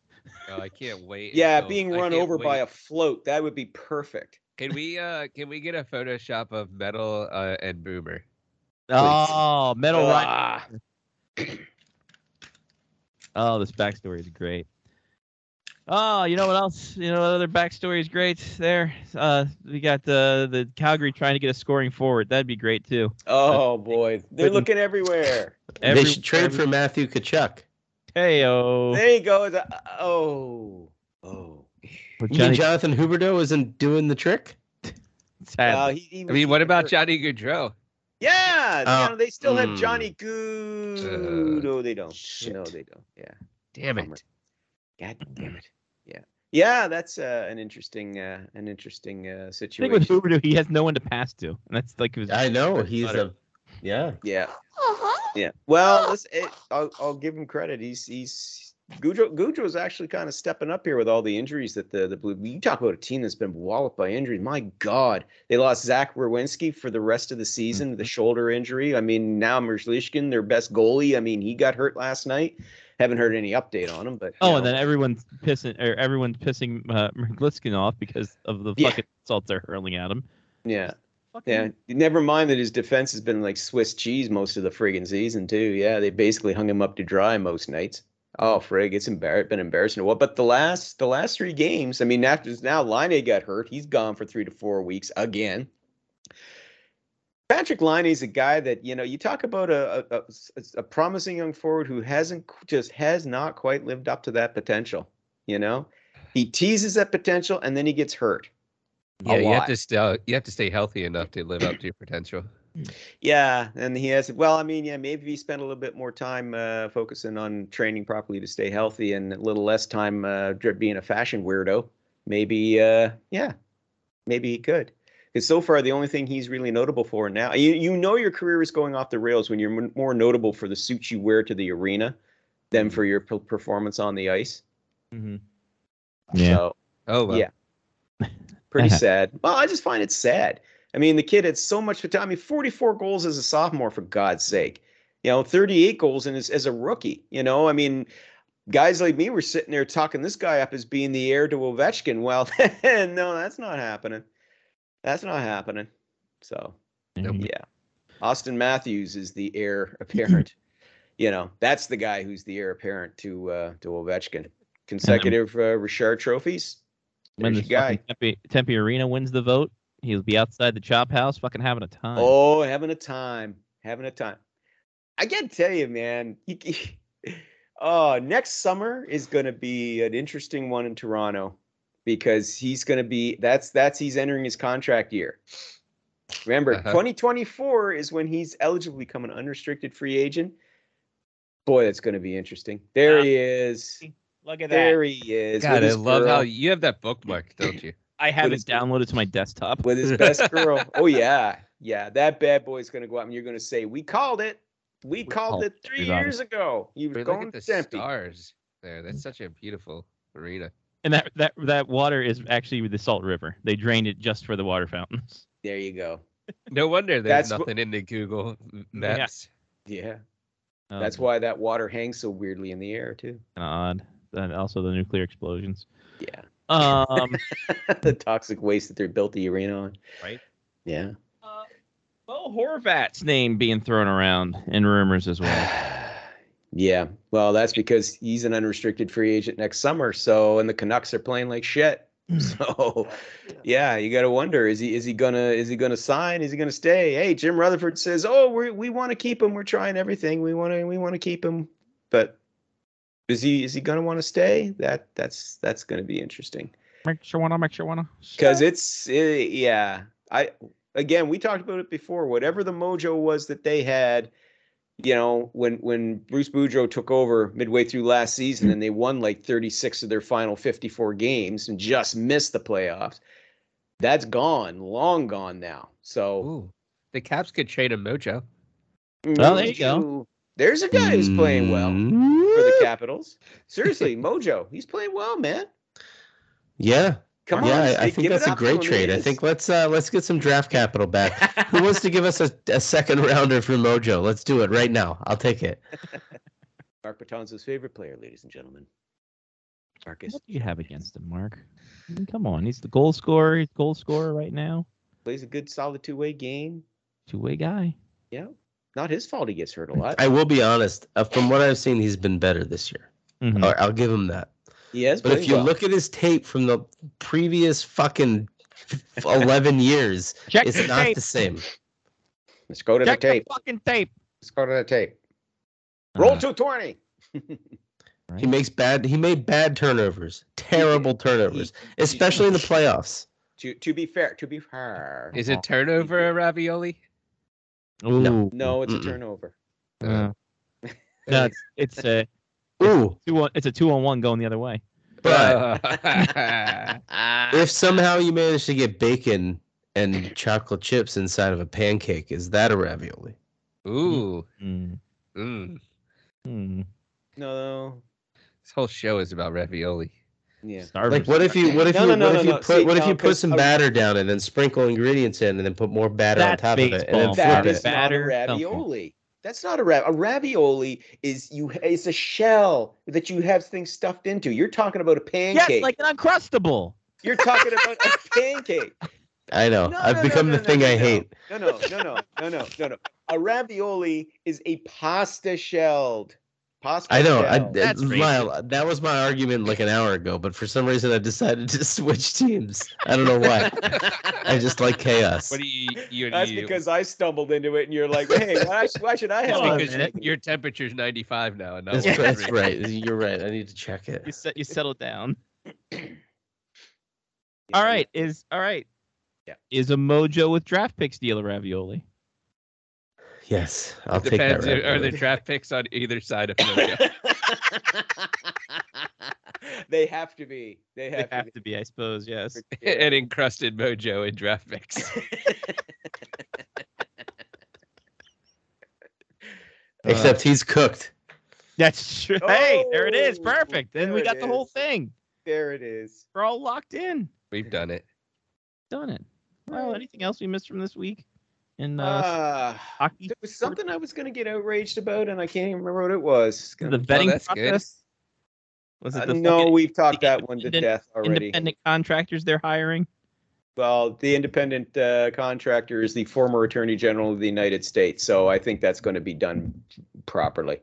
D: Oh, I can't wait.
F: Yeah,
D: until-
F: being
D: I
F: run
D: can't
F: over by
D: wait.
F: a float. That would be perfect.
D: Can we uh can we get a Photoshop of Metal uh, and Boomer?
A: Oh, metal rock.
F: Ah,
A: Oh, this backstory is great. Oh, you know what else? You know what other backstory is great? There, uh, we got the the Calgary trying to get a scoring forward. That'd be great too.
F: oh boy, they're
A: Couldn't-
F: looking everywhere.
E: they should trade for Matthew Kachuk.
A: Heyo.
F: There you go. The- oh, oh.
A: For
E: You mean
A: Johnny
E: Jonathan Huberdeau isn't doing the trick?
A: Tad.
F: Wow, he- he
D: I
F: was
D: mean, what
F: even
D: about
F: hurt.
D: Johnny Gaudreau?
F: Yeah,
E: Oh,
F: you know, they still have
E: mm.
F: Johnny
D: hmm.
F: Goo.
D: Uh,
F: no, they don't.
E: shit.
F: No, they don't. Yeah.
D: Damn
F: Bummer.
D: it!
F: God damn it. Yeah. Yeah, that's uh, an interesting, uh, an interesting uh,
A: I think with
F: situation.
A: Huberdeau, he has no one to pass to, and that's like his.
E: I know he's a yeah.
F: Yeah. Yeah. Well, this, it, I'll, I'll give him credit. He's he's Goudreau, Goudreau's actually kind of stepping up here with all the injuries that the the Blue. You talk about a team that's been walloped by injuries. My God, they lost Zach Wierenski for the rest of the season,
A: Mm-hmm.
F: with the shoulder injury. I mean, now Merzlishkin, their best goalie. I mean, he got hurt last night. Haven't heard any update on him, but you
A: Oh,
F: know.
A: and then everyone's pissing, or everyone's pissing uh, Merglitskin off because of the
F: Yeah.
A: fucking insults they're hurling at him.
F: yeah.
A: Fucking-
F: Yeah, never mind that his defense has been like Swiss cheese most of the friggin' season too. Yeah, they basically hung him up to dry most nights. Oh frig, it's embar- been embarrassing. Well, but the last the last three games, I mean, after now Line got hurt, he's gone for three to four weeks again. Patrick Line is a guy that you know you talk about a, a- a a promising young forward who hasn't just has not quite lived up to that potential. You know, he teases that potential and then he gets hurt. a
D: Yeah, you have
F: lot.
D: to stay you have to stay healthy enough to live up to your potential.
F: Yeah, and he has. Well, I mean, yeah, maybe he spent a little bit more time uh, focusing on training properly to stay healthy, and a little less time uh, dr- being a fashion weirdo. Maybe, uh, yeah, maybe he could. Because so far, the only thing he's really notable for now, you you know, your career is going off the rails when you're m- more notable for the suits you wear to the arena than for your p- performance on the ice.
A: Mhm. Yeah.
F: So,
D: Oh well.
F: Yeah. pretty
A: Uh-huh.
F: sad. Well, I just find it sad. I mean, the kid had so much potential. I mean, 44 goals as a sophomore, for God's sake. You know, 38 goals in his, as a rookie. You know, I mean, guys like me were sitting there talking this guy up as being the heir to Ovechkin. Well, no, that's not happening. That's not happening. So,
A: Mm-hmm.
F: yeah. Austin Matthews is the heir apparent. you know, that's the guy who's the heir apparent to uh, to Ovechkin. Consecutive uh, Richard trophies.
A: when the
F: There's your guy.
A: fucking Tempe, Tempe Arena wins the vote, he'll be outside the chop house, fucking having a time.
F: Oh, having a time, having a time. I gotta tell you, man. You, c- oh, next summer is gonna be an interesting one in Toronto because he's gonna be that's that's he's entering his contract year. Remember,
D: Uh-huh.
F: 2024 is when he's eligible to become an unrestricted free agent. Boy, that's gonna be interesting. There he is.
A: Look at
F: There he is.
D: God,
F: with
D: I
F: his
D: love how
F: girl,
D: you have that bookmark, don't you?
A: I have
F: What is-
A: it downloaded to my desktop.
F: with his best girl. Oh yeah, yeah. That bad boy's gonna go out, and you're gonna say, "We called it. We, called
A: called
F: it three
A: He's on
F: years ago. You were
D: Look
F: going
D: at the
F: to Tempe."
D: stars there.
F: Mm.
D: That's such a beautiful arena.
A: And that, that that water is actually the Salt River. They drained it just for the water fountains.
F: There you go.
D: No wonder there's
F: That's wh-
D: nothing in the Google Maps.
F: Yeah,
A: Oh,
F: that's why that water hangs so weirdly in the air too.
A: kinda odd. And also the nuclear explosions.
F: Yeah,
A: Um,
F: the toxic waste that they built the arena on.
A: Right.
F: Yeah.
A: Bo Horvat's name being thrown around in rumors as well.
F: Yeah. Well, that's because he's an unrestricted free agent next summer. So, and the Canucks are playing like shit. So, yeah, you got to wonder is he is he gonna is he gonna sign? Is he gonna stay? Hey, Jim Rutherford says, "Oh, we we want to keep him. We're trying everything. We want to we want to keep him." But is he is he gonna want to stay? That that's that's gonna be interesting
A: Make sure wanna, make sure wanna.
F: because it's eh, yeah i again we talked about it before whatever the mojo was that they had you know when when bruce boudreau took over midway through last season and they won like 36 of their final 54 games and just missed the playoffs that's gone long gone now so
D: Ooh. The Caps could trade a mojo.
A: Well, there you go.
F: Mojo- there's a guy who's playing well
E: Mm-hmm.
F: for the capitals seriously mojo he's playing well man
E: Yeah,
F: Come
E: yeah,
F: on,
E: I, I
F: give
E: think
F: it
E: that's a
F: up
E: great
F: for me.
E: trade. I think let's uh, let's get some draft capital back. Who wants to give us a, a second rounder for Mojo? Let's do it right now. I'll take it.
F: Mark Patonzo's favorite player, ladies and gentlemen. Marcus
A: What do you have against him, Mark? I mean, come on, he's the goal scorer. He's goal scorer right now.
F: plays a good, solid two-way game.
A: Two way guy.
F: Yeah, not his fault he gets hurt a lot.
E: Mm, I will be honest. Uh, from what I've seen, he's been better this year.
D: Hmm.
F: Uh,
A: Mhm.
E: Or I'll give him that.
F: He has,
E: But if you look at his tape from the previous fucking eleven years,
A: Check
E: it's
A: the
E: not
A: tape.
E: the same.
F: let's go to
A: Check
F: the tape.
A: the fucking tape.
F: Let's go to the tape. Roll
A: Uh,
F: two twenty.
E: He makes bad. He made bad turnovers. Terrible turnovers, especially in the playoffs.
F: To to be fair, to be fair,
D: Is it turnover a ravioli?
E: No.
A: ooh,
F: no, it's a
E: Mm, Mm-mm.
F: turnover.
A: uh, no, it's it's a
E: Ooh,
A: two on it's a two on one going the other way.
E: but
F: Ah,
E: if somehow you manage to get bacon and chocolate chips inside of a pancake, is that a ravioli?
D: Ooh.
F: Hmm.
A: Mm.
D: Mm.
A: Mm.
F: no,
D: This whole show is about ravioli.
F: yeah,
E: Like, what if you what if
F: No,
E: you
F: no, no,
E: what
F: no,
E: if you
F: no.
E: put
F: See,
E: what if
F: no,
E: you put
F: 'cause
E: some
F: a-
E: batter down and then sprinkle ingredients in and then put more batter
A: That's
E: on top of it and
A: baseball.
E: then
F: that
E: flip
F: is
E: it?
A: ba-
F: not a
A: Batter, something.
F: ravioli. That's not a rav. A ravioli is you. It's a shell that you have things stuffed into. You're talking about a pancake.
A: Yes, like an uncrustable.
F: You're talking about a pancake.
E: I know.
F: No,
E: I've
F: no, no,
E: become
F: no,
E: the
F: no,
E: thing
F: no,
E: I
F: no.
E: hate.
F: No, no, no, no, no, no, no, no. A ravioli is a pasta shelled. Pasta.
E: I know. I,
F: Shell.
A: That's
E: Lyle, that was my argument like an hour ago, but for some reason I decided to switch teams. I don't know why. I just like chaos.
D: What do you? you
F: That's
D: you-
F: because I stumbled into it, and you're like, "Hey, why, why should I have?"
D: It's
A: Hold on a
F: this?"
D: because
A: minute.
D: your temperature's 95 now, and not
E: That's,
D: 103.
E: that's right. You're right. I need to check
A: you
E: it.
A: set you settle down.
F: Yeah,
A: All right, is all right.
F: Yeah.
A: Is a mojo with draft picks deal a ravioli?
E: Yes, I'll take that.
D: Depends. Are there
E: ravioli.
D: draft picks on either side of Mojo?
F: they have to be. They have,
A: They have to be, I suppose. Yes.
D: and encrusted Mojo in draft picks. uh,
E: Except he's cooked.
A: That's true. Hey, there it is.
F: Oh,
A: Perfect. Then we
F: there
A: got
F: it
A: the whole
F: is.
A: thing.
F: There it is.
A: We're all locked in.
D: We've done it.
A: Done it. Well,
F: Right.
A: anything else we missed from this week? In uh,
F: Ah,
A: hockey,
F: there was something I was going to get outraged about, and I can't even remember what it was. It's gonna
A: the vetting
D: that's good.
A: process. Was
F: Uh,
A: it the
F: no,
A: fucking
F: we've talked
A: the
F: that one to
A: independent-
F: death already.
A: independent contractors they're hiring?
F: Well, the independent uh, contractor is the former Attorney General of the United States, so I think that's going to be done properly.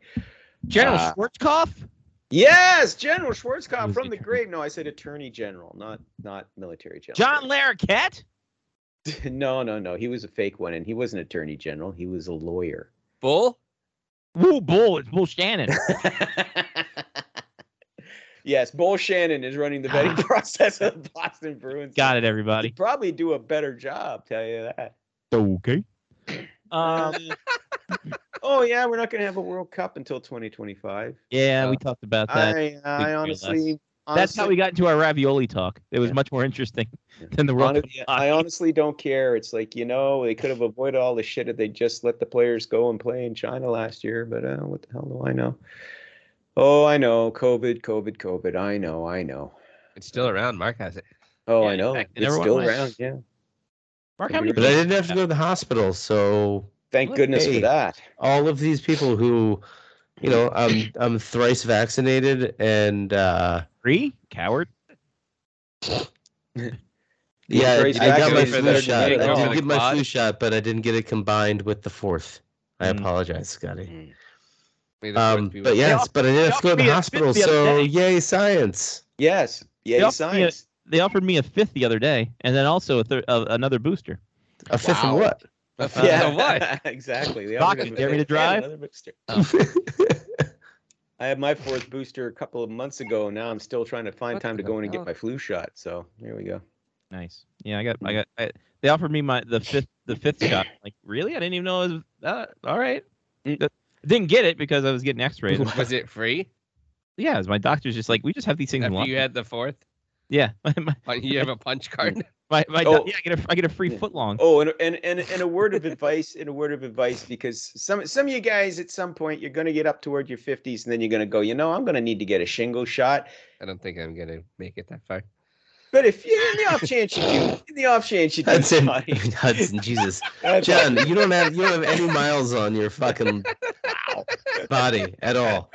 A: General
F: Uh,
A: Schwarzkopf.
F: Yes, General Schwarzkopf
A: Who's
F: from
A: the
F: the grave. No, I said Attorney General, not not military general.
A: John Larroquette.
F: No, no, no. He was a fake one, and he wasn't Attorney General. He was a lawyer.
D: Bull?
A: Woo, bull. It's Bull Shannon.
F: yes, Bull Shannon is running the vetting process of the Boston Bruins.
A: got it,
F: He
A: everybody.
F: probably do a better job. Tell you that.
A: Okay. Um.
F: Oh yeah, we're not going to have a World Cup until 2025.
A: Yeah, we talked about that.
F: Uh, I, I
A: figure
F: honestly,
A: That's how we got into our ravioli talk. It was
F: Yeah.
A: much more interesting
F: Yeah.
A: than the World Cup.
F: honestly, I honestly don't care. It's like you know they could have avoided all the shit if they just let the players go and play in China last year. But uh, what the hell do I know? Oh, I know, COVID, COVID, COVID. I know, I know.
D: It's still around. Mark has it.
F: Oh,
A: Yeah,
F: I
A: in
F: know.
A: fact, it
F: it's
A: never went
F: still
A: away.
F: around. Yeah.
A: Mark, how many
E: But I
A: people-
E: didn't have to go to the hospital, so
F: Thank goodness
E: Hey.
F: for that.
E: all of these people who, you know, I'm I'm thrice vaccinated and uh
A: three? Coward.
F: You're
E: yeah,
F: thrice
E: I got my
F: vaccinated
E: flu
F: better than
E: shot.
F: me.
E: I
F: Oh,
E: did
F: my
E: get my
D: God.
E: flu shot, but I didn't get it combined with the fourth. I
A: Mm.
E: apologize, Scotty.
D: May the fourth
E: Um,
D: be
E: but
D: with you.
E: yes, but I didn't have to go
A: Y'all
E: to the
A: be a
E: hospital,
A: fifth the other
E: so
A: day.
E: yay science.
F: Yes. Yay,
A: Yep,
F: science.
A: They offered me a fifth the other day, and then also a thir- uh, another booster.
E: A fifth of
D: Wow.
E: what?
D: Uh,
A: Yeah.
D: so what?
F: exactly. They
A: Doc,
F: offered
A: you
F: a-
A: dare me to
F: and
A: drive?
F: another booster. I had my fourth booster a couple of months ago. and Now I'm still trying to find
D: What
F: time to
D: the
F: go in and get
D: hell?
F: my flu shot. So here we go.
A: Nice. Yeah, I got.
D: Mm.
A: I got. I, they offered me my the fifth the fifth shot. Like really? I didn't even know it was. Uh, all right.
F: Mm.
A: Didn't get it because I was getting X-rays.
D: Was it free?
A: yeah, it was my doctor's just like, we just have these things. in
D: After
A: line."
D: you had the fourth?
A: yeah, my my,
D: Uh, You have a punch card?
A: my, my
F: Oh.
A: doc- yeah, I get a, I get a free
F: Yeah.
A: foot long.
F: Oh, and and and, and a word of advice, and a word of advice, because some some of you guys at some point you're going to get up toward your 50s, and then you're going to go, you know, I'm going to need to get a shingle shot.
D: I don't think I'm going to make it that far.
F: But if you in the off chance you do, in the off chance you do,
E: Hudson,
F: Johnny,
E: Hudson, Jesus,
F: that's
E: John, you don't have you don't have any miles on your fucking body at all.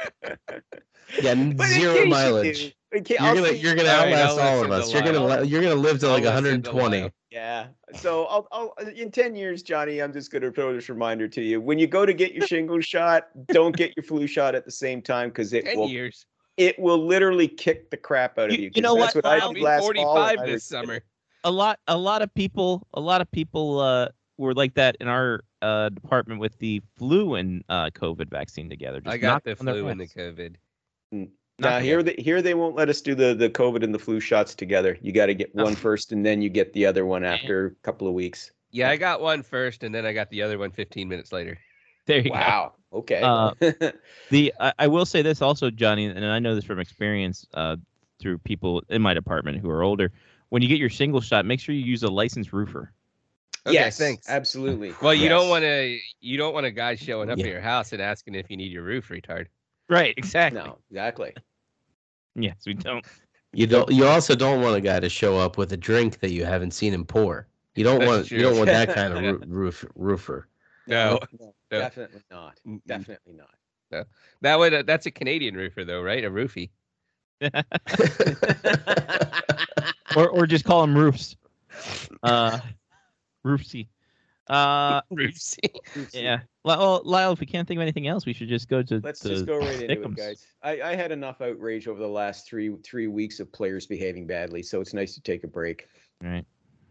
E: Yeah, n-
F: But in case you
E: zero
F: do,
E: mileage.
F: in ca-
E: You're
F: I'll
E: gonna
F: see you-
E: you're gonna
D: All right,
E: outlast
D: I'll
E: all
D: listen
E: of us.
D: to
E: You're gonna
D: Lyle.
E: li- you're gonna live to
D: I'll
E: like
D: listen to
E: 120.
D: Lyle.
F: Yeah. So I'll, I'll, in 10 years, Johnny, I'm just going to throw this reminder to you. When you go to get your shingles shot, don't get your flu shot at the same time because it
D: Ten
F: will
D: years.
F: it will literally kick the crap out of
A: You-
F: you.
A: you
F: 'cause
A: know
F: that's
A: what, Lyle?
F: I did
D: I'll be
F: last fall, and
D: forty-five
F: I
D: this
F: was-
D: summer.
A: a lot a lot of people a lot of people uh were like that in our uh department with the flu and uh covid vaccine together just
D: I got
A: knocked
D: the
A: on their
D: flu and the
A: heads.
D: COVID.
F: Now
A: Knocked
F: here they, here they won't let us do the the COVID and the flu shots together. You got to get
D: Oh.
A: No.
F: one first, and then you get the other one after a couple of weeks.
D: Yeah, I got one first, and then I got the other one 15 minutes later.
A: there you go
F: Wow. Okay.
A: Uh, The I, I will say this also, Johnny, and I know this from experience uh, through people in my department who are older. When you get your single shot, make sure you use a licensed roofer.
D: Okay,
F: yes.
D: thanks.
F: Absolutely.
D: Well, you don't
F: Yes.
D: want to. You don't want a guy showing up
E: Yeah.
D: at your house and asking if you need your roof, retard.
A: Right, exactly.
F: No. Exactly.
A: Yes, we don't.
E: You don't. You also don't want a guy to show up with a drink that you haven't seen him pour. You don't
D: That's
E: want. You
D: true.
E: don't want that kind of roo- roof roofer.
D: No,
F: No,
D: No.
F: Definitely not.
D: Mm-mm.
F: Definitely not.
D: that would. uh, that's a Canadian roofer, though, right? A roofie.
A: Or or just call them roofs. Uh, roofsy. Uh,
D: Roofie.
A: yeah. Li- Well, Lyle, if we can't think of anything else, we should just go to.
F: Let's
A: to-
F: just go right into it,
A: Pick'ems.
F: guys. I, I had enough outrage over the last three three weeks of players behaving badly, so it's nice to take a break.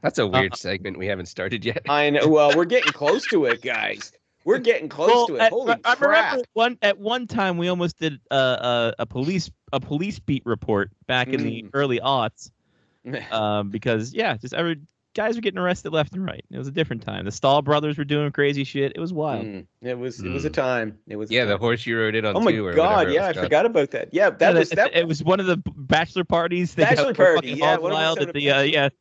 D: That's a weird segment we haven't started yet.
F: I know. Well, we're getting close to it, guys. We're getting close
A: Well,
F: to it.
A: at-
F: Holy
A: I
F: crap!
A: remember one at one time we almost did uh, uh, a police a police beat report back in the
F: Mm.
A: early aughts. um, because yeah, just every guys were getting arrested left and right. It was a different time. The Stahl brothers were doing crazy shit. It was wild.
F: Mm, it was it was
A: Hmm.
F: a time. It was a
D: Yeah, the
F: time.
D: horse you rode in on.
F: Oh my
D: too, or
F: god!
D: whatever it
F: Yeah, I
D: was called.
F: forgot about that. Yeah, that
A: Yeah,
F: was
A: it,
F: that.
A: It was one of the b- bachelor parties. They
F: Bachelor
A: got
F: party,
A: fucking
F: yeah,
A: hog
F: one of them
A: wild
F: was
A: at
F: having
A: the
F: a
A: uh, yeah.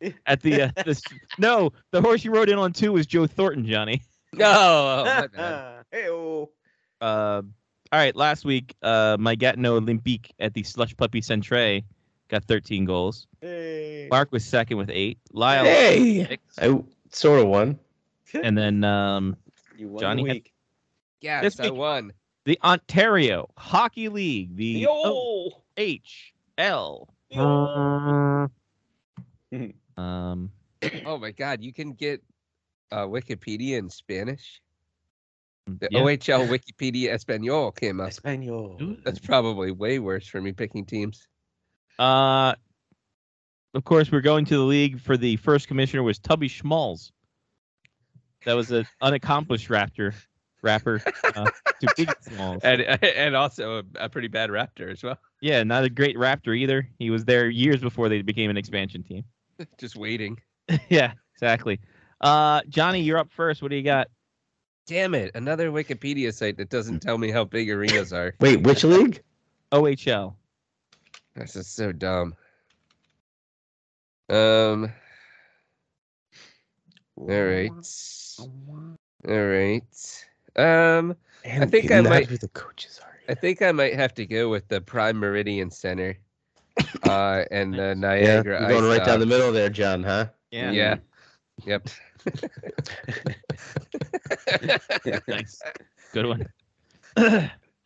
F: Yeah.
A: At the uh, this, no, the horse you rode in on too was Joe Thornton, Johnny.
D: No. oh, my bad.
F: Hey-oh.
A: Uh, all right, last week, uh, my Gatineau Olympique at the Slush Puppy Centre got 13 goals.
F: Hey.
A: Mark was second with eight. Lyle,
E: hey,
A: six.
E: I sort of won.
A: and then um,
F: You won
A: Johnny
F: the
A: had-
F: week.
D: Yes,
A: This
D: I
A: week-
D: won.
A: the Ontario Hockey League, the Oh.
F: Yo.
A: HL.
F: Mhm.
A: Um,
D: Oh my God, you can get uh, Wikipedia in Spanish. The
A: yeah.
D: OHL Wikipedia Espanol came up.
F: Espanol.
D: That's probably way worse for me picking teams.
A: uh, of course, we're going to the league for the first commissioner was Tubby Schmalls. That was an unaccomplished Raptor rapper uh, to Big Smalls.
D: and and also a, a pretty bad Raptor as well.
A: Yeah, not a great Raptor either. He was there years before they became an expansion team.
D: Just waiting.
A: yeah, exactly. Uh, Johnny, you're up first. What do you got?
D: Damn it! Another Wikipedia site that doesn't tell me how big arenas are.
E: Wait, which league?
A: OHL.
D: This is so dumb. Um. All right. All right. Um.
E: And
D: think I
E: that's
D: might-
E: Who the coaches are.
D: I think I might have to go with the Prime Meridian Center, uh, and the
E: Yeah,
D: Niagara.
E: you're going
D: Ice
E: right down the
D: Dogs.
E: middle there, John, huh?
A: Yeah.
D: Yeah. Yep.
A: Nice. Good one.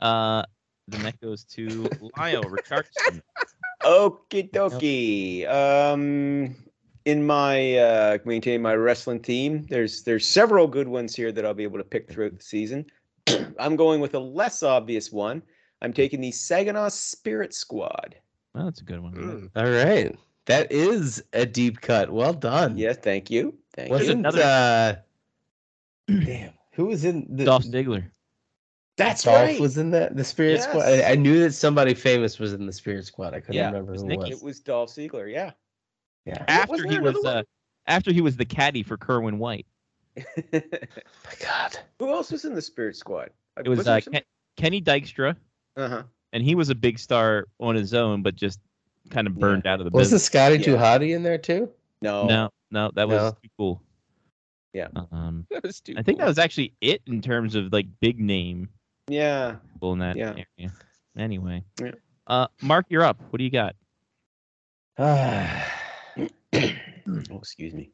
A: uh, then that goes to Lyle Richardson.
F: Okie dokie. Um, in my uh, maintain my wrestling theme, there's there's several good ones here that I'll be able to pick throughout the season. I'm going with a less obvious one. I'm taking the Saginaw Spirit Squad.
A: Well, that's a good one.
D: Mm.
E: All right, that is a deep cut. Well done.
F: Yeah, thank you. Thank
A: What's
F: you.
E: Wasn't
A: another-
E: uh, damn who was in the
A: Dolph Ziggler.
F: That's
E: Dolph
F: right.
E: was in that the Spirit
F: Yes.
E: Squad. I, I knew that somebody famous was in the Spirit Squad. I couldn't
F: Yeah,
E: remember
A: was
E: who it
A: Nikki.
E: was.
F: It was Dolph Ziggler. Yeah.
E: Yeah.
F: was
A: After he
F: there
A: was
F: another
A: uh, after he was the caddy for Kerwin White.
E: My God.
F: Who else was in the Spirit Squad?
A: It was uh, Ken- Kenny Dykstra,
F: uh huh.
A: and he was a big star on his own, but just kind of burned out of the
E: Wasn't
A: business.
E: Scotty
F: Yeah.
E: Too Tuhati in there too?
F: No.
A: No, no, that was
E: No.
A: too cool.
F: Yeah.
A: Um,
D: That was too
A: I think that
D: cool.
A: was actually it in terms of like big name
F: Yeah.
A: people in that
F: Yeah.
A: area. Anyway.
F: Yeah.
A: Uh, Mark, you're up. What do you got?
E: Ah, oh, excuse me.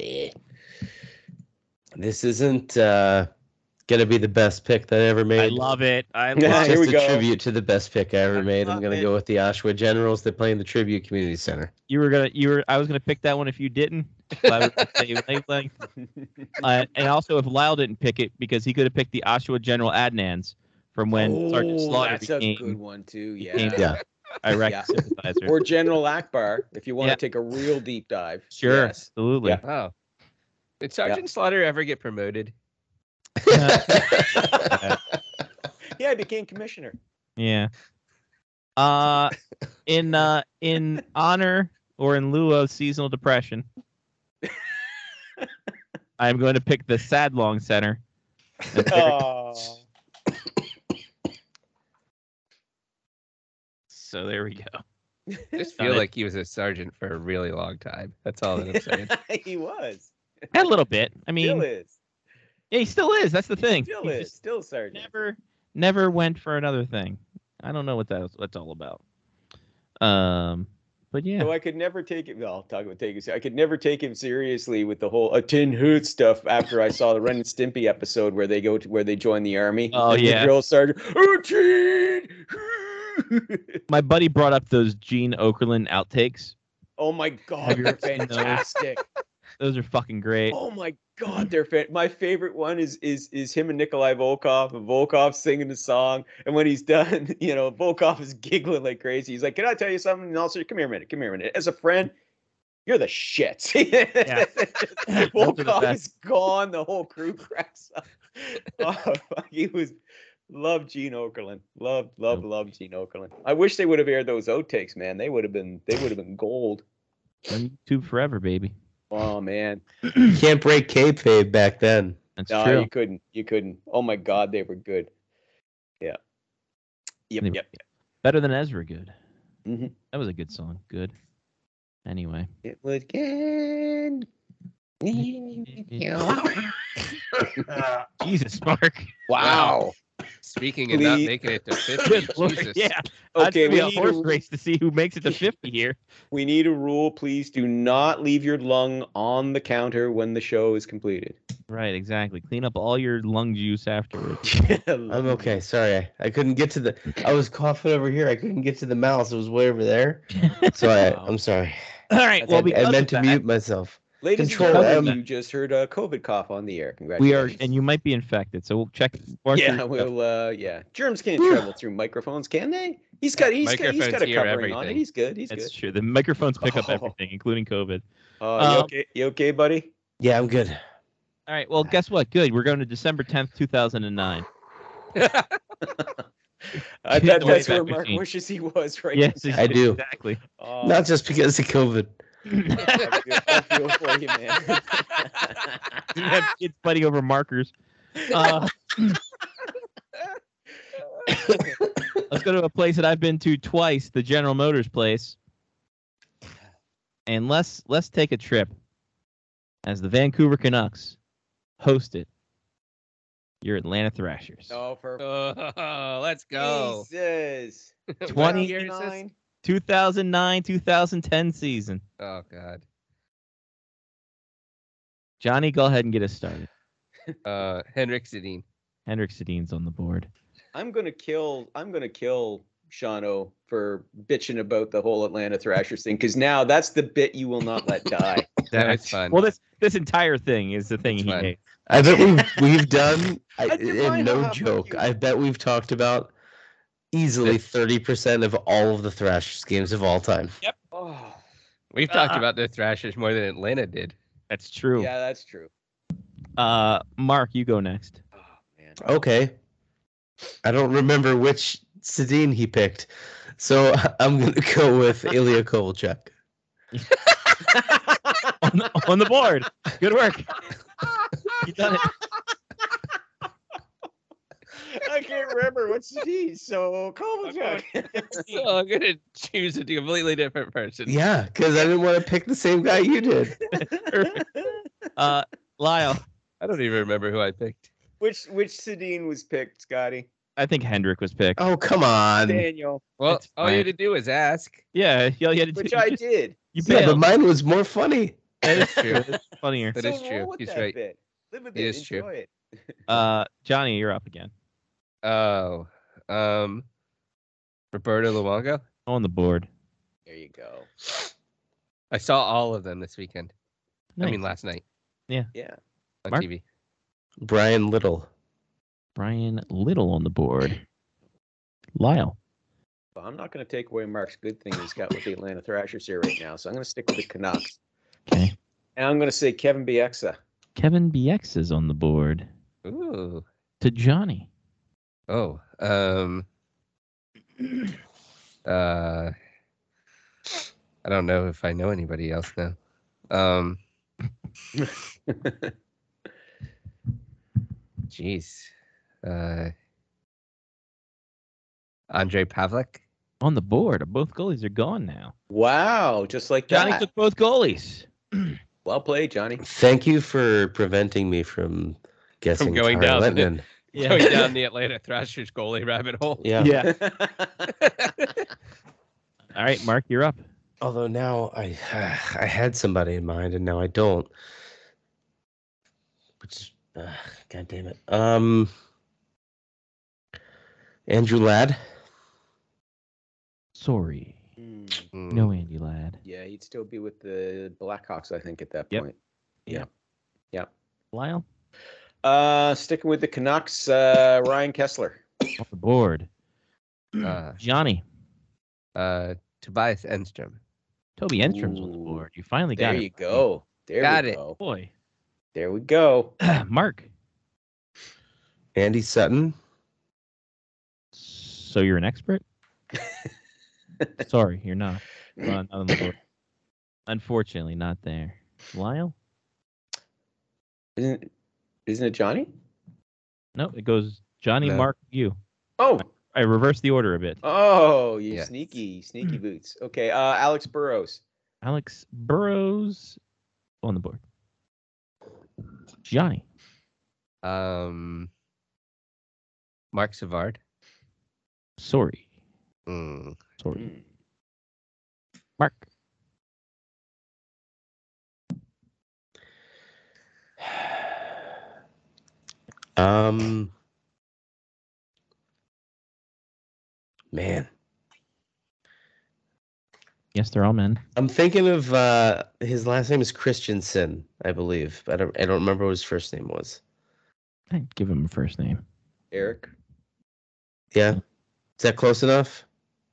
E: Bleh. This isn't uh, gonna be the best pick that I ever made.
A: I love it. I
F: Yeah,
A: love
E: It's
F: here
E: just
F: we
E: a
F: go.
E: tribute to the best pick I ever made. I'm
A: love
E: gonna
A: it.
E: go with the Oshawa Generals that play in the Tribute Community Center.
A: you were gonna you were I was gonna pick that one if you didn't. Glad we were on the same wavelength. uh, and also if Lyle didn't pick it because he could have picked the Oshawa General Adnans from when Sergeant Slaughter
F: that's a good
A: became
F: one too.
A: became-
F: Yeah.
E: Yeah.
A: Iraqi
F: Yeah.
A: sympathizer.
F: Or General Akbar, if you want
A: Yeah.
F: to take a real deep dive.
A: sure,
F: Yes.
A: absolutely.
F: Yeah.
D: Oh. Did Sergeant Slaughter ever get promoted?
F: Yeah, I became commissioner.
A: Yeah. Uh in uh in honor or in lieu of seasonal depression. I'm going to pick the Sadlong Center.
F: Oh.
A: So there we go.
D: I just
A: Got
D: feel
A: it.
D: like he was a sergeant for a really long time. That's all that I'm saying.
F: he was.
A: A little bit. I mean,
F: Still is.
A: yeah, he still is. That's the thing.
F: Still
A: He
F: is.
A: just
F: Still sergeant.
A: never never went for another thing. I don't know what that's that's all about. Um, but yeah,
F: So I could never take it. Well, talk about taking. I could never take him seriously with the whole a tin hoot stuff. After I saw the Ren and Stimpy episode where they go to where they join the army.
A: Oh,
F: and the
A: yeah.
F: drill sergeant. "A tin hoot."
A: my buddy brought up those Gene Okerlund outtakes.
F: oh my
A: Have
F: god,
A: you
F: they're
A: ever seen those?
F: fantastic.
A: Those are fucking great.
F: Oh my god, they're fan- my favorite one is is is him and Nikolai Volkov and Volkov singing the song. And when he's done, you know, Volkov is giggling like crazy. He's like, Can I tell you something? And also, come here a minute, come here a minute. As a friend, you're the shit.
A: Those are the
F: Volkov
A: best.
F: is gone, the whole crew cracks up. Oh, fuck, he was love Gene Okerlund. Love, love, love Gene Okerlund. I wish they would have aired those outtakes, man. They would have been they would have been gold.
A: On YouTube forever, baby.
F: Oh man.
E: Can't break kayfabe back then.
A: That's
F: No,
A: true.
F: you couldn't. You couldn't. Oh my God, they were good. Yeah. Yep.
A: They were-
F: Yep.
A: Better than Ezra Good.
F: Mhm.
A: That was a good song. Good. Anyway.
F: It was good.
A: Jesus, Mark.
D: Wow. Speaking of not
F: Please.
D: making it to 50,
A: Good Lord,
D: Jesus.
A: Yeah.
F: Okay,
A: That's gonna be
F: we
A: a
F: need,
A: horse
F: a,
A: race to see who makes it to 50 here.
F: we need a rule. Please do not leave your lung on the counter when the show is completed.
A: Right, exactly. Clean up all your lung juice afterwards.
E: I'm okay. Sorry, I, I couldn't get to the. I was coughing over here. I couldn't get to the mouse. It was way over there. So I, I'm sorry.
A: All right. Well,
E: I, I
A: because
E: meant
A: of
E: to
A: that,
E: mute myself.
F: Ladies
E: Control
F: and gentlemen,
E: M.
F: you just heard a COVID cough on the air.
A: we are,
F: Congratulations.
A: and you might be infected. So we'll check. mark
F: Yeah,
A: your-
F: well, uh, yeah. Germs can't travel through microphones, can they? He's got, he's got, he's got
D: Microphones
F: a
D: hear
F: covering on it.
D: everything.
F: He's good. He's
A: That's
F: good.
A: true. The microphones pick up
F: Oh.
A: everything, including COVID.
F: Uh, you
A: Um,
F: okay? You okay, buddy?
E: Yeah, I'm good.
A: All right. Well, guess what? Good. We're going to December 10th, 2009.
F: I
A: Kid
F: bet
A: the way
F: that's where
A: back
F: Mark
A: machine.
F: wishes he was right
A: Yes,
F: now.
E: I do.
A: Exactly.
F: Oh,
E: Not just because of COVID.
F: I feel, I feel for you, man.
A: You have kids fighting over markers. Uh, let's go to a place that I've been to twice, the General Motors place. And let's let's take a trip as the Vancouver Canucks host it. Your Atlanta Thrashers.
F: no, for
D: oh, let's go.
F: Jesus.
D: What
A: 20
D: year is this?
F: 29?
A: 2009 2010 season.
D: Oh, God.
A: Johnny, go ahead and get us started.
D: Uh, Henrik Sedin.
A: Hendrik Sedin's on the board.
F: I'm gonna kill. I'm gonna kill Shano for bitching about the whole Atlanta Thrashers thing because now that's the bit you will not let die.
D: That was fun.
A: Well, this this entire thing is the thing
D: That's
A: he
D: fine.
A: hates.
E: I bet we've, we've done, I,
F: I do
E: and
F: find out how
E: no
F: much
E: joke,
F: you-
E: I bet we've talked about easily 30% of all of the Thrashers games of all time.
F: Oh,
D: We've talked about the Thrashers more than Atlanta did.
A: That's true.
F: yeah, that's true.
A: Uh, Mark, you go next.
F: Oh man.
E: Okay. I don't remember which Sedin he picked. So I'm going to go with Ilya Kovalchuk.
A: on, the, on the board. Good work. You done it.
F: I can't remember what's the So Kovalchuk.
D: So I'm going to choose a completely different person.
E: Yeah, because I didn't want to pick the same guy you did.
A: Uh, Lyle,
D: I don't even remember who I picked.
F: which which Sedin was picked, Scotty?
A: I think Hendrick was picked.
E: Oh, come on.
F: Daniel.
D: Well,
A: That's
D: all you
A: fine.
D: had to do was ask.
A: Yeah, you, all you had to do-
F: Which
A: you
F: I
A: just-
F: did.
A: You
E: Yeah, but
A: bailed.
E: mine was more funny.
A: That is
D: true.
A: That's funnier.
D: That
F: so
D: is true.
F: roll with
D: He's
F: that
D: right.
F: Bit. Live with
D: It
F: it.
D: is true.
F: Enjoy it.
A: Uh, Johnny, you're up again.
D: Oh, um, Roberto Luongo.
A: On the board.
F: There you go.
D: I saw all of them this weekend. I mean, last night.
A: Yeah.
F: Yeah.
D: On
A: Mark?
D: TV.
E: Brian Little.
A: Brian Little on the board. Lyle.
F: Well, I'm not going to take away Mark's good thing he's got with the Atlanta Thrashers here right now, so I'm going to stick with the Canucks.
A: Okay.
F: And I'm going to say Kevin Bieksa.
A: Kevin BX is on the board.
D: Ooh.
A: To Johnny.
D: Oh. Um. Uh. I don't know if I know anybody else now. Um. Jeez. Uh. Andre Pavlik.
A: On the board. Both goalies are gone now.
F: Wow, just like
A: Johnny
F: that.
A: took both goalies.
F: Well played, Johnny.
E: Thank you for preventing me from guessing
D: going
E: Charlie
D: down.
E: Lettman.
D: Going down the Atlanta Thrashers goalie rabbit hole.
E: Yeah.
A: All right, Mark, you're up.
E: Although now I I had somebody in mind and now I don't. Which uh, god damn it. Um Andrew Ladd.
A: Sorry.
F: Hmm,
D: Mm.
A: No Andy Ladd.
F: yeah, he'd still be with the Blackhawks, I think, at that
A: Yep.
F: point.
A: Lyle?
F: Uh, sticking with the Canucks, uh, Ryan Kessler.
A: On the board.
D: Uh,
A: Johnny.
D: uh, Tobias Enstrom.
A: Toby Enstrom's on the
F: Ooh.
A: board. You finally got
F: There
A: it.
F: you go. There
D: Got
F: we
D: it.
F: go.
A: Boy.
F: There we go.
A: Mark.
E: Andy Sutton.
A: So you're an expert? Sorry, you're not. Uh, not on the board. Unfortunately, not there. Lyle?
F: Isn't isn't it Johnny?
A: No, it goes Johnny,
D: No.
A: Mark, you.
F: Oh,
A: I reversed the order a bit.
F: oh, you
D: Yes.
F: sneaky, sneaky boots. Okay, uh, Alex Burrows.
A: Alex Burrows on the board. Johnny.
D: Um, Mark Savard.
A: Sorry.
D: Mm.
A: Sorry.
F: Hmm.
A: Mark.
E: Um Man.
A: Yes, they're all men.
E: I'm thinking of uh his last name is Christensen, I believe. I don't I don't remember what his first name was.
A: I give him a first name.
F: Eric.
E: Yeah. Is that close enough?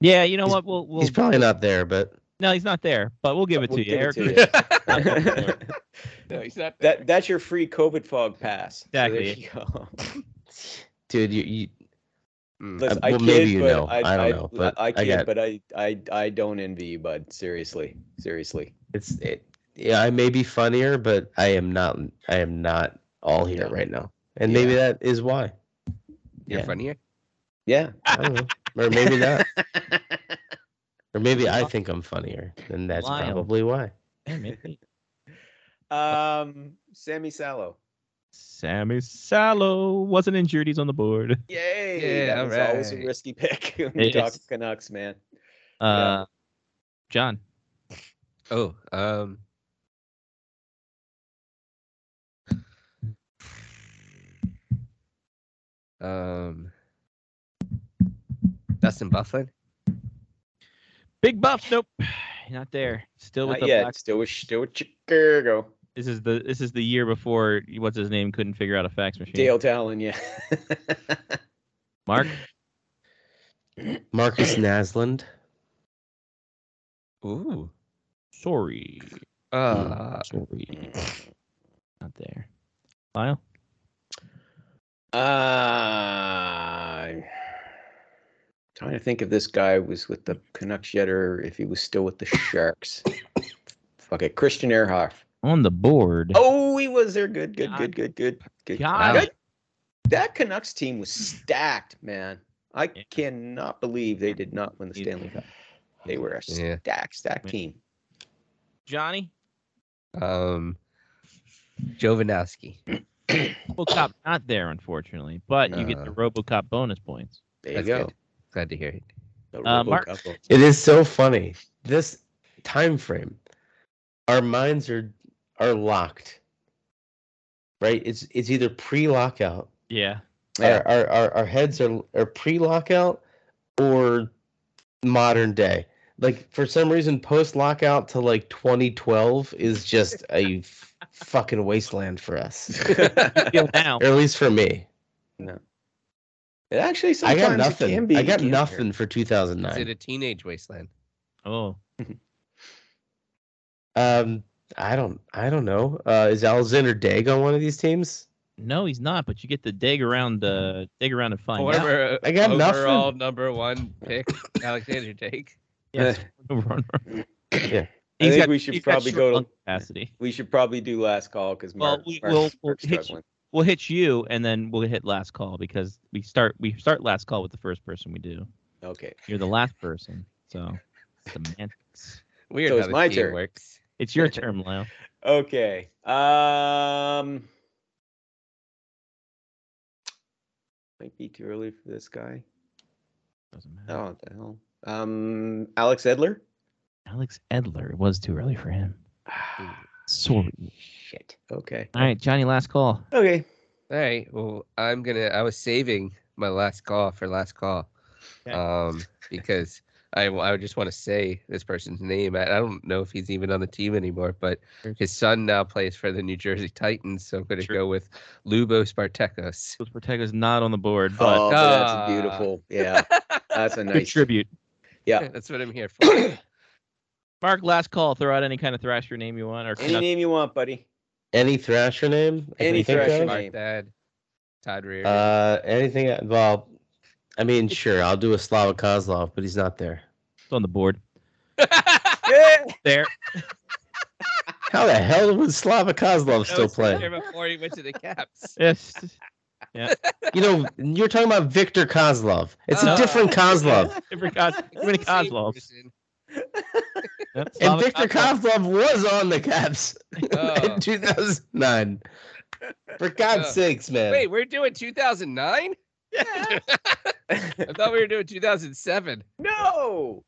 A: Yeah, you know
E: He's-
A: what? We'll, we'll
E: He's probably not there, but
A: no, he's not there, but we'll give it
F: We'll
A: to you.
F: give it
A: Eric.
F: to you.
D: No, he's not
F: that that's your free COVID fog pass. So there
A: Exactly.
F: you go.
E: dude, you, you
D: Mm.
F: Listen,
E: Uh, well,
F: I kid,
E: maybe you
F: but
E: know.
F: I,
E: I don't know, but
F: I
E: I
F: kid,
E: got-
F: but I, I, I don't envy you, bud. Seriously, seriously.
E: it's it, yeah, I may be funnier, but I am not I am not all here
F: Yeah.
E: right now. And maybe that is why.
D: You're
E: yeah.
D: funnier.
F: Yeah.
E: I don't know. Or maybe not. or maybe I think I'm funnier, and that's
A: Lyle.
E: probably why.
A: Yeah, maybe.
F: Um, Sammy Sallow.
A: Sammy Sallow wasn't injured. He's on the board.
F: Yay!
D: Yeah,
F: that was always a
D: alright.
F: risky pick when you
A: It
F: talk
A: is.
F: Canucks, man.
A: Uh, John.
D: Oh, um, um, Dustin Bufflin.
A: Big Buff. Nope. Not there. Still with
F: Not
A: the
F: yet.
A: Blackhawks.
F: Still with still with Chicago.
A: This is the this is the year before what's his name couldn't figure out a fax machine.
F: Dale Talon. Yeah.
A: Mark.
E: Marcus Naslund.
D: Ooh.
A: Sorry.
D: Uh,
A: Sorry. Not there. Lyle.
F: uh, trying to think if this guy was with the Canucks yet or if he was still with the Sharks. Okay, Christian Ehrhoff.
A: On the board.
F: Oh, he was there. Good, good,
A: God.
F: good, good, good, good.
A: God.
F: Good. That Canucks team was stacked, man. I
A: Yeah.
F: cannot believe they did not win the
A: Neither.
F: Stanley Cup. They were a
D: Yeah.
F: stacked, stacked
A: Yeah.
F: team.
A: Johnny.
D: um, Jovanowski.
A: RoboCop not there, unfortunately, but you get the
D: Uh.
A: RoboCop bonus points.
F: There you
D: That's
F: go.
D: good. Glad to hear it.
F: The
A: Uh, Mark-
F: RoboCop.
E: It is so funny. This time frame, our minds are are locked. Right? It's it's either pre-lockout.
A: Yeah.
F: Yeah.
E: Our, our our our heads are are pre-lockout or modern day. Like for some reason post-lockout to like 2012 is just a f- fucking wasteland for us.
A: Feel now.
E: Or at least for me.
F: It actually
E: I
F: sometimes
E: got
F: it can
E: nothing.
F: be.
E: I got
F: you can't-
E: nothing for
D: Is
E: 2009.
D: it a teenage wasteland?
A: Oh.
E: Um, I don't, I don't know. Uh, is Alexander Daig on one of these teams?
A: No, he's not. But you get to dig around, uh, dig around and find out.
D: Whatever. uh,
E: I got nothing.
D: overall number one pick, Alexander Take.
A: Yes, runner.
F: I
A: He's
F: think
A: got-
F: we should
A: he's got
F: probably
A: short
F: go to-
A: lung capacity.
F: We should probably do last call because
A: Well,
F: Mark,
A: we-
F: Mark's,
A: we'll-
F: Mark's
A: we'll hit you.
F: struggling.
A: We'll hit you, and then we'll hit last call because we start we start last call with the first person we do.
F: Okay.
A: You're the last person, so semantics.
D: Weird
F: So
D: how
F: it's
D: this
F: my
D: game
F: turn.
D: works.
A: It's your term, Lyle.
F: Okay. Um, might be too early for this guy.
A: Doesn't matter.
F: Oh, what the hell. Um, Alex Edler.
A: Alex Edler. It was too early for him. Sorry.
F: Shit. Okay.
A: All right, Johnny. Last call.
F: Okay.
D: All right. Well, I'm gonna. I was saving my last call for last call,
A: Okay.
D: um, because I I would just want to say this person's name. I, I don't know if he's even on the team anymore, but his son now plays for the New Jersey Titans. So I'm gonna
A: Sure.
D: go with Lubo Spartekos.
A: Los Protega's not on the board, but
F: Oh, that's
D: Ah.
F: beautiful. Yeah, that's a
A: good
F: nice.
A: tribute.
F: Yeah.
D: That's what I'm here for.
A: Mark, last call. Throw out any kind of Thrasher name you want, or
F: Any name you want, buddy.
E: Any Thrasher name? I can
F: Any
E: think of?
F: Thrasher
D: Mark
F: name.
D: Dad, Todd Reardon.
E: Uh, anything? Well, I mean, sure, I'll do a Slava Kozlov, but he's not there.
A: it's on the board.
F: Yeah.
A: There.
E: How the hell was Slava Kozlov
D: That
E: still
D: was
E: playing?
D: There before he went to the Caps.
A: Yes.
E: You know, you're talking about Victor Kozlov. It's a
D: Uh,
E: different Kozlov,
A: Different Kos- different
D: Same
A: Kozlovs.
D: person.
A: Yep,
E: and
A: Slava
E: Victor
A: Kozlov.
E: Kozlov was on the Caps
D: Oh.
E: in 2009. For
D: Uh,
E: God's sakes, man!
D: Wait, we're doing 2009? I thought we were doing 2007.
F: No.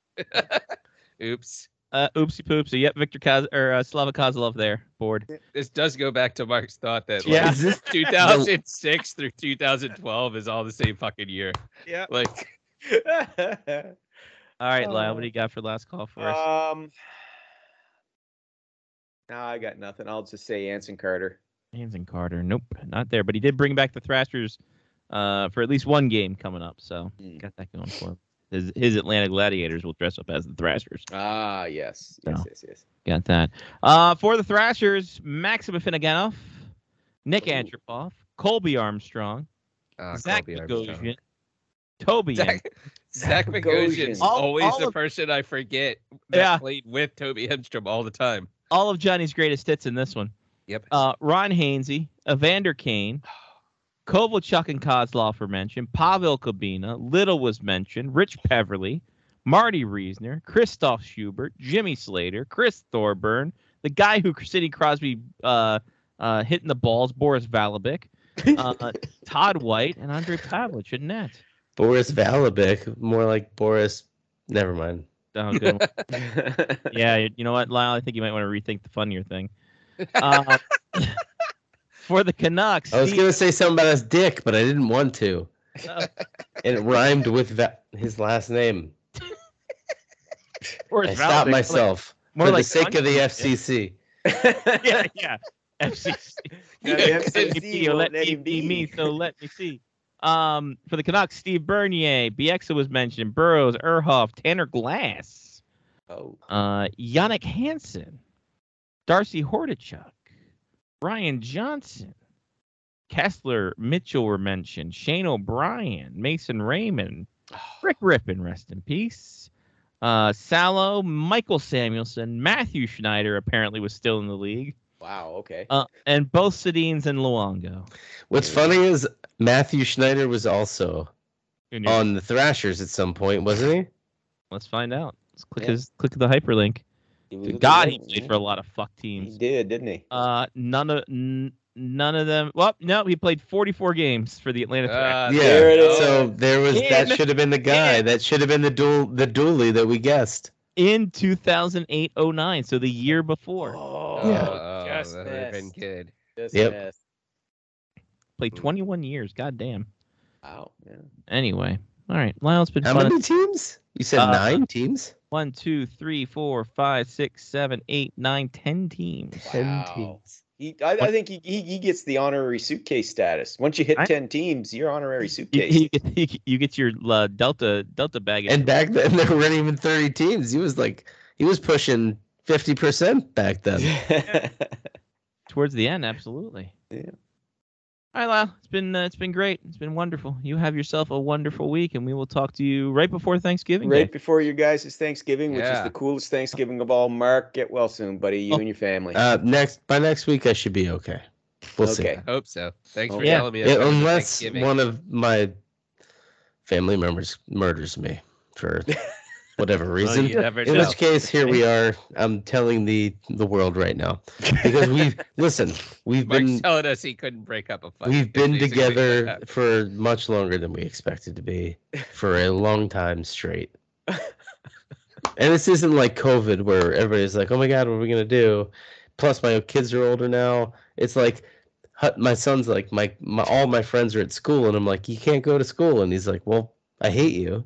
D: Oops.
A: Uh, oopsie poopsie. Yep, Victor Koz or uh, Slava Kozlov there. Board.
D: This does go back to Mark's thought that like,
A: Yeah.
E: Is this
D: 2006 through 2012 is all the same fucking year.
F: Yeah.
D: Like,
A: All right, Lyle,
F: Uh,
A: what do you got for last call for us?
F: um. No, I got nothing. I'll just say Anson Carter.
A: Hanson Carter. Nope, not there. But he did bring back the Thrashers uh, for at least one game coming up. So
F: Hmm.
A: got that going for him. His, his Atlanta Gladiators will dress up as the Thrashers.
F: Ah, yes, yes,
A: No.
F: yes, yes.
A: Got that. Uh, for the Thrashers, Maxim Finneganov, Nick
F: Ooh.
A: Andropov, Colby Armstrong,
E: Ah,
D: uh,
A: Zach
D: Colby Armstrong.
A: Bogosian, Toby. Em-
D: Zach, Zach Bogosian's
F: Bogosian.
A: All-
D: always
A: all
D: the
A: of-
D: person I forget that
A: Yeah.
D: played with Toby Hemstrom all the time.
A: all of Johnny's greatest hits in this one.
D: Yep.
A: Uh, Ron Hainsey, Evander Kane, Kovalchuk and Kozlov were mentioned. Pavel Kabina, Little was mentioned. Rich Peverly, Marty Reisner, Christoph Schubert, Jimmy Slater, Chris Thorburn, the guy who Sidney Crosby uh, uh, hitting the balls, Boris Valabik, uh, Todd White, and Andre Pavlich in net.
E: Boris Valabik, more like Boris. Never mind.
A: Oh, good one. yeah, you you know what, Lyle? I think you might want to rethink the funnier thing. Uh, for the Canucks,
E: I was
A: Steve-
E: gonna say something about his dick, but I didn't want to. And it rhymed with va- his last name.
A: Boris
E: I stopped
A: Valabik.
E: myself
A: More
E: for
A: like
E: the sake
A: Johnny?
E: of the FCC.
A: yeah, yeah. FCC.
F: Yeah, the FCC
A: you
F: won't
A: let
F: let
A: me
F: him
A: be
F: be.
A: me, so let me see. Um, for the Canucks, Steve Bernier, Bieksa was mentioned, Burrows, Erhoff, Tanner Glass,
F: oh,
A: uh, Yannick Hansen, Darcy Hordachuk, Ryan Johnson, Kessler Mitchell were mentioned, Shane O'Brien, Mason Raymond, Rick Rippin, rest in peace. Uh, Sallow, Michael Samuelson, Matthew Schneider apparently was still in the league.
F: wow. Okay.
A: Uh, and both Sedines and Luongo.
E: What's funny is Matthew Schneider was also
A: Junior.
E: on the Thrashers at some point, wasn't he?
A: Let's find out. Let's click
F: Yeah.
A: his click the hyperlink.
F: He was
A: To
F: with the
A: God, he
F: Lions,
A: played
F: yeah.
A: for a lot of fuck
F: He
A: teams.
F: did, didn't he?
A: Uh, none of n- none of them. Well, no, he played 44 games for the Atlanta. Thrashers.
D: Uh,
E: yeah.
F: there it is.
E: So there was
A: In-
E: that should have been the guy.
A: in.
E: That should have been the duel the dually that we guessed.
A: oh in 2008-09, so the year before.
F: oh,
D: Uh,
G: Yes,
D: the
G: yes.
D: urban kid.
G: Yes,
E: Yep.
G: yes.
A: Played 21 years. God damn.
G: Wow. Yeah.
A: Anyway. All right. Lionel, it's been
E: How
A: fun.
E: many teams? You said
A: Uh,
E: nine teams?
A: One, two, three, four, five, six, seven, eight, nine, ten teams.
E: Ten
G: Wow.
E: teams.
F: He, I, I think he, he, he gets the honorary suitcase status. Once you hit
A: I-
F: 10 teams, you're honorary
A: You,
F: suitcase.
A: you, get- you, get your uh, Delta Delta bag.
E: And back then there weren't even thirty teams. He was like he was pushing fifty percent back then.
A: towards the end, absolutely.
F: Yeah.
A: All right, Lyle. It's been uh, it's been great. It's been wonderful. You have yourself a wonderful week, and we will talk to you right before Thanksgiving.
F: right
A: Day.
F: before your guys' is Thanksgiving, which is
D: Yeah.
F: the coolest Thanksgiving of all. Mark, get well soon, buddy. You
A: Oh.
F: and your family.
E: Uh, next by next week I should be okay. We'll see.
F: okay.
D: I hope so. Thanks for
A: Yeah.
D: telling me.
E: Oh, Yeah,
D: about the
E: unless
D: Thanksgiving.
E: one of my family members murders me for whatever
D: Well,
E: reason.
D: you never
E: In
D: know.
E: which case, here we are. I'm telling the the world right now because we listen. We've
D: Mark's
E: been
D: telling us he couldn't break up a fight.
E: we've been
D: Basically,
E: together
D: yeah.
E: for much longer than we expected to be for a long time straight. and this isn't like COVID where everybody's like, "Oh my god, what are we gonna do?" Plus, my kids are older now. It's like hu- my son's like my, my all my friends are at school, and I'm like, "You can't go to school," and he's like, "Well, I hate you."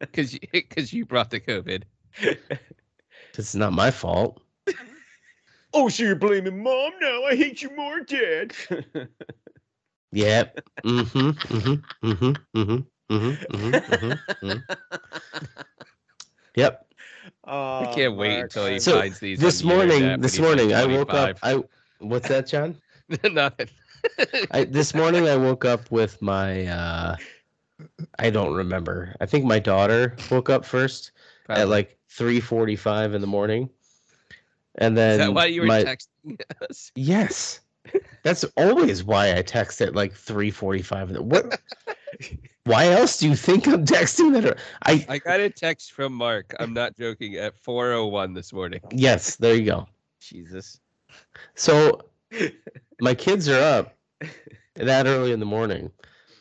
D: because because you brought the COVID.
E: It's not my fault.
F: Oh, so you're blaming mom now? I hate you more, Dad.
E: Yep. Mm-hmm. Mm-hmm. Mm-hmm. Mm-hmm. Mm-hmm. Mm-hmm. Yep.
F: oh,
D: I can't wait
F: Mark.
D: until he
E: So,
D: finds these.
E: This
D: on the internet
E: morning,
D: when
E: this
D: he's, like,
E: morning, I woke up.
D: 25.
E: I what's that, John?
D: Nothing.
E: I this morning I woke up with my uh I don't remember. I think my daughter woke up first
D: Probably.
E: at like 3:45 in the morning. And then
D: Is that why you were
E: my,
D: texting us?
E: Yes. That's always why I text at like 3:45 in the What Why else do you think I'm texting that? I
D: I got a text from Mark. I'm not joking. At 4:01 this morning.
E: yes, there you go.
D: Jesus.
E: So my kids are up that early in the morning,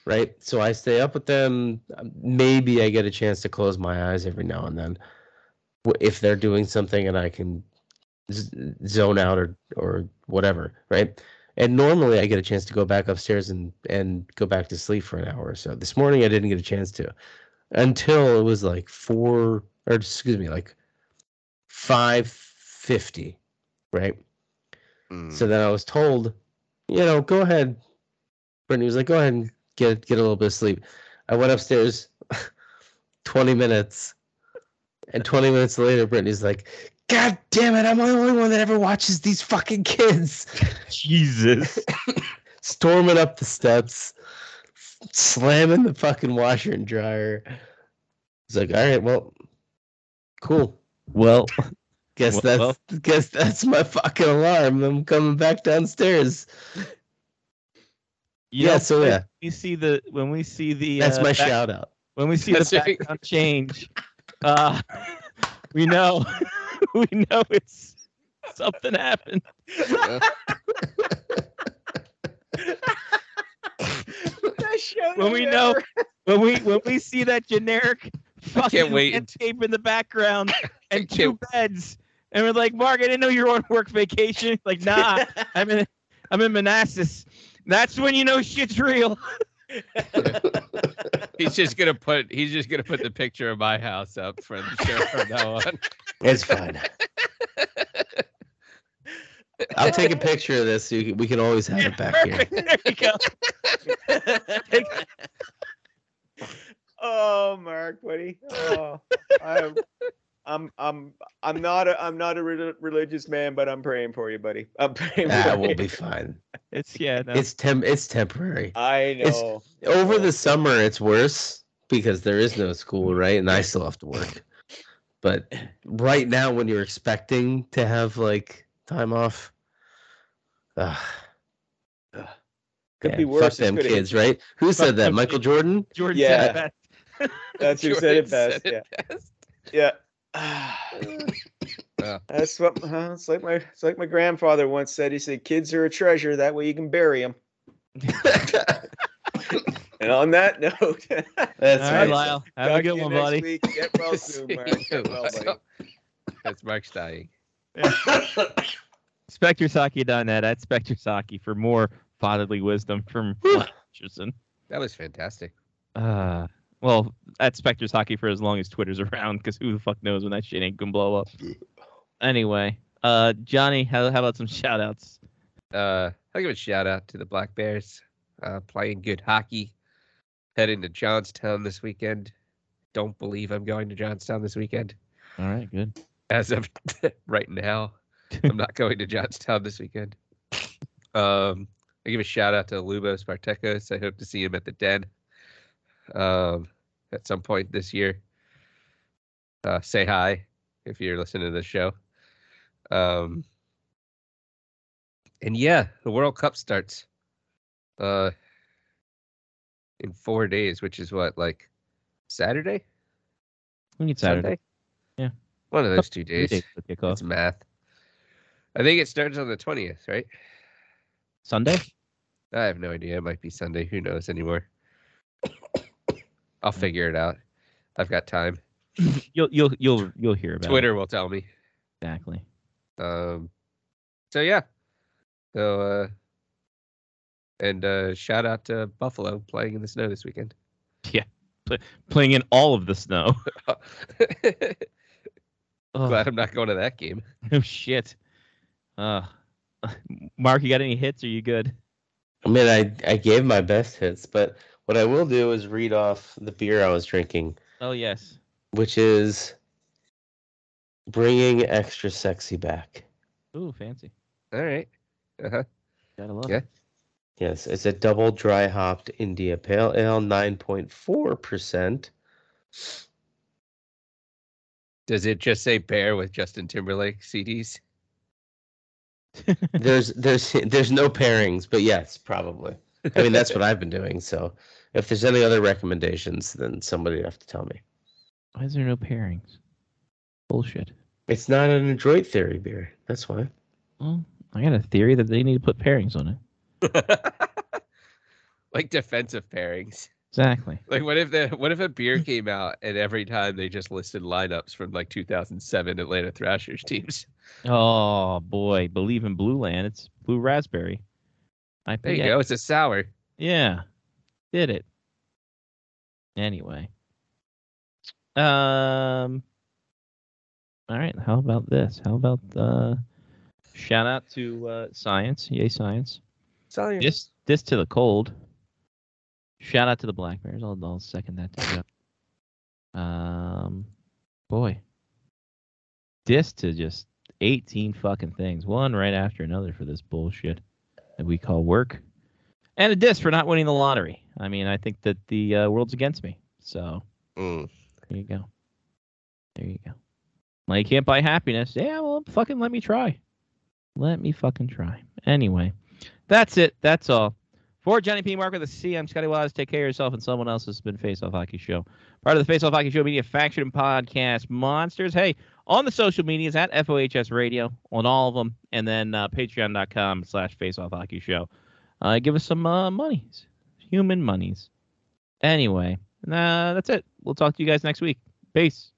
E: right? So I stay up with them. Maybe I get a chance to close my eyes every now and then w- if they're doing something and I can z- zone out or or whatever, right? And normally I get a chance to go back upstairs and and go back to sleep for an hour or so. This morning I didn't get a chance to until it was like 4 or excuse me, like 5:50, right?
D: Hmm.
E: So then I was told, you know, go ahead. Brittany was like, go ahead and get get a little bit of sleep. I went upstairs, twenty minutes, and twenty minutes later, Brittany's like, God damn it! I'm the only one that ever watches these fucking kids
A: Jesus.
E: storming up the steps, slamming the fucking washer and dryer. It's like, all right, well, cool.
A: Well,
E: Guess
A: Well-
E: that's guess that's my fucking alarm. I'm coming back downstairs.
A: you
E: yeah,
A: know,
E: so
A: when
E: yeah,
A: We see the when we see the
E: that's
A: uh,
E: my
A: back-
E: shout out.
A: When we see
D: That's
A: the
D: right.
A: background change, uh, we know we know it's something happened. When we know when we when we see that generic fucking
D: wait.
A: landscape in the background and
D: I
A: two
D: can't-
A: beds, and we're like, Mark, I didn't know you were on work vacation. Like, nah, I'm in I'm in Manassas. That's when you know shit's real.
D: He's just gonna put. He's just gonna put the picture of my house up from the show from now on.
E: It's fine. I'll take a picture of this so you can, we can always have it back here.
A: Perfect. There you go.
F: Oh, Mark, buddy. Oh, I'm, I'm, I'm, I'm not a, I'm not a re- religious man, but I'm praying for you, buddy. I'm praying
E: That
F: for
E: will
F: you.
E: be fine.
A: It's yeah. No.
E: It's tem it's temporary.
F: I
E: It's-
F: know.
E: Over the summer it's worse because there is no
F: Mm.
E: school, right? And I still have to work. But right now when you're expecting to have like time off, uh,
F: Could be worse.
E: Fuck
F: It's
E: them
F: gonna hit
E: kids, right? Who said that?
A: them
E: Michael Jordan?
A: Jordan
F: yeah.
A: said that.
F: That's who said it
D: Jordan
F: best.
D: said
F: Yeah.
D: it best.
F: Yeah. Ah.
D: Yeah.
F: That's what huh? it's like. My it's like my grandfather once said. He said, "Kids are a treasure. That way you can bury them." and on that note,
E: That's
A: All right,
E: right.
A: Lyle. Have
F: talk
A: a
F: to
A: good
F: you
A: one,
F: next
A: buddy.
F: Week. Get well soon, Mark. Get well, buddy.
D: That's Mark's dying.
A: SpectreSaki.net at SpectreSaki for more fatherly wisdom from Richardson.
D: That was fantastic.
A: Uh, well, at Spectre's hockey for as long as Twitter's around, because who the fuck knows when that shit ain't gonna blow up. Anyway, uh, Johnny, how, how about some shout outs?
D: Uh, I'll give a shout out to the Black Bears uh, playing good hockey. Heading to Johnstown this weekend. Don't believe I'm going to Johnstown this weekend.
A: All right, good.
D: as of right now. I'm not going to Johnstown this weekend. Um, I give a shout out to Lubos Bartekos. I hope to see him at the den um, at some point this year. Uh, say hi if you're listening to this show. Um, and yeah, the World Cup starts uh, in four days, which is what, like Saturday?
A: We need Saturday.
D: Sunday?
A: Yeah.
D: One of those two
A: Three
D: days.
A: for kickoff.
D: It's math. I think it starts on the 20th, right?
A: Sunday?
D: I have no idea. It might be Sunday. Who knows anymore? I'll figure it out. I've got time.
A: You'll you'll you'll you'll hear about it.
D: Twitter will tell me.
A: exactly.
D: Um, so yeah. So uh, and uh, shout out to Buffalo playing in the snow this weekend.
A: Playing in all of the snow.
D: Glad
A: Ugh.
D: I'm not going to that game.
A: Oh shit. Uh, Mark, you got any hits? Are you good?
E: I mean, I, I gave my best hits, but what I will do is read off the beer I was drinking,
A: Oh yes.
E: which is bringing extra sexy back.
A: Ooh, fancy.
D: All right. Uh-huh.
A: Gotta love.
D: Yeah.
A: it.
E: Yes, it's a double dry hopped India Pale Ale, 9.4%.
D: Does it just say bear with Justin Timberlake CDs?
E: there's there's there's no pairings, but yes, probably. I mean, that's what I've been doing. So, if there's any other recommendations, then somebody would have to tell me.
A: Why is there no pairings? Bullshit.
E: It's not an adroit theory beer. That's why.
A: Well, I got a theory that they need to put pairings on it.
D: like defensive pairings.
A: Exactly.
D: Like what if the what if a beer came out and every time they just listed lineups from like 2007 Atlanta Thrashers teams?
A: Oh boy, believe in Blue Land. It's blue raspberry. I
D: There you go. It's a sour.
A: Yeah, did it. Anyway, um, all right. How about this? How about uh, shout out to uh, science? Yay, science!
D: Science.
A: This this to the cold. Shout out to the Black Bears. I'll, I'll second that. Too. Um, boy, this to just eighteen fucking things, one right after another for this bullshit that we call work, and a diss for not winning the lottery. I mean, I think that the uh, world's against me. So
D: Mm.
A: there you go. There you go. Well, you can't buy happiness. Yeah, well, fucking let me try. Let me fucking try. Anyway, that's it. That's all. For Johnny P. Mark with a C, I'm Scotty Wise. Take care of yourself and someone else. This has been Face Off Hockey Show. Part of the Face Off Hockey Show Media Faction Podcast Monsters. Hey, on the social medias at FOHS Radio on all of them, and then uh, patreon.com slash Face Off Hockey Show. Uh, give us some uh, monies, human monies. Anyway, uh, that's it. We'll talk to you guys next week. Peace.